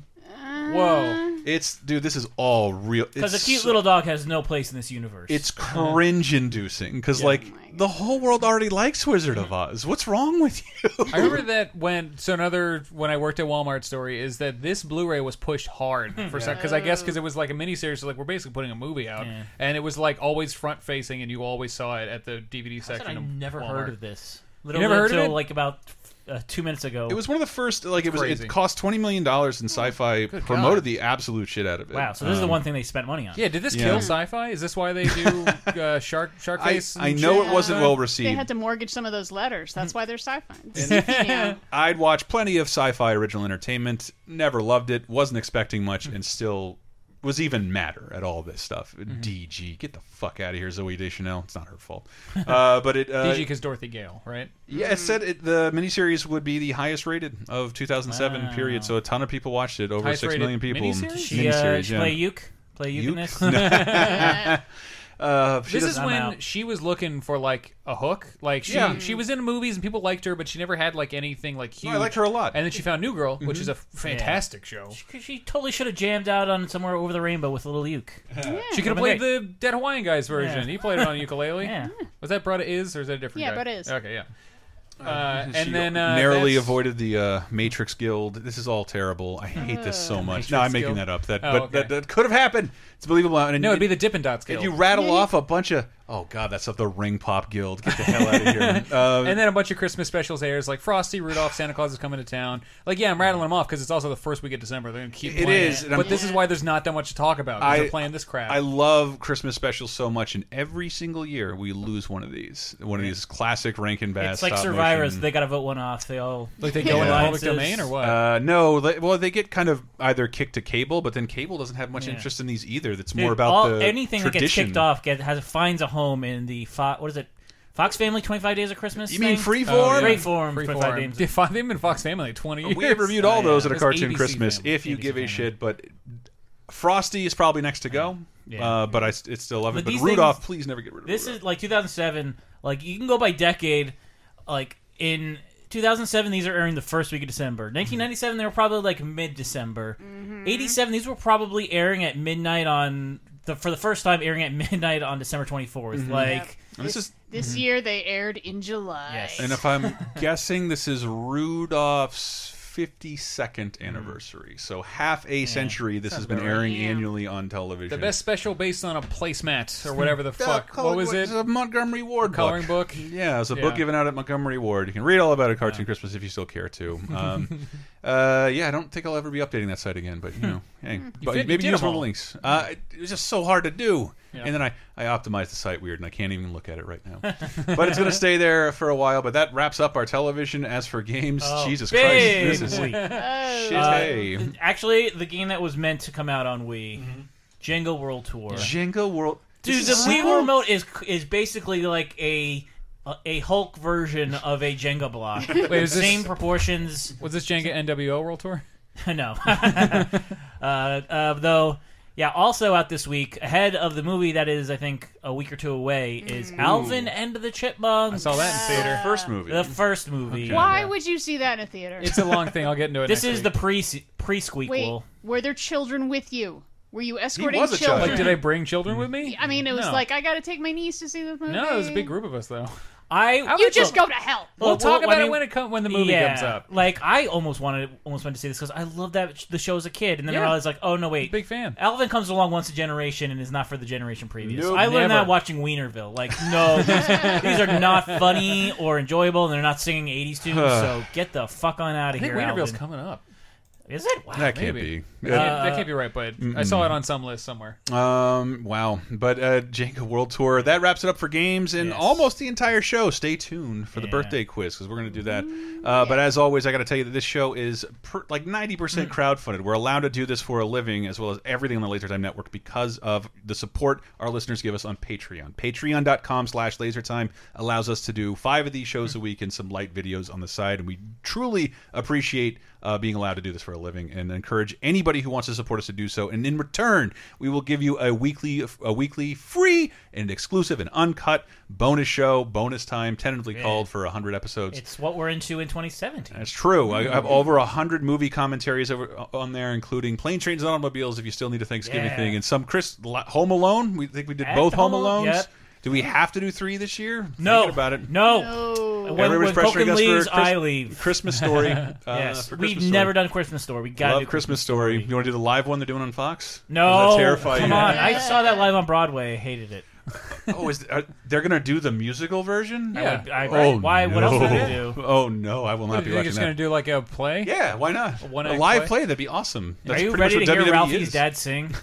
Speaker 5: Whoa.
Speaker 1: It's dude, this is all real.
Speaker 3: Because a
Speaker 1: It's
Speaker 3: cute
Speaker 1: so-
Speaker 3: little Uh-huh. dog has no place in this universe.
Speaker 1: It's cringe inducing because
Speaker 3: Oh
Speaker 1: like the whole world already likes Wizard of Oz. What's wrong with you?
Speaker 5: I remember that when so another when I worked at Walmart story is that this Blu-ray was pushed hard
Speaker 3: Hmm.
Speaker 5: for
Speaker 6: Yeah.
Speaker 5: because I guess because it was like a miniseries, so like we're basically putting a movie out,
Speaker 3: Oh. Yeah.
Speaker 5: and it was like always front facing, and you always saw it at the DVD
Speaker 3: I said
Speaker 5: section.
Speaker 3: I
Speaker 5: of
Speaker 3: never
Speaker 5: Walmart.
Speaker 3: heard of this.
Speaker 5: You
Speaker 3: Literally
Speaker 5: never heard of
Speaker 3: until
Speaker 5: it?
Speaker 3: like about uh, two minutes ago.
Speaker 1: It was one of the first like it was
Speaker 3: Crazy.
Speaker 1: it cost twenty million dollars and sci-fi
Speaker 3: Good
Speaker 1: promoted
Speaker 3: God.
Speaker 1: the absolute shit out of it.
Speaker 3: Wow, so this is the
Speaker 1: Um,
Speaker 3: one thing they spent money on.
Speaker 5: yeah, did this
Speaker 1: Yeah.
Speaker 5: kill sci-fi? Is this why they do uh, Shark Shark
Speaker 1: I-
Speaker 5: Face?
Speaker 1: I know it wasn't well
Speaker 4: They
Speaker 1: received.
Speaker 4: had to mortgage some of those letters. That's why they're sci-fi.
Speaker 1: I'd watched plenty of sci-fi original entertainment, never loved it, wasn't expecting much, and still was even madder at all this stuff. DG, get the fuck out of here, Zoe Deschanel. It's not her fault, uh, but it. Uh,
Speaker 5: DG because Dorothy Gale, right?
Speaker 1: yeah, it said it, the miniseries would be the highest rated of 2007 period, so a ton of people watched it. Over
Speaker 5: Highest
Speaker 1: six
Speaker 5: rated
Speaker 1: million people.
Speaker 5: miniseries? Did
Speaker 3: she, uh,
Speaker 1: Miniseries,
Speaker 3: she
Speaker 1: yeah.
Speaker 3: play Uke? Play Uke in this?
Speaker 1: uh, she
Speaker 5: this is
Speaker 1: doesn't-
Speaker 5: when she was looking for like a hook. Like she
Speaker 1: Yeah.
Speaker 5: she was in movies and people liked her, but she never had like anything like huge.
Speaker 1: No, I liked her a lot.
Speaker 5: And then she found New Girl, which
Speaker 3: Mhm.
Speaker 5: is a fantastic show.
Speaker 3: She, she totally should have jammed out on somewhere over the rainbow with little Uke.
Speaker 5: She could have played the Dead Hawaiian Guys version.
Speaker 3: Yeah.
Speaker 5: He played it on ukulele.
Speaker 3: Yeah.
Speaker 5: Was that Brada Is or is that a different
Speaker 4: Yeah,
Speaker 5: guy?
Speaker 4: Brada Is.
Speaker 5: Okay, yeah. Uh, and then uh,
Speaker 1: narrowly
Speaker 5: that's-
Speaker 1: avoided the uh, Matrix Guild. This is all terrible. I hate this so
Speaker 5: The
Speaker 1: much.
Speaker 5: Uh, Matrix
Speaker 1: No, I'm making
Speaker 5: Guild.
Speaker 1: that up. That,
Speaker 5: Oh,
Speaker 1: but
Speaker 5: okay.
Speaker 1: that, that could have happened. It's believable. And
Speaker 5: No, it'd be the Dippin' Dots
Speaker 1: and
Speaker 5: Guild.
Speaker 1: You rattle off a bunch of oh god, that's up the Ring Pop Guild. Get the hell out of here. Uh,
Speaker 5: and then a bunch of Christmas specials airs like Frosty, Rudolph, Santa Claus is coming to town. Like, yeah, I'm rattling them off because it's also the first week of December. They're gonna keep
Speaker 1: It
Speaker 5: playing
Speaker 1: is, and I'm-
Speaker 5: but this is why there's not that much to talk about. 'cause They're playing this crap.
Speaker 1: I love Christmas specials so much, and every single year we lose one of these. One of these classic Rankin Bass.
Speaker 3: It's like
Speaker 1: stop
Speaker 3: survivors;
Speaker 1: motion.
Speaker 3: they got to vote one off. They all
Speaker 5: like they
Speaker 1: go in the public
Speaker 5: domain or what?
Speaker 1: Uh, no, they, well, they get kind of either kicked to cable, but then cable doesn't have much
Speaker 3: Yeah.
Speaker 1: interest in these either. That's more
Speaker 3: Dude,
Speaker 1: about
Speaker 3: all,
Speaker 1: the
Speaker 3: anything that gets
Speaker 1: tradition.
Speaker 3: kicked off get, has finds a home in the Fo- what is it? Fox Family Twenty Five Days of Christmas.
Speaker 1: You mean
Speaker 3: thing?
Speaker 1: Freeform?
Speaker 3: Oh, yeah.
Speaker 5: Freeform.
Speaker 3: Freeform. Twenty Five Days.
Speaker 5: Dude, They've been in Fox Family like 20 years. Oh,
Speaker 1: We have reviewed all those at a
Speaker 5: It was
Speaker 1: cartoon
Speaker 5: ABC
Speaker 1: Christmas.
Speaker 5: Family.
Speaker 1: If you give a shit, but Frosty is probably next to go. Uh, but I s- it still love it. But,
Speaker 3: these
Speaker 1: Rudolph,
Speaker 3: things-
Speaker 1: please never get rid of
Speaker 3: This is like 2007. Like you can go by decade. Like in 2007, these are airing the first week of December.
Speaker 1: Mm-hmm.
Speaker 3: 1997, they were probably like mid December. 87, these were probably airing at midnight on the for the first time airing at midnight on December 24th.
Speaker 1: Mhm.
Speaker 3: Like
Speaker 1: And this is-
Speaker 4: This
Speaker 5: mm-hmm.
Speaker 4: year they aired in July.
Speaker 1: And if I'm guessing, this is Rudolph's 52nd anniversary. So half a century. This
Speaker 5: Sounds
Speaker 1: has been
Speaker 5: about right.
Speaker 1: airing annually on television.
Speaker 5: The best special based on a placemat or whatever the fuck.
Speaker 1: color-
Speaker 5: What was
Speaker 1: it's
Speaker 5: it?
Speaker 1: a Montgomery Ward
Speaker 5: coloring book.
Speaker 1: Yeah, it's a book given out at Montgomery Ward. You can read all about it, Cartoon Christmas, if you still care to. Um, uh, yeah, I don't think I'll ever be updating that site again, but you know, hey, but
Speaker 5: fit- Hmm. you
Speaker 1: maybe
Speaker 5: did them
Speaker 1: use one of the
Speaker 5: all. Hmm.
Speaker 1: links. Uh, it- it was just so hard to do,
Speaker 5: Yeah.
Speaker 1: and then I I optimized the site weird, and I can't even look at it right now. but it's gonna stay there for a while. But that wraps up our television. As for games,
Speaker 3: Oh,
Speaker 1: Jesus Christ,
Speaker 3: big
Speaker 1: this is
Speaker 3: Wii.
Speaker 1: shit.
Speaker 3: Uh,
Speaker 1: hey.
Speaker 3: Actually, the game that was meant to come out on Wii, Jenga World Tour.
Speaker 1: Jenga World.
Speaker 3: Dude, the
Speaker 1: This is
Speaker 3: Wii
Speaker 1: so-
Speaker 3: remote is is basically like a a Hulk version of a Jenga block.
Speaker 5: Wait, is this-
Speaker 3: Same proportions.
Speaker 5: Was this Jenga NWO World Tour?
Speaker 3: no. uh, uh, though, yeah. Also out this week, ahead of the movie that is, I think, a week or two away, is
Speaker 5: Mm.
Speaker 3: Alvin and the Chipmunks. I saw
Speaker 5: that in theater. The
Speaker 1: first movie.
Speaker 3: The first movie.
Speaker 4: Why would you see that in a theater?
Speaker 5: It's a long thing. I'll get into it.
Speaker 3: This
Speaker 5: next
Speaker 3: is
Speaker 5: week.
Speaker 3: the pre pre squeal.
Speaker 4: Wait, were there children with you? Were you escorting
Speaker 5: was a child.
Speaker 4: children?
Speaker 5: Like, did I bring children with me?
Speaker 4: I mean, it was
Speaker 5: No.
Speaker 4: like mm. I got to take my niece to see the movie.
Speaker 5: No, it was a big group of us though.
Speaker 3: I
Speaker 4: You just go to hell.
Speaker 5: We'll talk
Speaker 3: well,
Speaker 5: about
Speaker 3: I
Speaker 5: it
Speaker 3: mean-
Speaker 5: when it come, when the movie
Speaker 3: yeah,
Speaker 5: comes up.
Speaker 3: Like I almost wanted almost wanted to see this because I loved that sh- the show as a kid, and then I
Speaker 5: Yeah.
Speaker 3: realized like, oh no, wait,
Speaker 5: Big fan.
Speaker 3: Alvin comes along once a generation and is not for the generation previous.
Speaker 5: Nope.
Speaker 3: I learned
Speaker 5: Never.
Speaker 3: that watching Wienerville. Like, no, these, these are not funny or enjoyable, and they're not singing '80s tunes. so get the fuck on out
Speaker 5: I
Speaker 3: of
Speaker 5: think
Speaker 3: here.
Speaker 5: Wienerville's
Speaker 3: Alvin.
Speaker 5: coming up.
Speaker 3: Is it? Wow,
Speaker 1: That can't
Speaker 5: Maybe.
Speaker 1: be.
Speaker 5: That
Speaker 1: Uh,
Speaker 5: can't- that can't be right, but I saw it on some list somewhere.
Speaker 1: Um. Wow. But uh, Jenga World Tour that wraps it up for games and almost the entire show. Stay tuned for the birthday quiz because we're going to do that. Uh, But as always, I got to tell you that this show is per, like ninety percent crowd funded. We're allowed to do this for a living as well as everything on the LaserTime Network because of the support our listeners give us on Patreon. Patreon.com/slash LaserTime allows us to do five of these shows a week and some light videos on the side, and we truly appreciate uh, being allowed to do this for a living and encourage anybody who wants to support us to do so. And in return, we will give you a weekly, a weekly free and exclusive and uncut bonus show, bonus time, tentatively
Speaker 3: Yeah.
Speaker 1: called for 100 episodes.
Speaker 3: It's what we're into in 2017.
Speaker 1: That's true. I I have over a hundred movie commentaries over, uh, on there, including Plane, Trains, and Automobiles. If you still need a Thanksgiving
Speaker 3: Yeah.
Speaker 1: thing, and some Chris Li- Home Alone. We think we did
Speaker 3: And
Speaker 1: both Home
Speaker 3: Home
Speaker 1: Alones.
Speaker 3: Alone, yep.
Speaker 1: Do we have to do three this year?
Speaker 3: No.
Speaker 1: Thinking about it.
Speaker 3: No. When,
Speaker 1: Everybody's
Speaker 3: when
Speaker 1: pressuring
Speaker 3: Coken
Speaker 1: us for
Speaker 3: leaves,
Speaker 1: Chris-
Speaker 3: I leave.
Speaker 1: Christmas Story, uh,
Speaker 3: yes,
Speaker 1: for
Speaker 3: we've
Speaker 1: Christmas
Speaker 3: never
Speaker 1: Story.
Speaker 3: done Christmas story. We got
Speaker 1: Love Christmas Story. You want to do the live one they're doing on Fox?
Speaker 3: No,
Speaker 1: Does that terrify
Speaker 3: come
Speaker 1: you?
Speaker 3: on! I saw that live on Broadway. I hated it.
Speaker 1: oh, is are, they're gonna do the musical version?
Speaker 3: I would- I-
Speaker 1: oh,
Speaker 3: why-
Speaker 1: No.
Speaker 3: what else would they do?
Speaker 1: Oh no, I will not
Speaker 5: What,
Speaker 1: be
Speaker 5: you think
Speaker 1: watching
Speaker 5: it's
Speaker 1: that.
Speaker 5: going to do like a play?
Speaker 1: Yeah, why not?
Speaker 5: A, one
Speaker 1: a live play? That'd be awesome. That's
Speaker 3: Are you
Speaker 1: pretty
Speaker 3: ready to
Speaker 1: much
Speaker 3: hear
Speaker 1: what WWE
Speaker 3: Ralphie's
Speaker 1: is. Um,
Speaker 3: dad sing?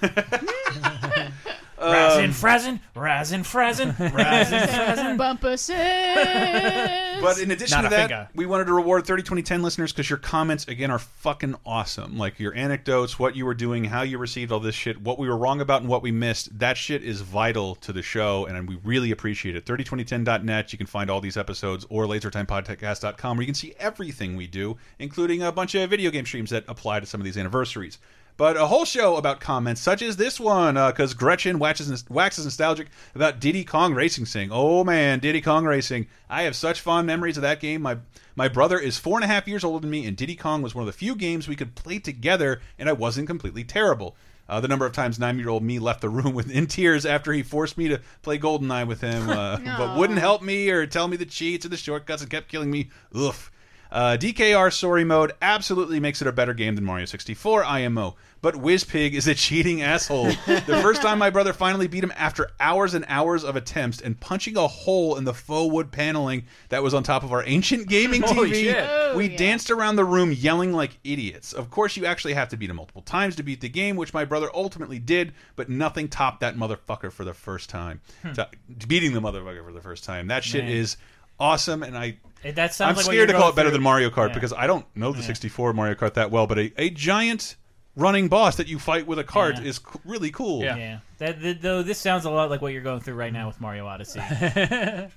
Speaker 3: Razin, frazzin, razin, frazzin, razin, frazzin.
Speaker 4: Bumper says.
Speaker 1: But in addition
Speaker 5: Not
Speaker 1: to
Speaker 5: a
Speaker 1: that,
Speaker 5: finger.
Speaker 1: we wanted to reward 30, 20, 10 listeners because your comments, again, are fucking awesome. Like your anecdotes, what you were doing, how you received all this shit, what we were wrong about and what we missed. That shit is vital to the show, and we really appreciate it. 302010.net, you can find all these episodes, or lasertimepodcast.com, where you can see everything we do, including a bunch of video game streams that apply to some of these anniversaries. But a whole show about comments, such as this one, because Gretchen waxes, waxes nostalgic about Diddy Kong Racing. Sing, oh man, Diddy Kong Racing! I have such fond memories of that game. My my brother is four and a half years older than me, and Diddy Kong was one of the few games we could play together, and I wasn't completely terrible. Uh, the number of times nine-year-old me left the room with in tears after he forced me to play GoldenEye with him, uh, but wouldn't help me or tell me the cheats or the shortcuts and kept killing me. Oof. Uh, DKR sorry mode absolutely makes it a better game than Mario 64 IMO, but WizPig is a cheating asshole. the first time my brother finally beat him after hours and hours of attempts and punching a hole in the faux wood paneling that was on top of our ancient gaming TV,
Speaker 5: Holy shit. Oh,
Speaker 1: we danced around the room yelling like idiots. Of course, you actually have to beat him multiple times to beat the game, which my brother ultimately did, but nothing topped that motherfucker for the first time.
Speaker 3: Hmm.
Speaker 1: To- beating the motherfucker for the first time. That shit
Speaker 3: Man.
Speaker 1: is awesome, and I
Speaker 3: It- that sounds
Speaker 1: I'm
Speaker 3: like what
Speaker 1: scared
Speaker 3: you're
Speaker 1: to call
Speaker 3: going
Speaker 1: it better
Speaker 3: through.
Speaker 1: than Mario Kart
Speaker 3: Yeah.
Speaker 1: because I don't know the 64 Mario Kart that well, but a, a giant running boss that you fight with a cart
Speaker 3: Yeah.
Speaker 1: is c really cool.
Speaker 3: yeah. That, th though this sounds a lot like what you're going through right now with Mario Odyssey.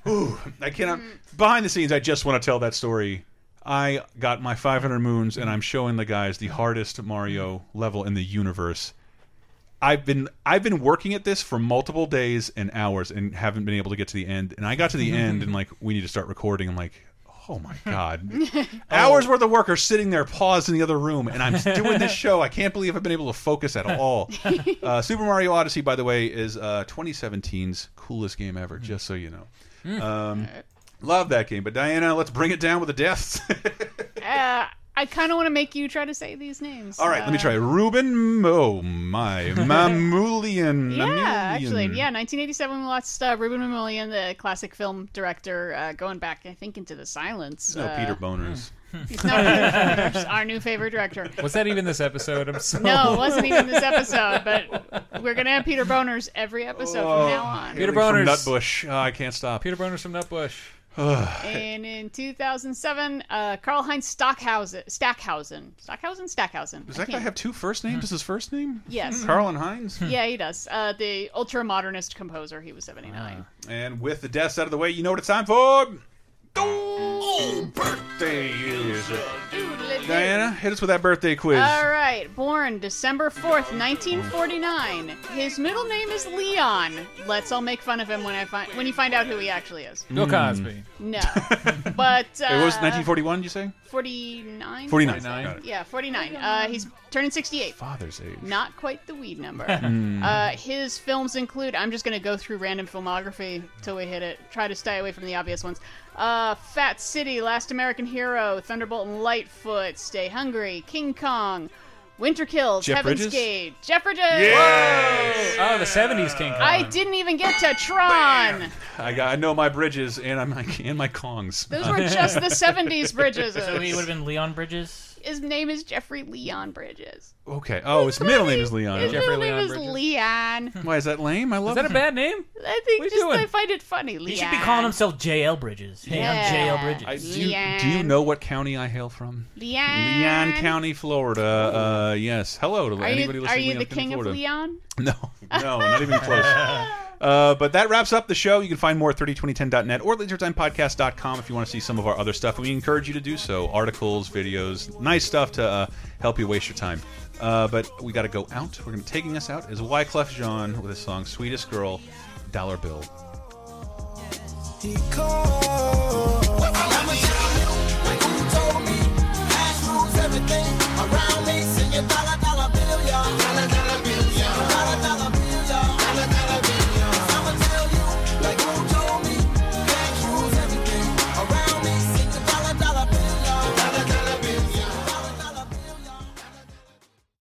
Speaker 1: Ooh, I cannot. Behind the scenes, I just want to tell that story. I got my 500 moons, and I'm showing the guys the hardest Mario level in the universe. I've been I've been working at this for multiple days and hours, and haven't been able to get to the end. And I got to the end, and like we need to start recording. I'm like, oh my god, hours worth of work are sitting there paused in the other room and i'm doing this show i can't believe i've been able to focus at all uh, super mario odyssey by the way is uh, 2017's coolest game ever just so you know um, love that game but diana let's bring it down with the deaths
Speaker 4: Uh, I kind of want to make you try to say these names.
Speaker 1: all right let me
Speaker 4: Uh,
Speaker 1: try ruben oh my mamoulian
Speaker 4: Yeah,
Speaker 1: Mamoulian.
Speaker 4: actually, yeah, 1987. We lost uh, Ruben Mamoulian, the classic film director, uh, going back, I think, into the silence.
Speaker 1: no
Speaker 4: uh,
Speaker 1: peter boners
Speaker 4: He's not Peter Boners, our new favorite director.
Speaker 5: Was that even this episode? I'm so
Speaker 4: No, it wasn't even this episode, but we're gonna have Peter Boners every episode
Speaker 1: Oh.
Speaker 4: from now on.
Speaker 5: Peter
Speaker 1: From
Speaker 5: Boners.
Speaker 1: nutbush oh, i can't stop
Speaker 5: Peter Boners from Nutbush.
Speaker 4: And in 2007, uh, Karl Heinz Stockhausen, Stackhausen, Stockhausen, Stackhausen.
Speaker 1: does that guy
Speaker 4: I can't- Hmm.
Speaker 1: have two first names is his first name Hmm.
Speaker 4: Yes.
Speaker 1: carl and heinz
Speaker 4: Yeah, he does. Uh, the ultra modernist composer. He was 79.
Speaker 1: Hmm. And with the deaths out of the way, you know what it's time for? Oh, birthday is Diana, hit us with that birthday quiz.
Speaker 4: All right. Born December 4th, 1949. His middle name is Leon. Let's all make fun of him when I find when you find out who he actually is.
Speaker 5: Bill
Speaker 3: Mm.
Speaker 5: Cosby.
Speaker 4: No. but uh,
Speaker 1: It was 1941, you say?
Speaker 4: 49?
Speaker 1: 49. Got it.
Speaker 4: Yeah, 49. Uh, he's turning 68.
Speaker 1: Father's age.
Speaker 4: Not quite the weed number.
Speaker 5: Hmm.
Speaker 1: Mm.
Speaker 4: uh, his films include. I'm just going to go through random filmography till we hit it. Try to stay away from the obvious ones. Uh, Fat City, Last American Hero, Thunderbolt and Lightfoot, Stay Hungry, King Kong, Winter Kills,
Speaker 5: Jeff
Speaker 4: Heaven's
Speaker 5: Bridges?
Speaker 4: Gate, Jeff Bridges.
Speaker 5: Oh, the 70s King Kong.
Speaker 4: I didn't even get to Tron.
Speaker 1: I got. I know my bridges and I'm like and my Kongs.
Speaker 4: Those were just the 70s Bridges.
Speaker 3: so he would have been Leon Bridges.
Speaker 4: His name is Jeffrey Leon Bridges.
Speaker 1: Okay. Oh, his middle name is Leon.
Speaker 4: His middle name is Leon.
Speaker 1: Why is that lame? I love.
Speaker 5: that a bad name?
Speaker 4: I think just
Speaker 5: doing?
Speaker 4: I find it funny. Leon.
Speaker 3: He should be calling himself JL Bridges. Hey,
Speaker 4: Yeah.
Speaker 3: I'm JL Bridges.
Speaker 1: I, do, you, do you know what county I hail from?
Speaker 4: Leon.
Speaker 1: Leon County, Florida. Uh, yes. Hello to
Speaker 4: Are you,
Speaker 1: anybody listening.
Speaker 4: are
Speaker 1: in
Speaker 4: you
Speaker 1: Leon
Speaker 4: the
Speaker 1: County,
Speaker 4: king of
Speaker 1: Florida.
Speaker 4: Leon?
Speaker 1: No, no, not even close. Uh, but that wraps up the show. You can find more at 302010.net or lasertimepodcast.com if you want to see some of our other stuff. We encourage you to do so articles, videos, nice stuff to uh, help you waste your time. Uh, but we got to go out. We're going to taking us out is Wyclef Jean with his song Sweetest Girl, Dollar Bill.
Speaker 19: He called